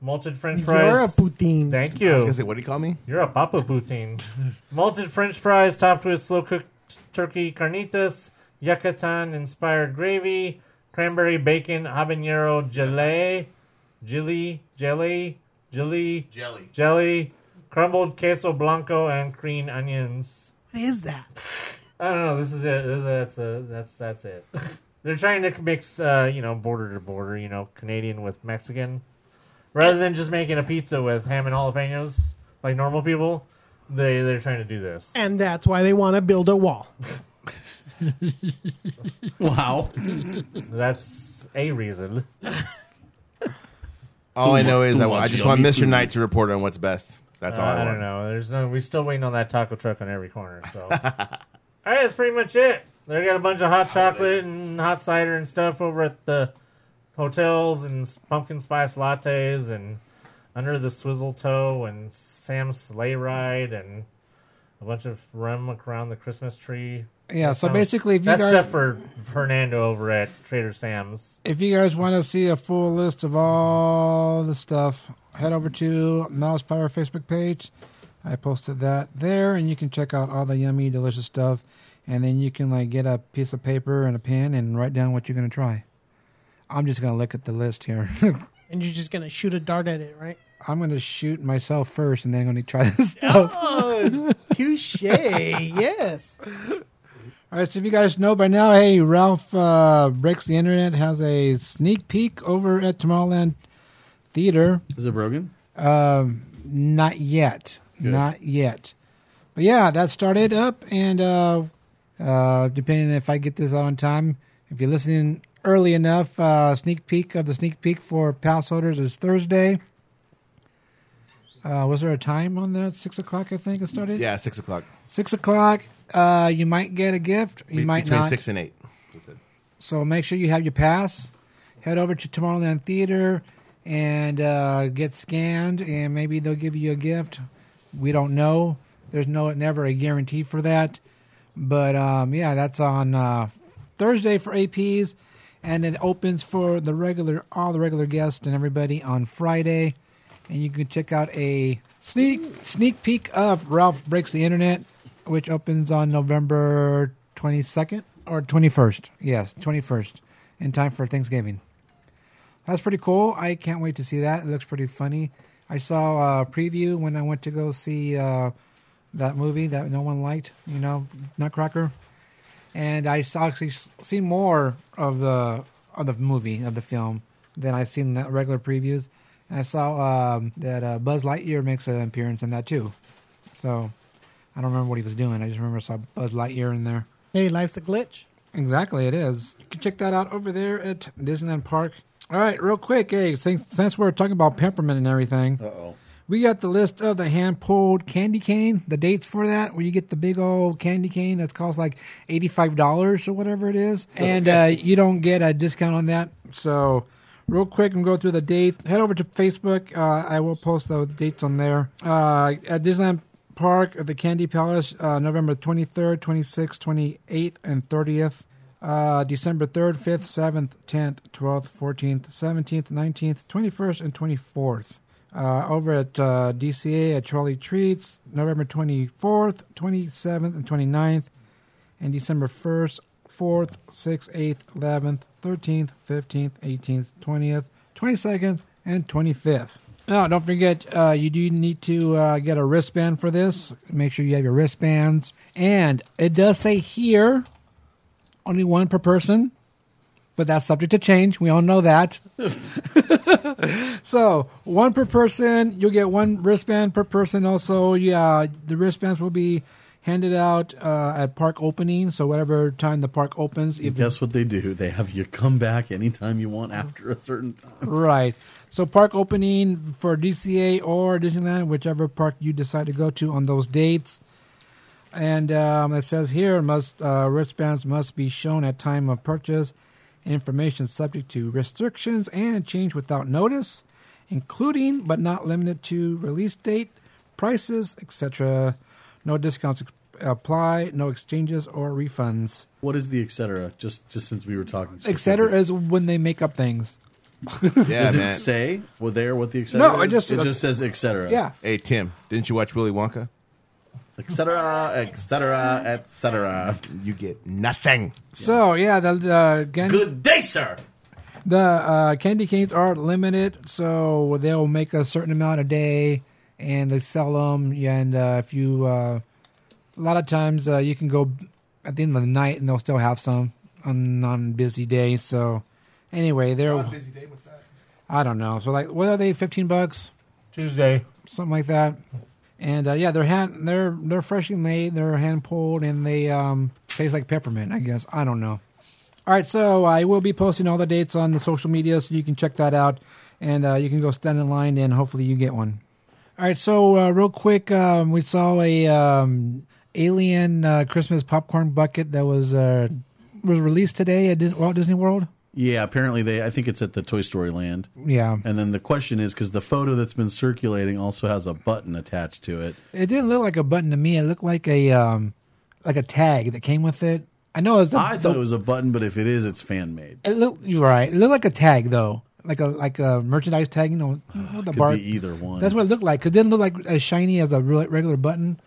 malted french fries.
You're a poutine.
Thank you.
I was gonna say, what do you call me?
You're a papa poutine. Malted french fries topped with slow cooked turkey carnitas, Yucatan inspired gravy, cranberry bacon habanero gelée, jelly, jelly, jelly,
Jelly.
jelly, crumbled queso blanco, and green onions.
What is that?
I don't know. This is it. This is, that's the that's that's it. They're trying to mix, uh, you know, border to border, you know, Canadian with Mexican, rather than just making a pizza with ham and jalapenos like normal people. They they're trying to do this.
And that's why they want to build a wall.
Wow,
that's a reason.
All I know is
Too
I,
much
I just want
yummy
Mr.
food.
Knight to report on what's best. That's all
Uh,
I,
I
want.
don't know. There's no. We're still waiting on that taco truck on every corner. So, all right, that's pretty much it. They got a bunch of hot chocolate and hot cider and stuff over at the hotels and s- pumpkin spice lattes and under the swizzle toe and Sam's sleigh ride and a bunch of rum around the Christmas tree.
Yeah,
That
so basically if you
that's
guys-
stuff for Fernando over at Trader Sam's.
if you guys want to see a full list of all the stuff, head over to Mouse Power Facebook page. I posted that there, and you can check out all the yummy, delicious stuff. And then you can like get a piece of paper and a pen and write down what you're gonna try. I'm just gonna look at the list here.
And you're just going to shoot a dart at it, right?
I'm gonna shoot myself first, and then I'm gonna try this stuff.
Oh, touche. yes.
All right, so if you guys know by now, hey, Ralph uh, Breaks the Internet has a sneak peek over at Tomorrowland Theater.
Is it broken?
Um, not yet. Not yet. But yeah, that started up, and uh, uh, depending if I get this out on time, if you're listening early enough, uh, sneak peek of the sneak peek for pass holders is Thursday. Uh, was there a time on that? Six o'clock, I think it started.
Yeah, six o'clock.
Six o'clock. Uh, you might get a gift. You
Be-
might
between
not.
six and eight. Just said.
So make sure you have your pass. Head over to Tomorrowland Theater and uh, get scanned, and maybe they'll give you a gift. We don't know. There's no never a guarantee for that. But um, yeah, that's on uh, Thursday for APs, and it opens for the regular all the regular guests and everybody on Friday. And you can check out a sneak sneak peek of Ralph Breaks the Internet, which opens on November 22nd or 21st. Yes, 21st, in time for Thanksgiving. That's pretty cool. I can't wait to see that. It looks pretty funny. I saw a preview when I went to go see uh, that movie that no one liked, you know, Nutcracker. And I saw, actually s- seen more of the of the movie of the film than I seen the regular previews. And I saw um, that uh, Buzz Lightyear makes an appearance in that too. So I don't remember what he was doing. I just remember I saw Buzz Lightyear in there.
Hey, life's a glitch.
Exactly, it is. You can check that out over there at Disneyland Park. All right, real quick, hey, since, since we're talking about peppermint and everything,
Uh-oh.
we got the list of the hand pulled candy cane, the dates for that, where you get the big old candy cane that costs like $85 or whatever it is. And uh, you don't get a discount on that. So, real quick, and go through the date. Head over to Facebook. Uh, I will post the dates on there. Uh, at Disneyland Park at the Candy Palace, uh, November 23rd, 26th, 28th, and 30th. Uh, December 3rd, 5th, 7th, 10th, 12th, 14th, 17th, 19th, 21st, and 24th. Uh, over at uh, DCA at Charlie Treats, November 24th, 27th, and 29th, and December 1st, 4th, 6th, 8th, 11th, 13th, 15th, 18th, 20th, 22nd, and 25th. Now, don't forget, uh, you do need to uh, get a wristband for this. Make sure you have your wristbands. And it does say here only one per person, but that's subject to change. We all know that. so one per person. You'll get one wristband per person. Also, yeah, the wristbands will be handed out uh, at park opening. So whatever time the park opens,
And
if
guess what they do? They have you come back anytime you want after a certain time.
right. So park opening for DCA or Disneyland, whichever park you decide to go to on those dates. And um, it says here must uh, wristbands must be shown at time of purchase. Information subject to restrictions and change without notice, including but not limited to release date, prices, etc. No discounts apply. No exchanges or refunds.
What is the et cetera? Just just since we were talking,
Etc. is when they make up things.
Yeah,
Does
man.
it say well there what the et cetera?
No, it
is?
just-
it just says et cetera.
Yeah.
Hey Tim, didn't you watch Willy Wonka?
et cetera, et cetera, et cetera.
You get nothing.
So yeah, the, the candy,
Good day, sir.
The uh, candy canes are limited, so they'll make a certain amount a day, and they sell them. And uh, if you, uh, a lot of times uh, you can go at the end of the night, and they'll still have some on on busy day. So anyway, they're
day. What's that?
I don't know. So like, what are they? Fifteen bucks
Tuesday.
something like that. And uh, yeah, they're hand they're they're freshly made, they're hand pulled, and they um, taste like peppermint. I guess I don't know. All right, so I will be posting all the dates on the social media, so you can check that out, and uh, you can go stand in line, and hopefully you get one. All right, so uh, real quick, um, we saw a um, alien uh, Christmas popcorn bucket that was uh, was released today at Dis- Walt Disney World.
Yeah, apparently they. I think it's at the Toy Story Land.
Yeah,
And then the question is because the photo that's been circulating also has a button attached to it.
it didn't look like a button to me. It looked like a um, like a tag that came with it. I know it's the,
I thought it was a button, but if it is, it's fan made.
It looked you're right. It looked like a tag though, like a like a merchandise tag. You know, you know, the
Could
bar.
be either one.
That's what it looked like. 'cause It didn't look like as shiny as a re- regular button.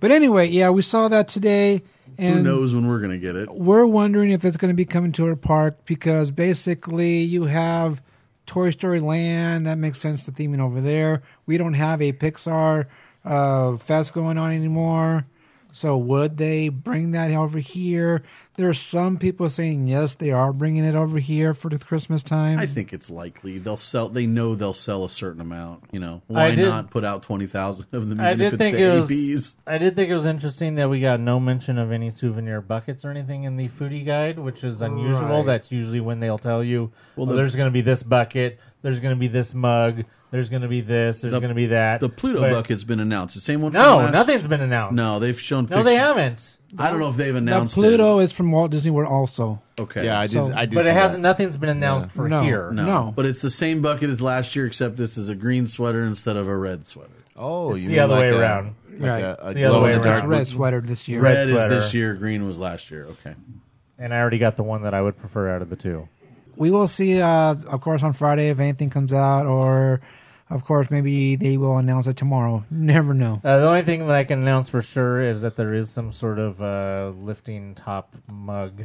But anyway, yeah, we saw that today, and
Who knows when we're gonna get it?
we're wondering if it's going to be coming to our park because basically you have Toy Story Land. That makes sense. The theming over there. We don't have a Pixar uh, fest going on anymore. So would they bring that over here? There are some people saying yes, they are bringing it over here for the Christmas time.
I think it's likely they'll sell. They know they'll sell a certain amount. You know,
I
why
did-
not put out twenty thousand of them? Even
I
if
did
it's
think
to
it was.
ABs?
I did think it was interesting that we got no mention of any souvenir buckets or anything in the foodie guide, which is unusual.
Right.
That's usually when they'll tell you, "Well,
the-
there's going to be this bucket, there's going to be this mug, there's going to be this, there's
The-
going to be that."
The Pluto
But-
bucket's been announced. The same one. from
No,
last-
nothing's been announced.
No, they've shown.
No, they
pictures.
haven't.
I don't know if they've
Now
announced
Pluto is from Walt Disney World also.
It. Okay.
Yeah, I did.
So-
I did.
But
see
it
that.
hasn't. Nothing's been announced for
No.
here.
No,
No.
but it's the same bucket as last year, except this is a green sweater instead of a red sweater.
Oh,
It's
you
the
mean
other
like
way
a-
around.
like
Right.
a- a
It's the other way
glow-in-the-dark
It's
around.
red sweater this year.
Red, is
sweater.
this year. Green was last year. Okay.
And I already got the one that I would prefer out of the two.
we will see uh, of course on friday if anything comes out or of course maybe they will announce it tomorrow never know
Uh, the only thing that I can announce for sure is that there is some sort of uh, lifting top mug,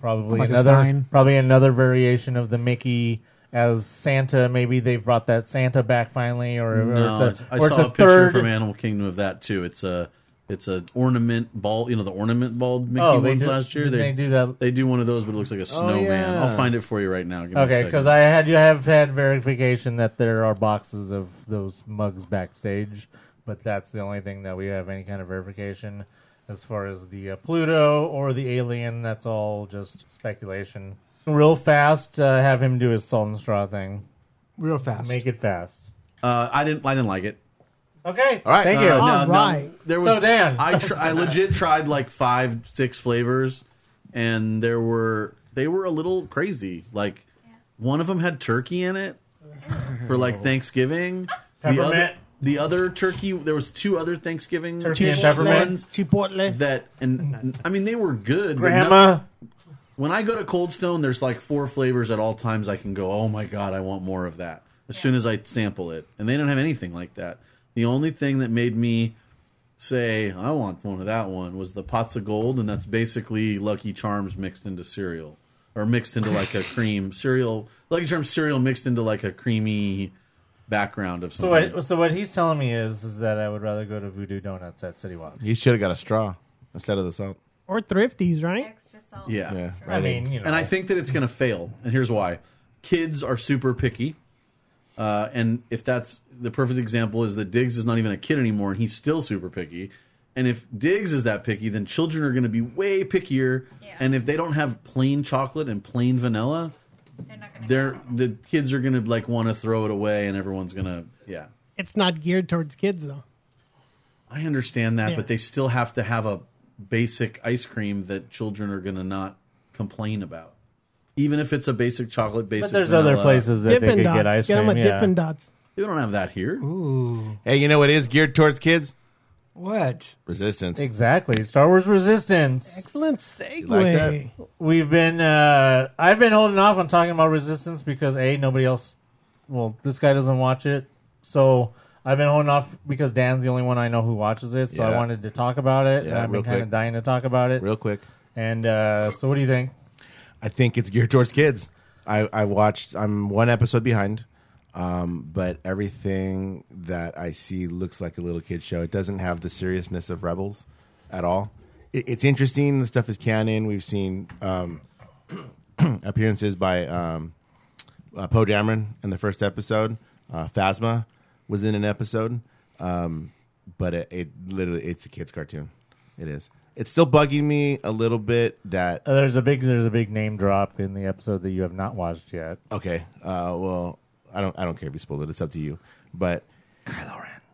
probably
Like a
another
Stein?
probably another variation of the Mickey as Santa. Maybe they've brought that Santa back finally, or,
No,
or it's
it's-
a,
I
or
saw
it's a,
a, picture
third.
from Animal Kingdom of that too. It's a it's an ornament ball. You know the ornament ball Mickey
Oh,
ones
they do-
last year.
did they do that.
They do one of those, but it looks like a snowman.
yeah.
I'll find it for you right now. Give me a
Okay,
second.
because I had you have had verification that there are boxes of those mugs backstage, but that's the only thing that we have any kind of verification as far as the uh, Pluto or the alien. That's all just speculation. Real fast, uh, have him do his salt and straw thing.
Real fast.
Make it fast.
Uh, I didn't. I didn't like it.
Okay. All right. Thank you.
Uh, no,
All
no,
right.
there
So,
was,
Dan.
I tr- I legit tried like five, six flavors, and there were they were a little crazy. Like one of them had turkey in it for like Thanksgiving. The
Peppermint.
other, the other turkey. There was two other Thanksgiving
Turkey and
chipotle
peppermint.
ones that, and I mean they were good. but
Grandma.
no- when I go to Cold Stone, there's like four flavors at all times. I can go, oh my god, I want more of that as soon as I sample it, and they don't have anything like that. The only thing that made me say I want one of that one was the pots of gold, and that's basically Lucky Charms mixed into cereal or mixed into like a cream cereal. Lucky Charms cereal mixed into like a creamy background of
So
something.
what, so what he's telling me is is that I would rather go to Voodoo Donuts at City Walk.
You should have got a straw instead of the salt.
or thrifties, right?
Yeah.
Yeah, I right mean, in. you know.
And I think that it's going to fail. And here's why kids are super picky. Uh, and if that's the perfect example, is that Diggs is not even a kid anymore and he's still super picky. And if Diggs is that picky, then children are going to be way pickier. And if they don't have plain chocolate and plain vanilla, they're the kids are going to like want to throw it away and everyone's going to, yeah.
It's not geared towards kids though.
I understand that,
Yeah.
but they still have to have a basic ice cream that children are going to not complain about, even if it's a basic chocolate
But
basic.
there's other
vanilla.
places that
Dippin' Dots. get them a Dippin' Dots.
We don't have that here.
Ooh. Hey, you know what is geared towards kids?
What?
Resistance.
Exactly. Star Wars Resistance.
Excellent segue.
like that? We've been uh I've been holding off on talking about Resistance because A, nobody else well, this guy doesn't watch it. So I've been holding off because Dan's the only one I know who watches it, so I
Yeah.
wanted to talk about it.
Yeah,
I've been
real
kind of
quick.
dying to talk about it.
Real quick.
And uh, so what do you think?
I think it's geared towards kids. I, I watched. I'm one episode behind, um, but everything that I see looks like a little kid show. It doesn't have the seriousness of Rebels at all. It, it's interesting. The stuff is canon. We've seen um, appearances by um, uh, Poe Dameron in the first episode. Uh, Phasma was in an episode, um, but it, it literally it's a kids cartoon. It is. It's still bugging me a little bit that
Uh, there's a big there's a big name drop in the episode that you have not watched yet.
Okay. Uh, well, I don't. I don't care if you spoil it. It's up to you. But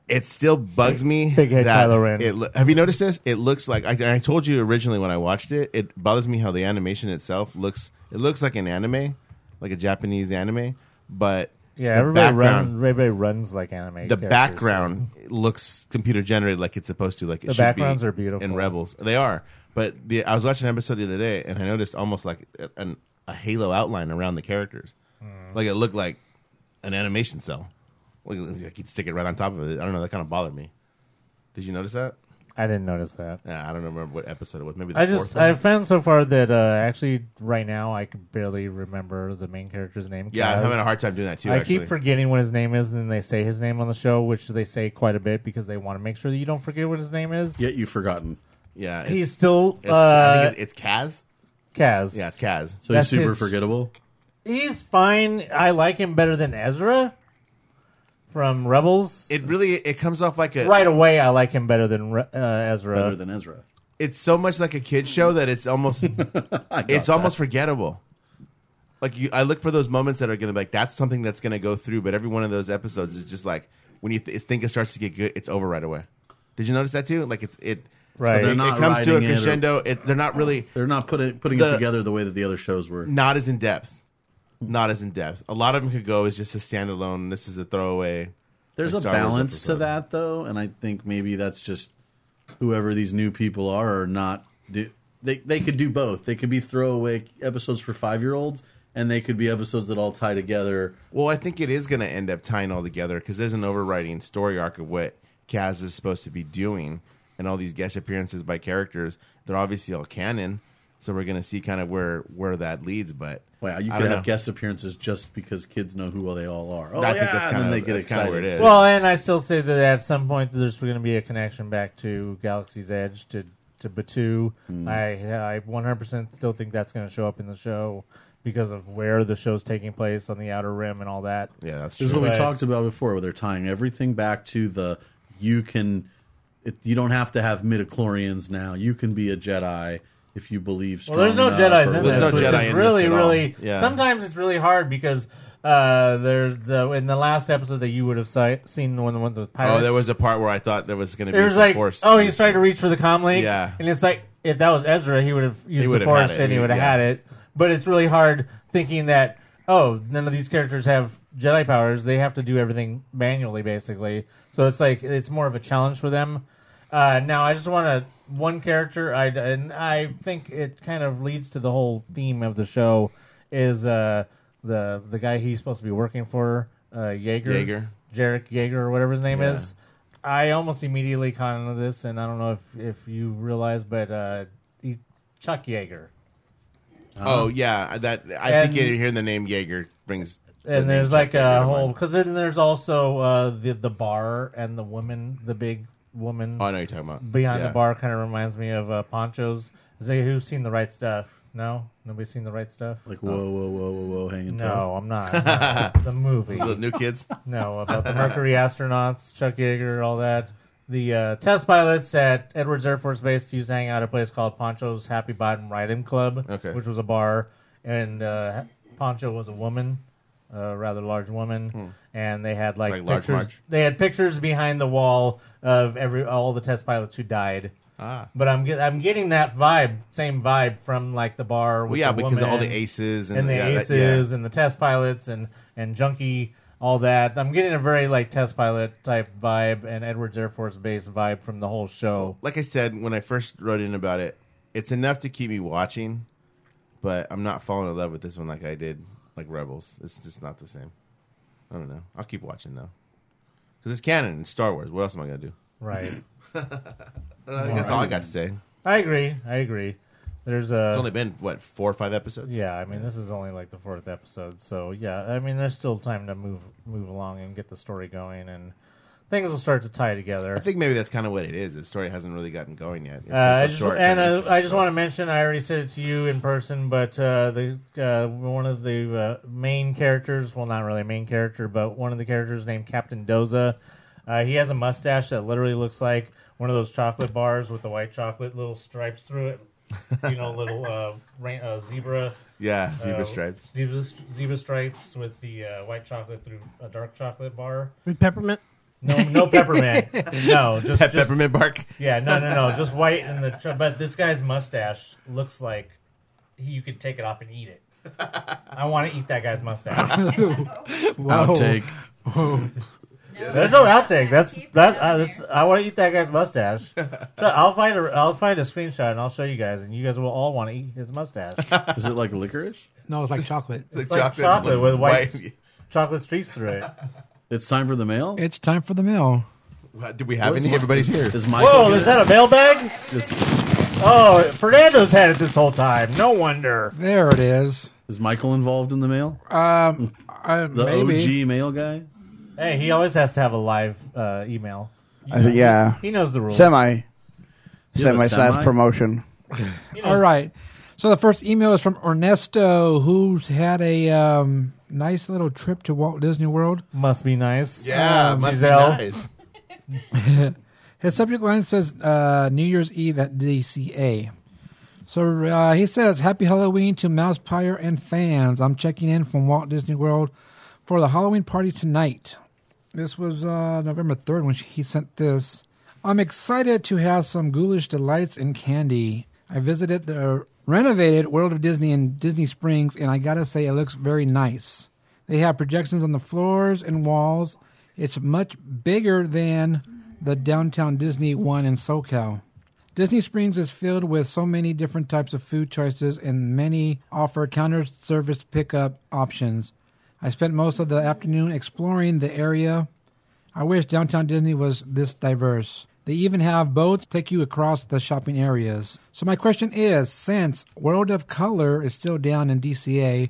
It still bugs me.
Big head
that
Kylo Ren.
It, lo- have you noticed this? It looks like I, I told you originally when I watched it. It bothers me how the animation itself looks. It looks like an anime, like a Japanese anime, but
Yeah,
the
everybody
background-
runs everybody runs like anime.
the
characters.
background looks computer generated like it's supposed to like it
The
should
backgrounds
be
are beautiful.
in rebels they are but the, i was watching an episode the other day and i noticed almost like a- an, a halo outline around the characters
Hmm.
like it looked like an animation cell like i could stick it right on top of it i don't know that kind of bothered me did you notice that
I didn't notice that.
yeah i don't remember what episode it was maybe the
I
fourth
just
one.
I found so far that uh, actually right now I can barely remember the main character's name.
Yeah, I'm
Kaz.
having a hard time doing that, too,
I
actually.
keep forgetting what his name is, and then they say his name on the show, which they say quite a bit because they want to make sure that you don't forget what his name is.
Yet you've forgotten.
Yeah,
he's still.
it's, I
uh,
think it- it's Kaz.
Kaz.
Yeah, it's Kaz.
So
That's
he's super
his-
forgettable.
He's fine. I like him better than Ezra from Rebels.
It really it comes off like a
right away. I like him better than Re- uh, Ezra.
Better
than Ezra.
it's so much like a kid show that it's almost it's
that.
almost forgettable. Like you, I look for those moments that are going to be like that's something that's going to go through, but every one of those episodes is just like when you th- think it starts to get good, it's over right away. Did you notice that too? Like it's it
Right.
it-
They're
it
not
comes to a
riding it or-
crescendo. It, they're not really
They're not putting putting it
The-
together the way that the other shows
Mm.
were.
not as in depth. Not as in depth. A lot of them could go as just a standalone. This is a throwaway.
There's
like
a
Star Wars
balance
episode.
to that though, and I think maybe that's just whoever these new people are are not do, they they could do both. They could be throwaway episodes for 5-year-olds and they could be episodes that all tie together.
Well, I think it is going to end up tying all together because there's an overriding story arc of what Kaz is supposed to be doing, and all these guest appearances by characters. They're obviously all canon, So we're gonna see kind of where where that leads. But
wow, you
I
could
don't
have
know.
guest appearances just because kids know who they all are. Oh, yeah,
I think that's
and
kind
then
of-
they get
that's kind
excited.
of where it is.
Well, and I still say that at some point there's going to be a connection back to Galaxy's Edge to to Batu.
Mm.
I I 100% still think that's going to show up in the show because of where the show's taking place on the Outer Rim and all that.
Yeah, that's
This is what we
But-
talked about before, where they're tying everything back to the you can, it, you don't have to have midichlorians now. You can be a Jedi if you believe.
Well,
Strong
there's no
enough
uh,
Jedi's
or
in this,
whatever.
which is really, really. Sometimes it's really hard because uh, there's the in the last episode that you would have si- seen the one the one with the pirates.
Oh, there was a part where I thought there was going to be
It was
some
like,
force.
oh, he's trying to reach for the com link.
Yeah.
And it's like, if that was Ezra, he would have used the
would've had
force
it.
and he
He-
would have
yeah.
had it. But it's really hard thinking that, oh, none of these characters have Jedi powers. They have to do everything manually, basically. So it's like, it's more of a challenge for them. Uh, now, I just want to. One character, I, and I think it kind of leads to the whole theme of the show is uh, the the guy he's supposed to be working for, uh, Jaeger.
Jaeger.
Jarek Jaeger or whatever his name
Yeah.
is. I almost immediately caught into this, and I don't know if, if you realize, but uh, he, Chuck Yeager.
Oh yeah, that I
And-
think hearing the name Jaeger brings. the
and
name
there's like
Chuck Yeager to
a
mind.
whole because then there's also uh, the the bar and the woman, the big woman.
Oh, I know you're talking about.
behind
Yeah.
the bar. Kind of reminds me of uh, Ponchos. Is they who's seen the right stuff? No, nobody's seen the right stuff.
Like whoa, whoa, whoa, whoa, whoa, hanging.
No, I'm not. I'm not. the movie.
Little New Kids?
No, about the Mercury astronauts, Chuck Yeager, all that. The uh, test pilots at Edwards Air Force Base used to hang out at a place called Poncho's Happy Bottom Ride-In Club,
Okay.
which was a bar, and uh, Poncho was a woman, a rather large woman, and they had like,
Hmm. Like Large
pictures.
Marge?
They had pictures behind the wall of every all the test pilots who died.
Ah.
But I'm get, I'm getting that vibe, same vibe from like the bar.
Well,
with
yeah,
the
because of all
woman
the aces and-
the
yeah, that-
aces and the test pilots and and junkie all that. I'm getting a very like test pilot type vibe and Edwards Air Force Base vibe from the whole show.
Like I said when I first wrote in about it, it's enough to keep me watching, but I'm not falling in love with this one like I did like Rebels. It's just not the same. I don't know. I'll keep watching though, because it's canon. It's Star Wars. What else am I gonna do?
Right.
I
Uh,
think that's all I got to say.
I agree. I agree. There's a.
It's only been what four or five episodes.
uh, Yeah, I mean this is only like the fourth episode, so yeah, I mean there's still time to move move along and get the story going, and things will start to tie together.
I think maybe that's kind of what it is. The story hasn't really gotten going yet. It's been
Uh,
so
I just,
short
and
that
uh,
it's
I just want to mention, I already said it to you in person, but uh, the uh, one of the uh, main characters, well, not really a main character, but one of the characters named Captain Doza. Uh, he has a mustache that literally looks like one of those chocolate bars with the white chocolate little stripes through it. You know, little uh, rain, uh, zebra.
Yeah,
Uh,
zebra stripes.
Zebra, zebra stripes with the uh, white chocolate through a dark chocolate bar.
With peppermint?
No, no peppermint. no, just,
Pep-
just-
peppermint bark?
Yeah, no, no, no, just white and the. Tr- but this guy's mustache looks like he, you could take it off and eat it. I want to eat that guy's mustache.
Whoa.
Outtake.
Whoa.
There's no outtake. That's that. Uh, that's, I want to eat that guy's mustache. So I'll find a. I'll find a screenshot and I'll show you guys, and you guys will all want to eat his mustache.
Is it like licorice?
No, it's like chocolate.
It's like chocolate, with white, chocolate streaks through it.
It's time for the mail.
It's time for the mail.
Do we have
Where's
any?
my-
Everybody's here.
Is
my
Whoa! Is that a mailbag? Oh, Fernando's had it this whole time. No wonder.
There it is.
Is Michael involved in the mail?
Um, I,
The
maybe.
OG mail guy.
Hey, he always has to have a live uh, email.
I think, yeah.
He knows the rules.
Semi.
You have a
Semi
semi?
slash promotion.
All right. So the first email is from Ernesto, who's had a um, nice little trip to Walt Disney World.
Must be nice.
Yeah,
Um,
must be
Giselle.
nice.
His subject line says uh, New Year's Eve at DCA. So uh, he says, Happy Halloween to Mousepire and fans. I'm checking in from Walt Disney World for the Halloween party tonight. This was uh, November 3rd when she, he sent this. I'm excited to have some ghoulish delights and candy. I visited the renovated World of Disney in Disney Springs, and I gotta say, it looks very nice. They have projections on the floors and walls. It's much bigger than the downtown Disney one in SoCal. Disney Springs is filled with so many different types of food choices, and many offer counter service pickup options. I spent most of the afternoon exploring the area. I wish downtown Disney was this diverse. They even have boats take you across the shopping areas. So my question is, since World of Color is still down in DCA,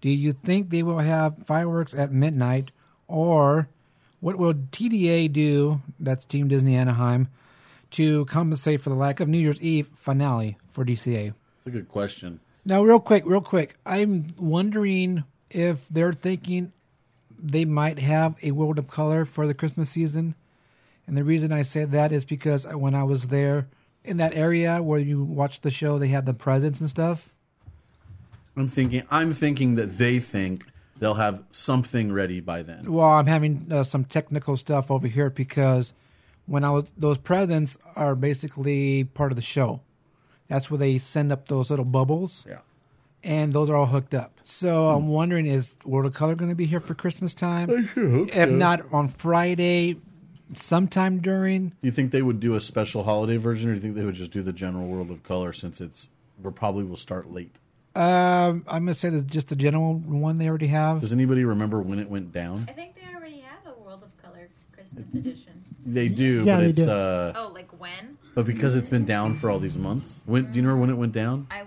do you think they will have fireworks at midnight or what will TDA do, that's Team Disney Anaheim, to compensate for the lack of New Year's Eve finale for DCA?
It's a good question.
Now, real quick, real quick, I'm wondering if they're thinking they might have a world of color for the Christmas season. And the reason I say that is because when I was there in that area where you watch the show, they have the presents and stuff.
I'm thinking. I'm thinking that they think they'll have something ready by then.
Well, I'm having uh, some technical stuff over here because when I was those presents are basically part of the show. That's where they send up those little bubbles.
Yeah. Hmm.
And those are all hooked up. So I'm wondering is World of Color going to be here for Christmas time?
I sure hope
if
so.
not on Friday, sometime during.
Do you think they would do a special holiday version, or do you think they would just do the general world of color since it's we probably will start late?
Um, I'm going to say that just the general one they already have.
Does anybody remember when it went down?
I think they already have a World of Color Christmas edition.
They do,
Yeah,
but
they
it's
do.
uh
Oh, like when?
But because it's been down for all these months. When do you remember when it went down?
I,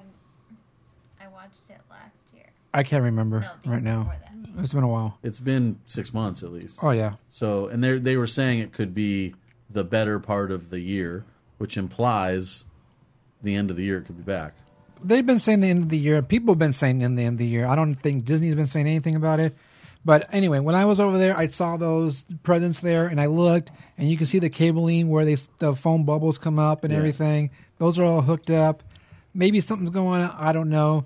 I watched it last year.
I can't remember right now. It's been a while.
It's been 6 months at least.
Oh, yeah.
So, and they they were saying it could be the better part of the year, which implies the end of the year could be back.
They've been saying the end of the year. People have been saying in the end of the year. I don't think Disney's been saying anything about it. But anyway, when I was over there, I saw those presents there, and I looked, and you can see the cabling where they the foam bubbles come up and
Yeah.
everything. Those are all hooked up. Maybe something's going on. I don't know.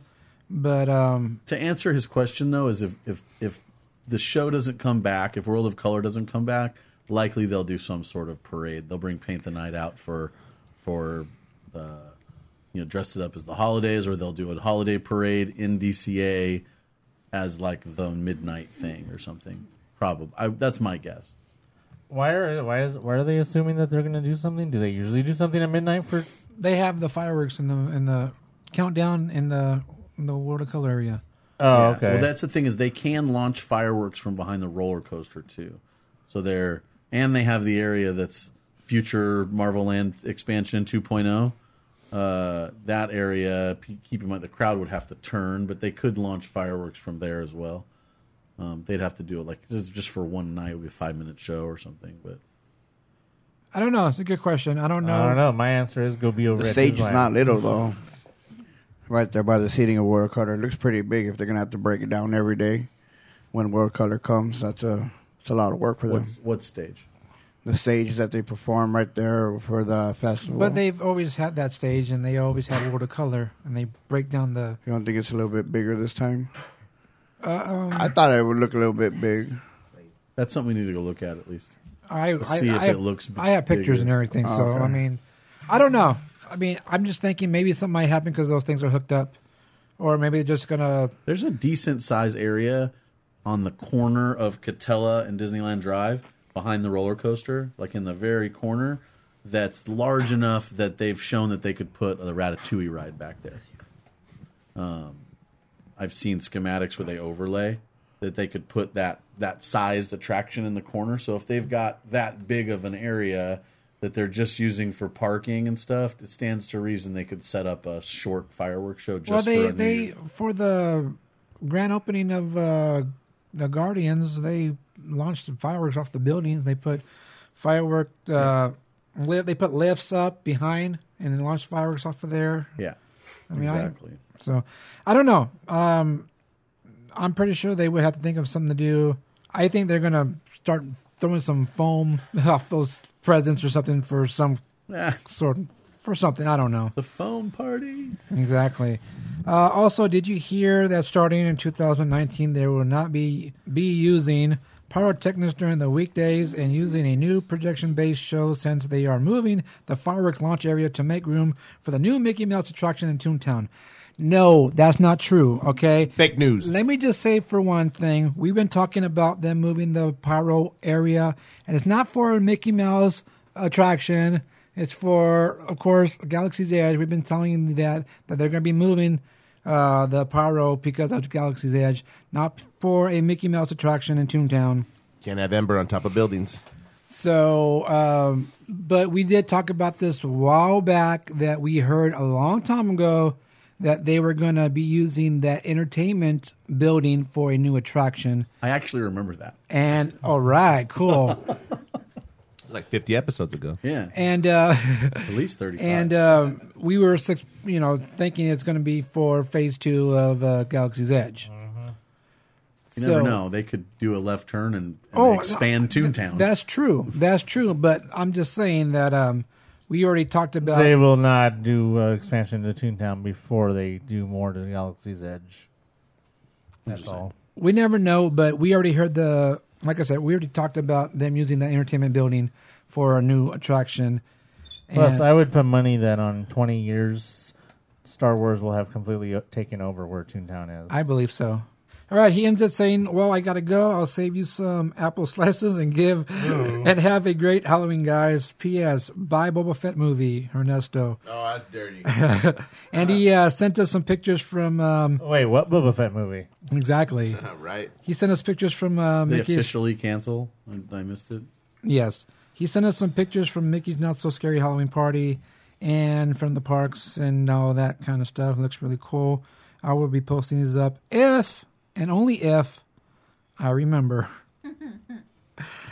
But um,
to answer his question though is if if if the show doesn't come back, if World of Color doesn't come back, likely they'll do some sort of parade. They'll bring Paint the Night out for for uh, you know dress it up as the holidays, or they'll do a holiday parade in DCA as like the midnight thing or something. Probably I, that's my guess.
Why are why is why are they assuming that they're going to do something? Do they usually do something at midnight for?
they have the fireworks in the in the countdown in the in the world of color area.
Oh,
Yeah. Well, that's the thing is they can launch fireworks from behind the roller coaster too. So they're and they have the area that's future Marvel Land expansion 2.0. Uh, that area, p- keep in mind the crowd would have to turn, but they could launch fireworks from there as well. Um, they'd have to do it like this is just for one night. It would be a five minute show or something. But
I don't know. It's a good question. I don't know.
I don't know. My answer is go be over.
The
at
stage is
Disneyland.
not little though. Right there by the seating of World Color, it looks pretty big. If they're gonna have to break it down every day when World Color comes, that's a it's a lot of work for them.
What's- what stage?
The stage that they perform right there for the festival.
But they've always had that stage, and they always have World of Color, and they break down the.
You don't think it's a little bit bigger this time?
Uh, um,
I thought it would look a little bit big.
That's something we need to go look at at least.
I,
To
I-
see if
I
it
have,
looks.
I have pictures
bigger.
and everything,
Oh,
so
okay.
I mean, I don't know. I mean, I'm just thinking maybe something might happen because those things are hooked up, or maybe they're just gonna.
There's a decent size area on the corner of Catella and Disneyland Drive behind the roller coaster, like in the very corner, that's large enough that they've shown that they could put the Ratatouille ride back there. Um, I've seen schematics where they overlay that they could put that that sized attraction in the corner. So if they've got that big of an area that they're just using for parking and stuff, it stands to reason they could set up a short fireworks show just
well,
for
they
a New
they
Year's.
for the grand opening of uh, the Guardians, they launched the fireworks off the buildings. They put firework. Uh, li- they put lifts up behind and then launched fireworks off of there.
Yeah.
I mean, I-
exactly.
So I don't know. Um, I'm pretty sure they would have to think of something to do. I think they're gonna start throwing some foam off those presents or something for some
Yeah.
sort for something. I don't know.
The foam party.
Exactly. Uh, also, did you hear that starting in 2019 they will not be be using pyrotechnics during the weekdays and using a new projection-based show since they are moving the fireworks launch area to make room for the new Mickey Mouse attraction in Toontown. No, that's not true. Okay,
Fake news.
Let me just say for one thing, we've been talking about them moving the pyro area, and it's not for a Mickey Mouse attraction. It's for, of course, Galaxy's Edge. We've been telling you that that they're going to be moving uh, the pyro because of Galaxy's Edge, not for a Mickey Mouse attraction in Toontown.
Can't have ember on top of buildings.
So, um, but we did talk about this a while back that we heard a long time ago that they were going to be using that entertainment building for a new attraction.
I actually remember that.
And all right, cool.
Like 50 episodes ago.
Yeah.
and uh,
At least 35.
And um, we were, six- you know, thinking it's going to be for Phase Two of uh, Galaxy's Edge.
Mm-hmm. You never
uh, So-
know. They could do a left turn and, and
Oh,
expand Toontown.
That's true. That's true. But I'm just saying that um, we already talked about.
They will not do uh, expansion to Toontown before they do more to Galaxy's Edge. That's
Interesting.
all.
We never know, but we already heard the. Like I said, we already talked about them using the entertainment building for a new attraction.
Plus,
And-
I would put money that on 20 years, Star Wars will have completely o- taken over where Toontown is.
I believe so. All right, he ends it saying, "Well, I gotta go. I'll save you some apple slices and give, and have a great Halloween, guys." P.S. Buy Boba Fett movie, Ernesto.
Oh, that's dirty.
and he uh, sent us some pictures from. Um,
Wait, what Boba Fett movie?
Exactly.
right.
He sent us pictures from uh,
They
Mickey's.
officially cancel. I, I missed it.
Yes, he sent us some pictures from Mickey's Not So Scary Halloween Party, and from the parks and all that kind of stuff. looks really cool. I will be posting these up if and only if I remember. All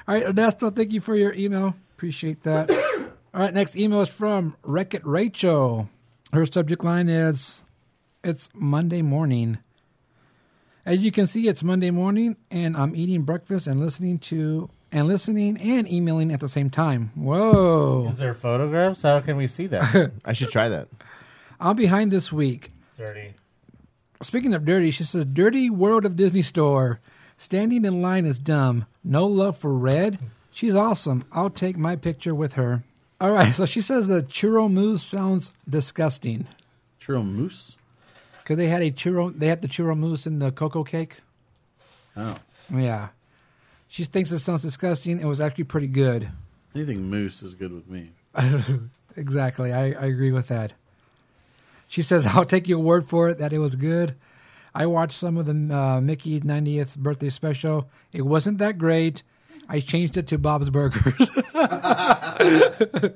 right, Ernesto, thank you for your email. Appreciate that. All right, next email is from Wreck It Rachel. Her subject line is It's Monday morning. As you can see, it's Monday morning, and I'm eating breakfast and listening to and listening and emailing at the same time. Whoa!
Is there photographs? How can we see that?
I should try that.
I'm behind this week.
Dirty.
Speaking of dirty, she says, "Dirty world of Disney store. Standing in line is dumb. No love for red. She's awesome. I'll take my picture with her." All right. So she says the churro mousse sounds disgusting.
Churro mousse.
Cause they had a churro. They had the churro mousse in the cocoa cake.
Oh.
Yeah. She thinks it sounds disgusting. It was actually pretty good.
Anything moose is good with me.
exactly. I, I agree with that. She says, I'll take your word for it that it was good. I watched some of the uh, Mickey 90th birthday special. It wasn't that great. I changed it to Bob's Burgers.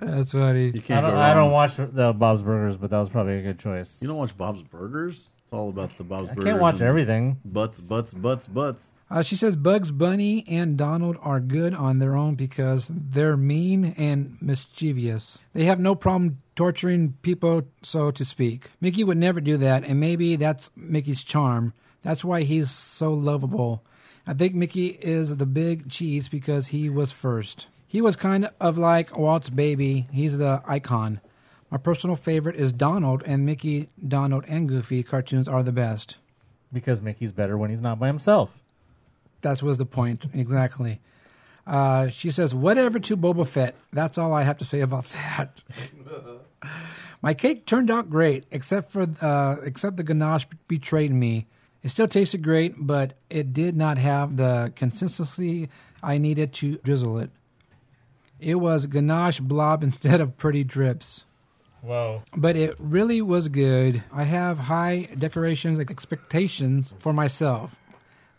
That's funny.
You
I
can't
don't,
go
I
wrong.
don't watch the Bob's Burgers, but that was probably a good choice.
You don't watch Bob's Burgers? It's all about the Bob's
I
Burgers.
can't watch
and
everything.
Butts, butts, butts, butts.
Uh, she says Bugs Bunny and Donald are good on their own because they're mean and mischievous. They have no problem torturing people, so to speak. Mickey would never do that, and maybe that's Mickey's charm. That's why he's so lovable. I think Mickey is the big cheese because he was first. He was kind of like Walt's baby. He's the icon. My personal favorite is Donald, and Mickey, Donald, and Goofy cartoons are the best.
Because Mickey's better when he's not by himself.
That was the point exactly. Uh, she says, "Whatever to Boba Fett." That's all I have to say about that. My cake turned out great, except for uh, except the ganache betrayed me. It still tasted great, but it did not have the consistency I needed to drizzle it. It was ganache blob instead of pretty drips.
Whoa.
But it really was good. I have high decorations and expectations for myself.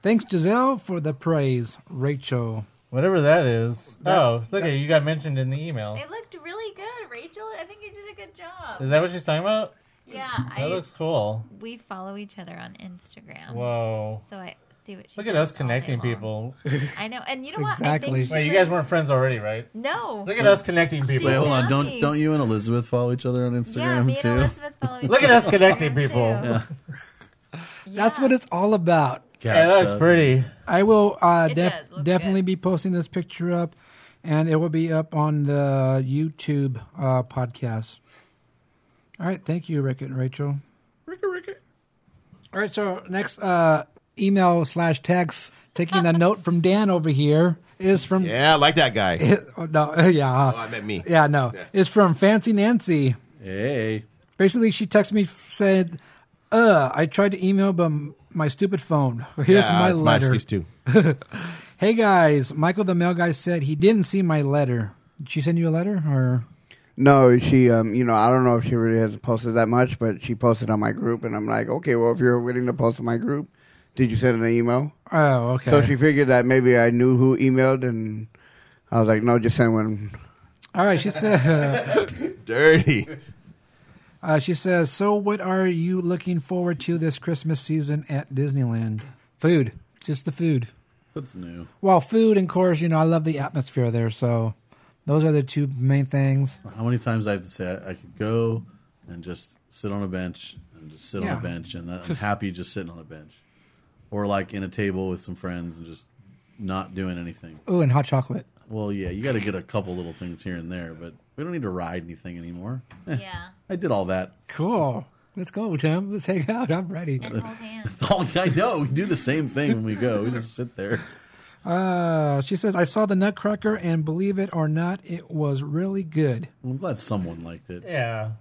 Thanks, Giselle, for the praise, Rachel.
Whatever that is. oh, look at you got mentioned in the email.
It looked really good, Rachel. I think you did a good job.
Oh. Is that what she's talking about?
Yeah,
That
I-
looks cool.
We follow each other on Instagram.
Whoa.
So I see what she
Look at
does
us
all
connecting
day long.
people.
I know, and you know what? I
Exactly.
think she
Wait, you
was-
guys weren't friends already, right?
No.
Look at us connecting people.
Wait, hold on.
Nice.
Don't don't you and Elizabeth follow each other on
Yeah,
Instagram
me and
too?
Elizabeth follow each
Look at
other
us
on
connecting
Instagram,
people.
too.
Yeah.
That's what it's all about.
Yeah, that looks pretty.
I will uh,
It
def-
does look
definitely be posting this picture up, and it will be up on the YouTube uh, podcast. All right. Thank you, Rick and Rachel. All right, so next uh, email slash text, taking a note from Dan over here, is from.
Yeah, I like that guy.
Oh, no, yeah.
Oh, I meant me.
Yeah, no.
Yeah.
It's from Fancy Nancy.
Hey.
Basically, she texted me, said, uh, I tried to email, but m- my stupid phone. Here's
Yeah,
my
it's
letter.
excuse too.
hey, guys. Michael the mail guy said he didn't see my letter. Did she send you a letter? or
No, she, um, you know, I don't know if she really has posted that much, but she posted on my group, and I'm like, okay, well, if you're willing to post on my group, did you send an email?
Oh, okay.
So she figured that maybe I knew who emailed, and I was like, no, just send one.
All right, she said.
Dirty.
Uh, she says, "So, what are you looking forward to this Christmas season at Disneyland? Food, just the food.
That's new.
Well, food, and of course, you know I love the atmosphere there. So, those are the two main things.
How many times I have to say I, I could go and just sit on a bench and just sit on
Yeah.
a bench and that, I'm happy just sitting on a bench, or like in a table with some friends and just not doing anything.
Ooh, and hot chocolate.
Well, yeah, you got to get a couple little things here and there, but we don't need to ride anything anymore. Eh,
Yeah.
I did all that.
Cool. Let's go, Tim. Let's hang out. I'm ready.
I know we do the same thing when we go. We just sit there.
Uh, she says, "I saw the Nutcracker, and believe it or not, it was really good."
I'm glad someone liked it.
Yeah.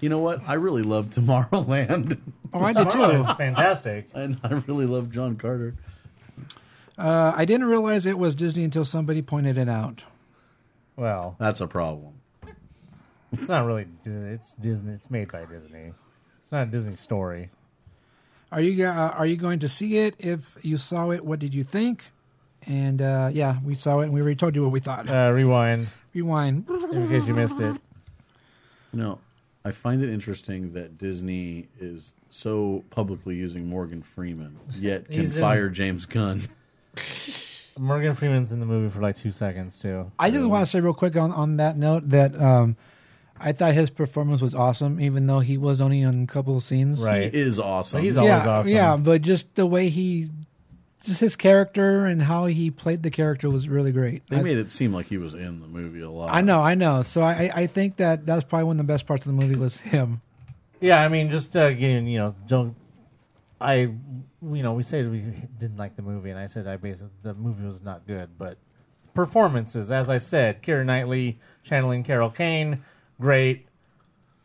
You know what? I really love Tomorrowland.
Oh, I did too. Tomorrowland's
fantastic.
And I really love John Carter.
Uh, I didn't realize it was Disney until somebody pointed it out.
Well,
that's a problem.
It's not really. Disney. It's Disney. It's made by Disney. It's not a Disney story.
Are you go- uh, are you going to see it? If you saw it, what did you think? And uh, yeah, we saw it, and we already told you what we thought.
Uh, rewind.
Rewind.
In case you missed it.
You know, I find it interesting that Disney is so publicly using Morgan Freeman, yet can
He's in-
fire James Gunn.
Morgan Freeman's in the movie for like two seconds too.
I just want to say real quick on, on that note that um, I thought his performance was awesome, even though he was only on a couple of scenes.
Right.
He is awesome.
He's always
yeah,
awesome.
Yeah, but just the way he, just his character and how he played the character was really great.
They
I-
made it seem like he was in the movie a lot.
I know, I know. So I, I- I think that that's probably one of the best parts of the movie was him.
Yeah, I mean, just uh, again, you know, don't. I, you know, we said we didn't like the movie, and I said I basically the movie was not good, but performances, as I said, Keira Knightley channeling Carol Kane, great.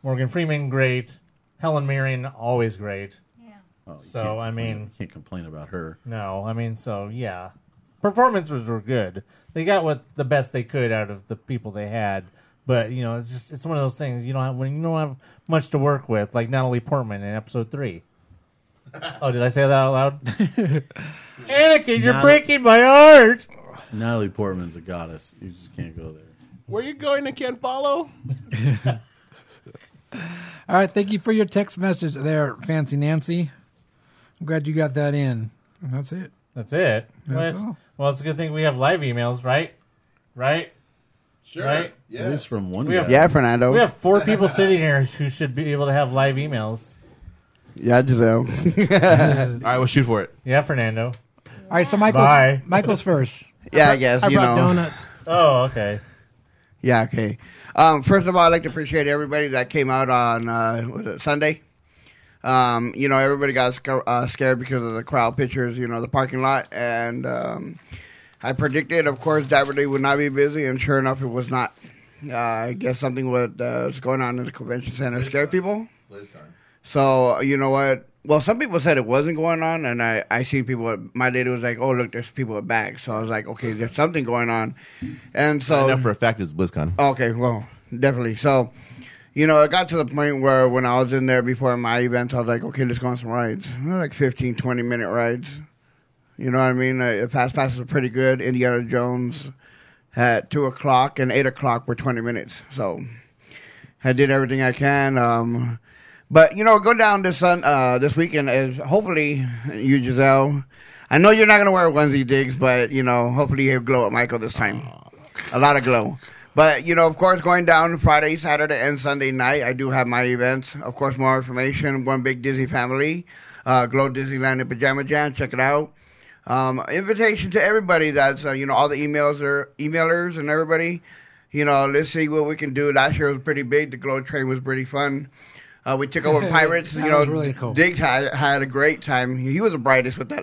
Morgan Freeman, great. Helen Mirren, always great. Yeah.
Oh, you can't
so I
complain-
mean,
you can't complain about her.
no, I mean, so yeah, performances were good. They got what the best they could out of the people they had. But you know, it's just it's one of those things. You don't have, when you don't have much to work with, like Natalie Portman in episode three. oh, did I say that out loud? Anakin, you're
Nat-
breaking my heart.
Natalie Portman's a goddess. You just can't go there.
Where you going? I can't follow.
All right, thank you for your text message there, Fancy Nancy. I'm glad you got that in. And That's it.
That's it.
That's
well, it's-
all.
well, it's a good thing we have live emails, right? Right. Sure. Right.
At least from one.
We have-
guy.
Yeah, Fernando.
We have four people sitting here who should be able to have live emails.
Yeah, Giselle.
All right, we'll shoot for it.
Yeah, Fernando.
All right, so Michael's
Bye.
Michael's first.
yeah, I guess, you know.
Oh, okay.
Yeah, okay. Um, first of all, I'd like to appreciate everybody that came out on uh, was it Sunday. Um, you know, everybody got sca- uh, scared because of the crowd pictures, you know, the parking lot. And um, I predicted, of course, Diver Day would not be busy, and sure enough, it was not. Uh, I guess something with, uh, was going on in the convention center scared people. So you know what? Well, some people said it wasn't going on, and I I seen people. My lady was like, "Oh, look, there's people with bags." So I was like, "Okay, there's something going on," and so
I know for a fact it's BlizzCon.
Okay, well, definitely. So, you know, it got to the point where when I was in there before my events, I was like, okay, let's go on some rides. And they're Like 15, 20 minute rides. You know what I mean? Uh, the fast passes were pretty good. Indiana Jones at 2 o'clock and 8 o'clock were 20 minutes. So, I did everything I can. Um, but you know, go down this sun uh, this weekend is hopefully you, Giselle. I know you're not gonna wear onesie digs, but you know, hopefully you have glow at Michael this time. A lot of glow. But you know, of course, going down Friday, Saturday, and Sunday night, I do have my events. Of course, more information. One big Disney family, uh, Glow Disneyland and Pajama Jam. Check it out. Um, invitation to everybody that's uh, you know all the emails are emailers and everybody you know, let's see what we can do. Last year was pretty big. The Glow Train was pretty fun. Uh, we took over pirates.
That
you know,
was really cool.
Dig had, had a great time. He was the brightest with that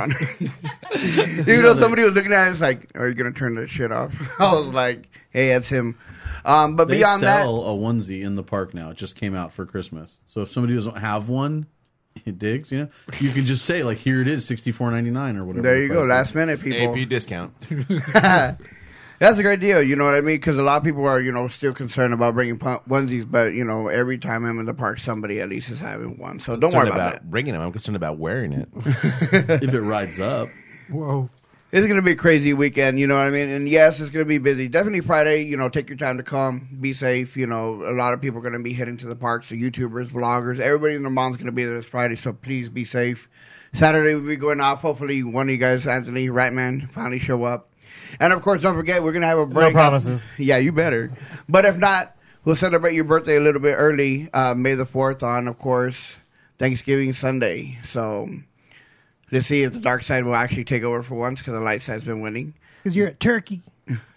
on. Even though somebody was looking at us like, "Are you gonna turn that shit off?" I was like, "Hey, that's him." Um, but
they
beyond that,
sell a onesie in the park now. It just came out for Christmas. So if somebody doesn't have one, it digs. You know, you can just say like, "Here it is, sixty four ninety nine or whatever.
There
the
you go,
price is.
last minute, people.
AP discount.
That's a great deal. You know what I mean? Because a lot of people are, you know, still concerned about bringing pon- onesies, but you know, every time I'm in the park, somebody at least is having one. So don't worry
Concerned
about, that.
bringing them. I'm concerned about wearing it.
if it rides up.
Whoa.
it's going to be a crazy weekend, you know what I mean? And yes, it's going to be busy. Definitely Friday, you know, take your time to come, be safe. You know, a lot of people are going to be heading to the parks, the YouTubers, vloggers, everybody in the mom's going to be there this Friday, so please be safe. Saturday, we'll be going off. Hopefully, one of you guys, Anthony, Ratman, finally show up. And of course, don't forget, we're going to have a break.
promises.
Yeah, you better. But if not, we'll celebrate your birthday a little bit early, uh, May the 4th on, of course, Thanksgiving Sunday. So let's see if the dark side will actually take over for once because the light side's been winning.
Because you're a turkey.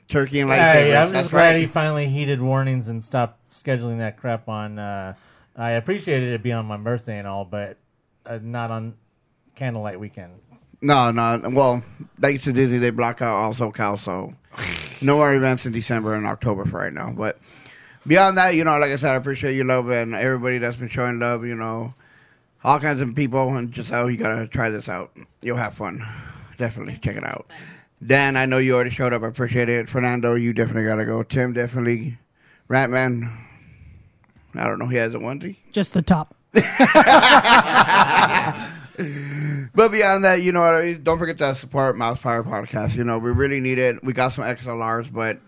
Turkey and light
Hey,
sabers,
I'm
that's
just glad
right.
he finally heeded warnings and stopped scheduling that crap on. Uh, I appreciated it being on my birthday and all, but uh, not on candlelight weekend.
No, no. Well, thanks to Disney, they block out all SoCal, so no more events in December and October for right now. But beyond that, you know, like I said, I appreciate your love and everybody that's been showing love, you know, all kinds of people. And just, oh, you got to try this out. You'll have fun. Definitely check it out. Dan, I know you already showed up. I appreciate it. Fernando, you definitely got to go. Tim, definitely. Ratman, I don't know. He has a onesie.
Just the top.
But beyond that, you know, what I mean? don't forget to support Mouse Power Podcast. You know, we really need it. We got some XLRs, but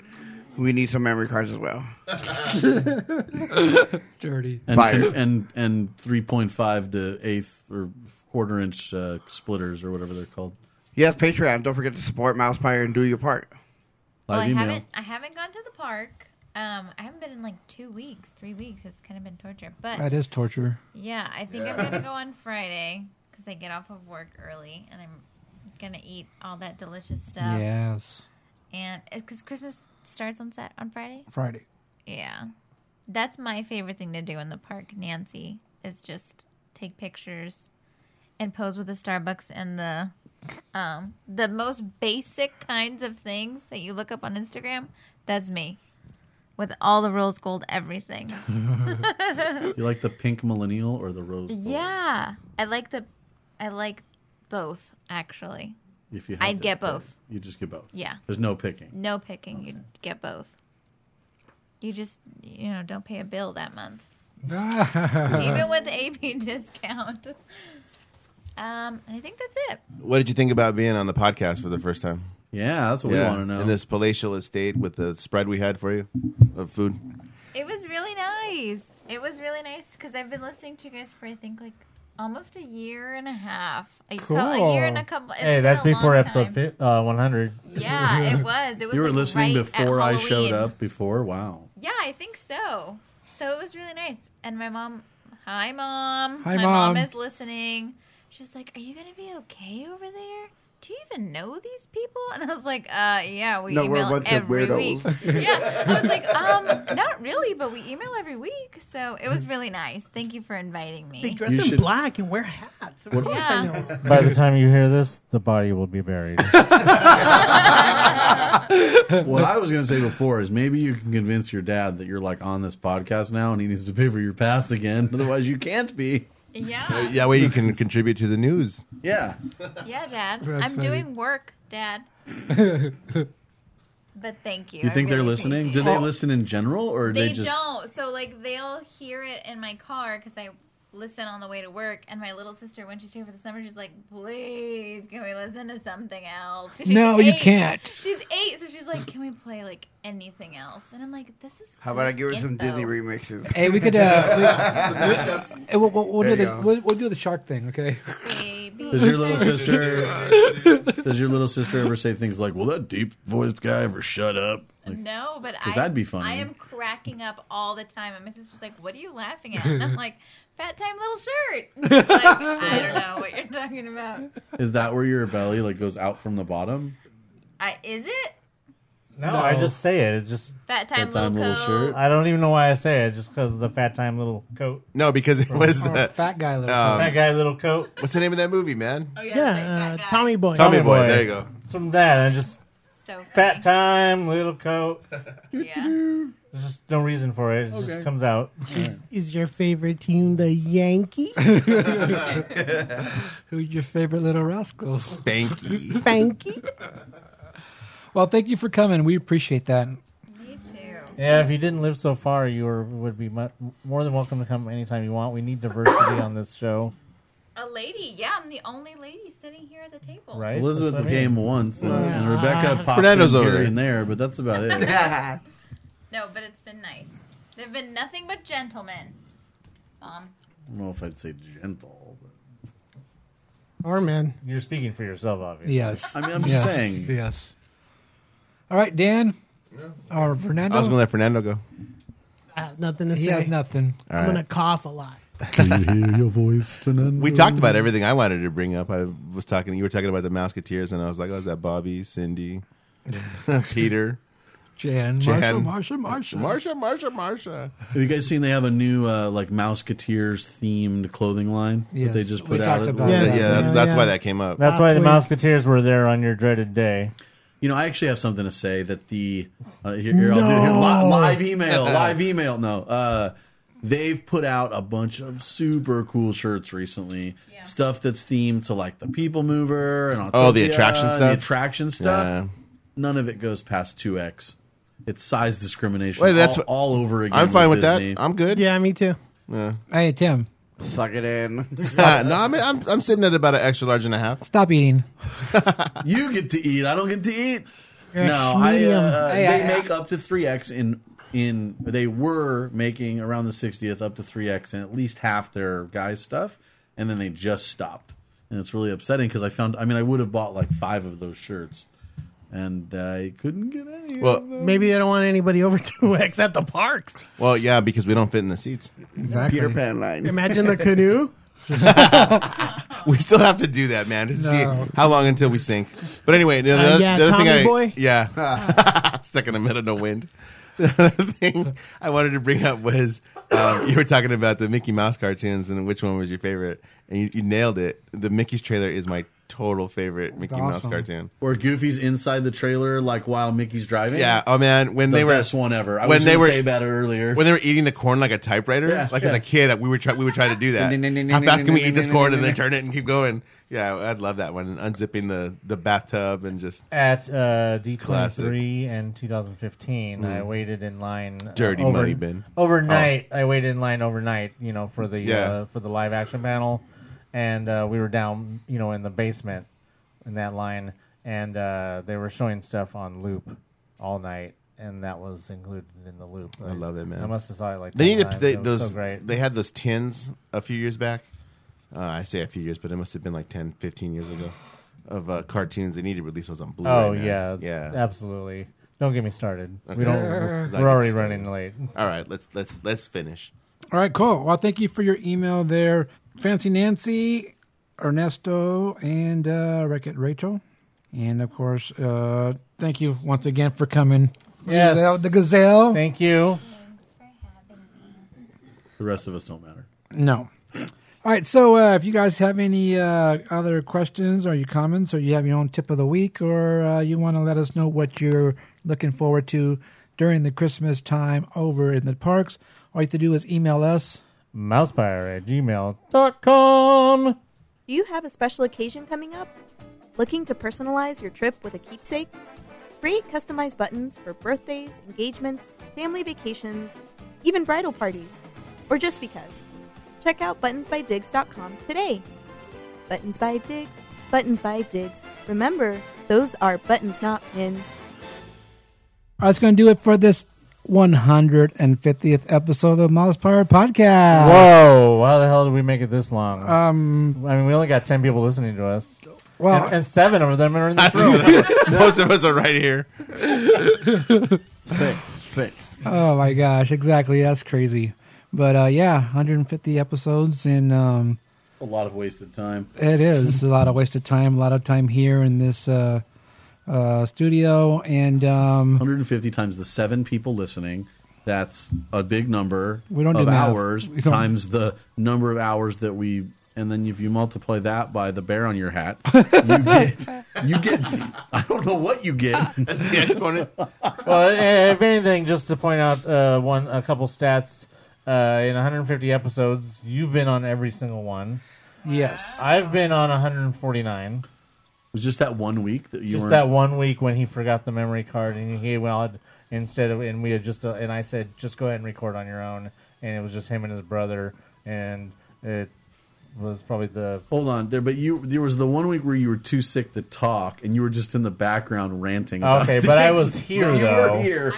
we need some memory cards as well.
Dirty.
and
Fire.
and and, and three point five to eighth or quarter inch uh, splitters or whatever they're called.
Yes, Patreon. Don't forget to support Mouse Power and do your part.
Well, I haven't. I haven't gone to the park. Um, I haven't been in like two weeks, three weeks. It's kind of been torture. But
That is torture.
Yeah, I think I'm gonna go on Friday because I get off of work early and I'm gonna eat all that delicious stuff.
Yes.
And because Christmas starts on Sat on Friday.
Friday.
Yeah, that's my favorite thing to do in the park. Nancy is just take pictures and pose with the Starbucks and the um the most basic kinds of things that you look up on Instagram. That's me. With all the rose gold everything.
You like the pink millennial or the rose?
Yeah, I like the, I like both actually.
If you, had
I'd
to
get
pick.
both.
You just get both.
Yeah.
There's no picking.
No picking. You'd get both. You just you know don't pay a bill that month, even with the AP discount. Um, I think that's it.
What did you think about being on the podcast for the first time?
Yeah, that's what we wanna know.
In this palatial estate with the spread we had for you of food.
It was really nice. It was really nice because I've been listening to you guys for I think like almost a year and a half. I felt a year and a couple. it's
hey, that's
been a
before
long
episode
time.
fi- uh, 100.
Yeah, it was. It was.
you were
like,
listening
right at
before I showed
Halloween.
up. Before, wow.
Yeah, I think so. So it was really nice. And my mom, hi mom.
Hi,
my
Mom.
is listening. She was like, "Are you gonna be okay over there? Do you even know these people?" And I was like, "Uh, yeah, we
No, we're a
email
bunch of
every
weirdos."
week." yeah, I was like, "Um, not really, but we email every week." So it was really nice. Thank you for inviting me.
They dress in black and wear hats. Of
What-
course I know.
By the time you hear this, the body will be buried.
what I was going to say before is maybe you can convince your dad that you're like on this podcast now and he needs to pay for your pass again. Otherwise, you can't be.
Yeah,
That way you can contribute to the news.
Yeah.
yeah, Dad.
That's
I'm
funny.
doing work, Dad. But thank you.
You
I
think they're
really
listening?
appreciate
Do
it.
they listen in general or do
they,
they, just
don't so like they'll hear it in my car because i listen on the way to work and my little sister when she's here for the summer she's like please can we listen to something else 'Cause she's
No, you
eight.
can't.
she's eight so she's like can we play like anything else and i'm like this is
How about I give her some
info.
Disney remixes?
Hey, we could. Uh, we, hey, we'll, we'll, we'll
There
do
you
the
go.
we'll, we'll do the shark thing. Okay.
Does your little sister Does your little sister ever say things like, "Will that deep-voiced guy ever shut up?" Like,
no but
'Cause
I,
that'd be funny.
i am cracking up all the time and my sister's like what are you laughing at and i'm like fat time little shirt And she's like i don't know what you're talking about
is that where your belly like goes out from the bottom?
I, is it
No, I just say it. It's just
Fat time Fat time little little coat. shirt.
I don't even know why I say it, just because of the fat time little coat.
No, because it was
Or
the um,
fat guy
little
Uh,
coat. Fat guy little coat.
What's the name of that movie, man?
Oh,
yeah, uh, Tommy Boy.
Tommy Boy, there you go.
It's from that. I just
so
fat time little coat.
Yeah.
There's just no reason for it. It
Okay.
just comes out.
Is your favorite team the Yankee?
Who's your favorite little rascals?
Spanky.
Spanky.
Well, thank you for coming. We appreciate that.
Yeah, if you didn't live so far, you were, would be mu- more than welcome to come anytime you want. We need diversity on this show.
a lady. Yeah, I'm the only lady sitting here at the table.
Right? Elizabeth came once, and, and Rebecca popped
Fernando's
in
over
here
there.
and there, but that's about it.
No, but it's been nice. They've been nothing but gentlemen. Mom.
I don't know if I'd say gentle.
Or man.
You're speaking for yourself, obviously.
Yes.
I mean, I'm just
Yes.
saying.
Yes. All right, Dan. Or Fernando.
I was going to let Fernando go.
I have nothing to
He
say.
has nothing.
All
I'm
right.
gonna cough a lot.
hear your voice, Fernando? We talked about everything I wanted to bring up. I was talking. You were talking about the Mouseketeers, and I was like, "Oh, is that Bobby, Cindy, Peter,
Jan,
Jan,
Marsha, Marsha,
Marsha, Marsha, Marsha?"
Have you guys seen they have a new uh, like Mouseketeers themed clothing line that they
Yes.
just
We
put
talked
out?
about
Yeah, that. yeah, that's- that's why that came up.
That's why the
Mouseketeers.
Mouseketeers were there on your dreaded day.
You know, I actually have something to say that the uh, here, here, I'll do, here, li- live email, live email. No, uh, they've put out a bunch of super cool shirts recently. Stuff that's themed to like the People Mover and
Oh, the
Autopia
attraction
and
stuff?
The attraction stuff.
Yeah.
None of it goes past two X. It's size discrimination.
Wait, that's
all, all over again.
I'm fine with,
Disney.
that. I'm good.
Yeah, me too.
Yeah.
Hey, Tim.
Suck it in.
Uh, no, I'm, I'm I'm sitting at about an extra large and a half.
Stop eating.
You get to eat. I don't get to eat.
You're a
no, I, uh,
schmedium.
uh,
Hey,
they
I-
make up to three X in in they were making around the 60th up to three X in at least half their guys stuff, and then they just stopped, and it's really upsetting because I found. I mean, I would have bought like five of those shirts, and I couldn't get any. of
Well-
them.
Maybe they don't want anybody over two X at the parks.
Well, yeah, because we don't fit in the seats.
Exactly.
Peter Pan line.
Imagine the canoe.
We still have to do that, man, to
No.
see how long until we sink. But anyway, the,
Uh,
other-
yeah,
the other thing
Tommy
I
boy?
yeah stuck in the middle of no wind. The other thing I wanted to bring up was um, you were talking about the Mickey Mouse cartoons and which one was your favorite, and you, you nailed it. The Mickey's trailer is my total favorite Mickey Mouse
awesome.
cartoon.
Or Goofy's inside the trailer, like while Mickey's driving.
Yeah, oh man, when
the
they were
best one ever. I
when
was
they
gonna
were-
say about it earlier.
when they were eating the corn like a typewriter,
Yeah,
like as
yeah.
a kid, we were try- we would try to do that. How fast can we eat this corn and then turn it and keep going? Yeah, I'd love that one. And unzipping the the bathtub and just
At uh, D23
Classic. Mm.
and 2015, I waited in line. uh,
Dirty money bin.
Overnight, I waited in line overnight, you know, for the
Yeah.
uh, for the live action panel, and uh, we were down, you know, in the basement in that line, and uh, they were showing stuff on loop all night, and that was included in the loop. I
love it, man.
I must have saw it like
They
10
needed
times.
they,
It was
those.
so great.
They had those tins a few years back. Uh, I say a few years, but it must have been like 10, 15 years ago of uh, cartoons. They need to release those on Blu-ray.
oh
man.
yeah,
yeah.
absolutely. Don't get me started.
Okay.
We don't.
Because I
We're already
get started.
running late.
All right, let's let's let's finish.
All right, cool. Well, thank you for your email there, Fancy Nancy, Ernesto, and uh, Wreck It Rachel. And of course, uh, thank you once again for coming.
Yes.
Gazelle, the gazelle.
Thank you.
the rest of us don't matter.
No. All right. So, uh, if you guys have any uh, other questions or your comments, or you have your own tip of the week, or uh, you want to let us know what you're looking forward to during the Christmas time over in the parks, all you have to do is email us.
mousepire at gmail.com.
Do you have a special occasion coming up? Looking to personalize your trip with a keepsake? Create customized buttons for birthdays, engagements, family vacations, even bridal parties, or just because. Check out buttonsbydigs.com today. Buttons by Digs, buttons by Digs. Remember, those are buttons, not pins.
All right, that's going to do it for this 150th episode of Mouse Power Podcast.
Whoa, how the hell did we make it this long?
Um,
I mean, we only got 10 people listening to us.
well,
And, and seven of them are in this room.
Most of us are right here.
Six. Six.
Oh my gosh, exactly. That's crazy. But uh, yeah, 150 episodes, and um,
A lot of wasted time.
it is a lot of wasted time. A lot of time here in this uh, uh, studio, and um,
150 times the seven people listening. That's a big number
We don't
of
do math.
hours
We don't-
times the number of hours that we. And then if you multiply that by the bear on your hat, you get, you get I don't know what you get.
That's the exponent.
well, eh, if anything, just to point out uh, one, a couple stats. Uh, in 150 episodes, you've been on every single one.
yes,
I've been on 149.
It was just that one week that you
Just
were
that one week when he forgot the memory card and he well had- instead of and we had just uh, and I said just go ahead and record on your own and it was just him and his brother and it was probably the
Hold on there, but you there was the one week where you were too sick to talk, and you were just in the background ranting. About
Oh, Okay, but I
things.
was here,
But you
though.
were here.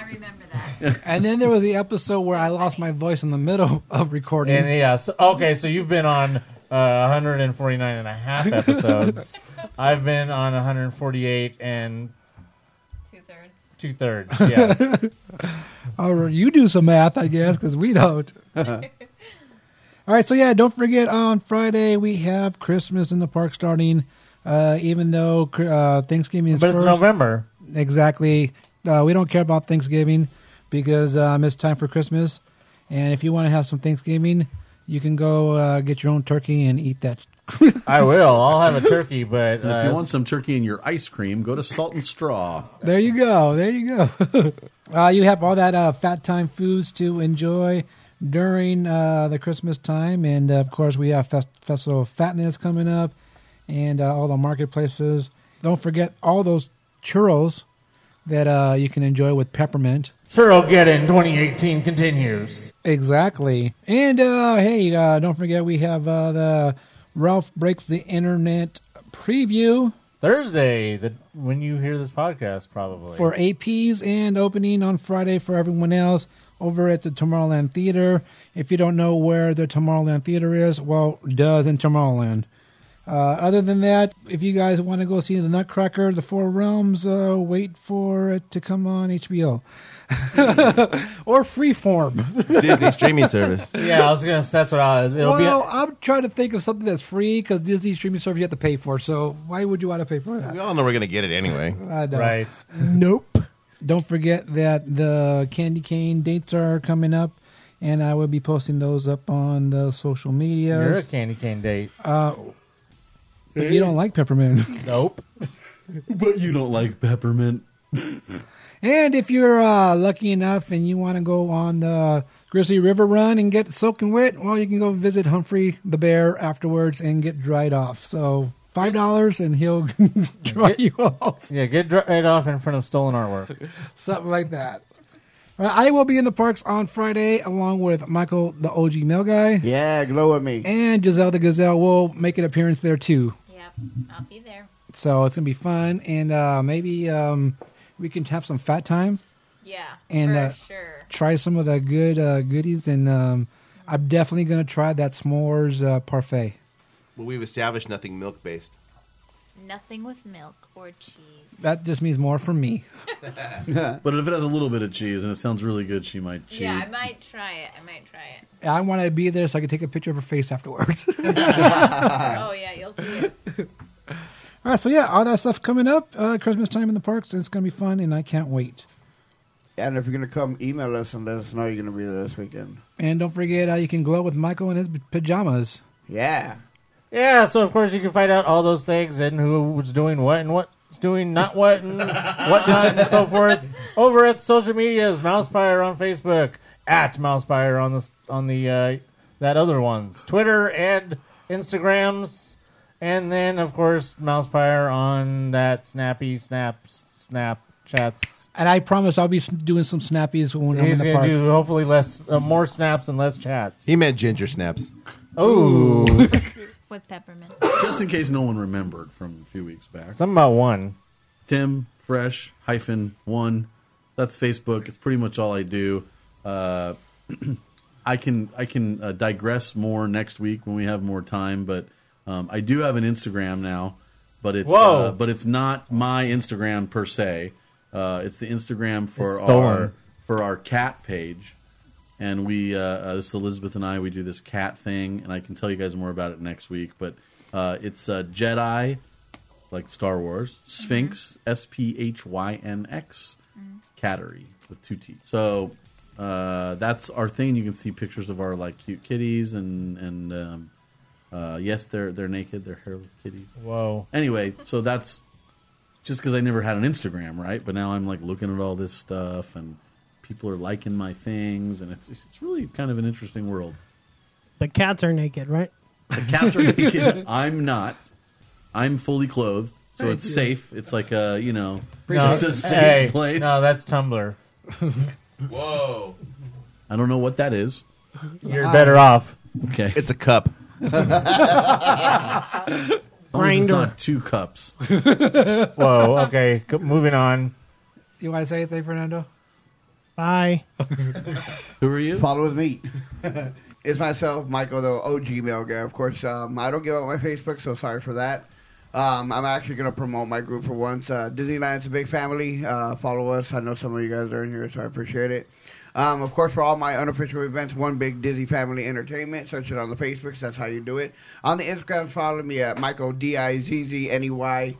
and then there was the episode where I lost my voice in the middle of recording.
And yeah, so, okay, so you've been on uh, 149 and a half episodes. I've been on 148 and two thirds. Two thirds, yes.
Or Oh, you do some math, I guess, because we don't. All right, so yeah, don't forget on Friday we have Christmas in the park starting. Uh, even though uh, Thanksgiving is
But it's
first.
November.
exactly. Uh, we don't care about Thanksgiving because um, it's time for Christmas, and if you want to have some Thanksgiving, you can go uh, get your own turkey and eat that.
I will. I'll have a turkey, but uh,
And if you want some turkey in your ice cream, go to Salt and Straw.
There you go. There you go. uh, you have all that uh, fat time foods to enjoy during uh, the Christmas time, and uh, of course we have Fest- Festival of Fatness coming up, and uh, all the marketplaces. Don't forget all those churros that uh, you can enjoy with peppermint.
Churro Get In 2018 continues.
Exactly. And uh, hey, uh, don't forget we have uh, the Ralph breaks the internet preview
Thursday, the, when you hear this podcast, probably.
for APs and opening on Friday for everyone else over at the Tomorrowland Theater. If you don't know where the Tomorrowland Theater is, well, does in Tomorrowland. Uh, other than that, if you guys want to go see the Nutcracker, the Four Realms, uh, wait for it to come on HBO or Freeform,
Disney streaming service.
Yeah, I was going to. That's what I. It'll
well,
be.
I'm trying to think of something that's free because Disney streaming service you have to pay for. So why would you want to pay for that?
We all know we're going to get it anyway.
I know.
Right.
Nope. Don't forget that the candy cane dates are coming up, and I will be posting those up on the social
You're a
media.
candy cane date.
Uh, if you don't like peppermint,
Nope.
but you don't like peppermint.
and if you're uh, lucky enough and you want to go on the Grizzly River Run and get soaking wet, well, you can go visit Humphrey the Bear afterwards and get dried off. So five dollars, and he'll dry you off.
Yeah, get dr- it off in front of stolen artwork.
something like that. Uh, I will be in the parks on Friday along with Michael, the OG mail guy.
Yeah, glow at me.
And Giselle the Gazelle will make an appearance there too.
Yep, I'll be there.
So it's going to be fun. And uh, maybe um, we can have some fat time
Yeah,
and
for
uh,
sure.
try some of the good uh, goodies. And um, I'm definitely going to try that s'mores uh, parfait.
Well, we've established nothing milk based.
Nothing with milk or cheese.
That just means more for me.
But if it has a little bit of cheese and it sounds really good, she might cheat.
Yeah, I might try it. I might try it.
I want to be there so I can take a picture of her face afterwards.
oh yeah, you'll see it.
All right, so yeah, all that stuff coming up. Uh, Christmas time in the parks. It's going to be fun, and I can't wait.
And if you're gonna come, email us and let us know you're gonna be there this weekend.
And don't forget, uh, you can glow with Michael in his pajamas.
Yeah.
Yeah, so of course you can find out all those things and who's doing what and what's doing not what and whatnot and so forth over at social medias. Mousepire on Facebook at Mousepire on the on the uh, that other ones Twitter and Instagrams, and then of course Mousepire on that Snappy Snaps Snapchats.
And I promise I'll be s- doing some snappies when I'm in
He's
the
gonna
park.
do hopefully less uh, more snaps and less chats.
He meant ginger snaps.
Oh,
With peppermint.
Just in case no one remembered from a few weeks back.
something about one.
Tim Fresh hyphen one. That's Facebook. It's pretty much all I do. Uh, I can I can uh, digress more next week when we have more time, but um, I do have an Instagram now, but it's
Whoa.
uh, but it's not my Instagram per se. Uh, it's the Instagram for
It's stolen.
our for our cat page, and we uh, uh, this is Elizabeth and I we do this cat thing, and I can tell you guys more about it next week. But uh, it's uh, Jedi, like Star Wars, Sphinx, S P H Y N X, Cattery with two T. So uh, that's our thing. You can see pictures of our like cute kitties and and um, uh, yes, they're they're naked, they're hairless kitties.
Whoa.
Anyway, so that's just because I never had an Instagram, right? But now I'm like looking at all this stuff, and people are liking my things, and it's it's really kind of an interesting world.
The cats are naked, right?
The cats are naked. I'm not. I'm fully clothed, so it's safe. It's like a you know, it's a safe
hey,
place.
No, that's Tumblr.
Whoa! I don't know what that is.
You're better off.
Okay,
It's a cup.
Grinder.
Grinder.
not two cups.
Whoa. Okay. c- Moving on.
You want to say anything, Fernando?
Bye.
Who are you?
Follow with me. it's myself, Michael, the OG mail guy. Of course, um, I don't give out my Facebook, so sorry for that. Um, I'm actually going to promote my group for once. Uh, Disneyland's a big family. Uh, follow us. I know some of you guys are in here, so I appreciate it. Um, of course, for all my unofficial events, one big Disney family entertainment. Search it on the Facebooks. That's how you do it. On the Instagram, follow me at Michael D I Z Z N E Y.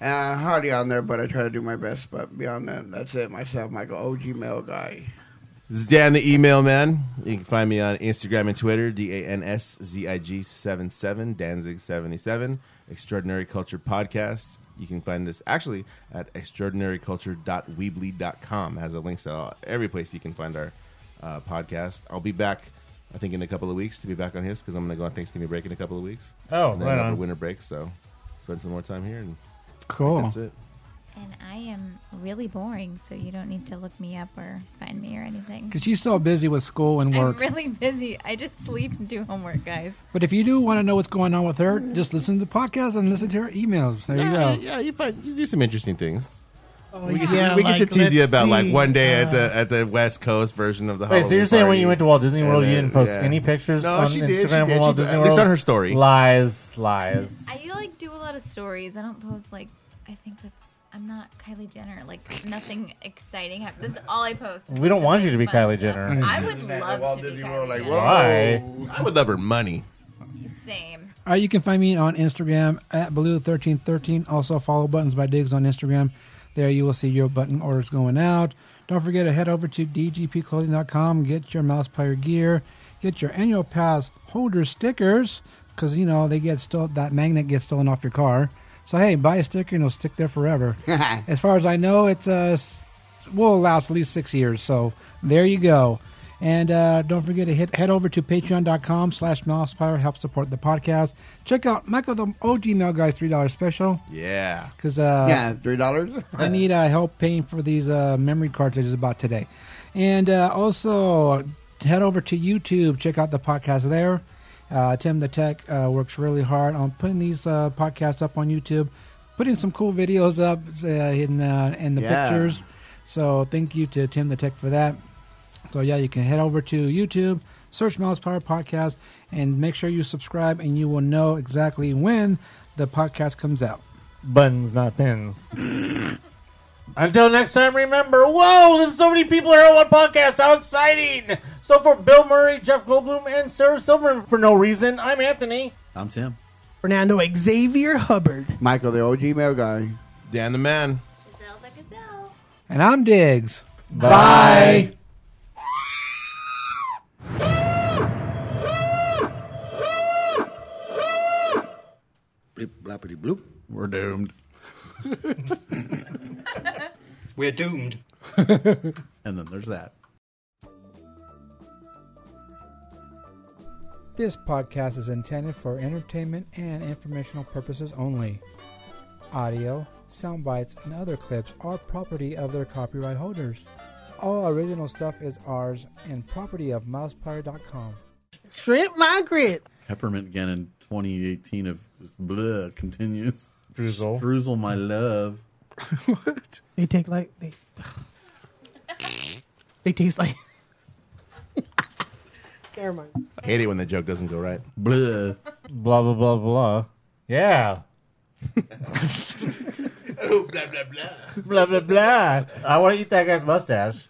Uh, hardly on there, but I try to do my best. But beyond that, that's it. Myself, Michael, OG mail guy.
This is Dan the Email Man. You can find me on Instagram and Twitter, D A N S Z I G 77, Danzig77, Extraordinary Culture Podcast. You can find us actually at extraordinaryculture.weebly.com. It has a link to all- every place you can find our uh, podcast. I'll be back, I think, in a couple of weeks to be back on his because I'm going to go on Thanksgiving break in a couple of weeks.
Oh,
and then
right
we'll have a
on.
winter break. So spend some more time here. And I think
Cool.
That's it.
And I am really boring, so you don't need to look me up or find me or anything.
Because she's so busy with school and
I'm
work.
really busy. I just sleep and do homework, guys.
But if you do want to know what's going on with her, just listen to the podcast and listen to her emails. There
Yeah,
you go.
yeah, you find you do some interesting things. we get,
yeah,
to, we get
like,
to tease you
let's
about like
see,
one
uh,
day at the at the West Coast version of the.
Wait, so you're
Halloween
saying when
party.
you went to Walt Disney
And
World, you
then-
didn't post
yeah.
any pictures
No,
on
she
Instagram
did. She
from
did.
Walt
She-
Disney
at
World?
least on her story.
Lies, lies.
I like do a lot of stories. I don't post like I think that's I'm not Kylie Jenner. Like nothing exciting happens. That's all I post.
We don't want you to be Kylie Jenner.
I would love to be Kylie Jenner.
Why?
I would love her money.
Same.
All right, you can find me on Instagram at Blue1313. Also, follow Buttons by Diggs on Instagram. There you will see your button orders going out. Don't forget to head over to dgpclothing.com, get your mouse player gear, get your annual pass holder stickers, because, you know, they get stole that magnet gets stolen off your car. So, hey, buy a sticker and it'll stick there forever. as far as I know, it's uh, s- will last at least six years. So there you go. And uh, don't forget to hit, head over to patreon.com slash mousepower. Help support the podcast. Check out Michael the OG Mail Guy's $3 special.
Yeah.
Because uh,
yeah, three dollars.
I need uh, help paying for these uh, memory cards I just bought today. And uh, also, head over to YouTube, check out the podcast there. Uh, Tim the Tech uh, works really hard on putting these uh, podcasts up on YouTube, putting some cool videos up uh, in, uh, in the
Yeah.
pictures. So, thank you to Tim the Tech for that. So, yeah, you can head over to YouTube, search Mouse Power Podcast, and make sure you subscribe, and you will know exactly when the podcast comes out.
Buttons, not pins. Until next time, remember, whoa, there's so many people here on one podcast. How exciting! So for Bill Murray, Jeff Goldblum, and Sarah Silverman for no reason, I'm Anthony.
I'm Tim.
Fernando Xavier Hubbard.
Michael, the OG mail guy.
Dan the man.
And I'm Diggs.
Bye.
Blip, blappity bloop.
We're doomed.
We're doomed.
and then there's that.
This podcast is intended for entertainment and informational purposes only. Audio, sound bites, and other clips are property of their copyright holders. All original stuff is ours and property of mousepower.com.
Shrimp Margaret.
Peppermint Gannon 2018 of blah continues.
Drizzle.
Drizzle, my love.
They take like they. They taste like. Never mind.
I hate it when the joke doesn't go right.
Blah.
Blah blah blah blah. Yeah.
Oh, blah, blah, blah.
Blah blah blah. I want to eat that guy's mustache.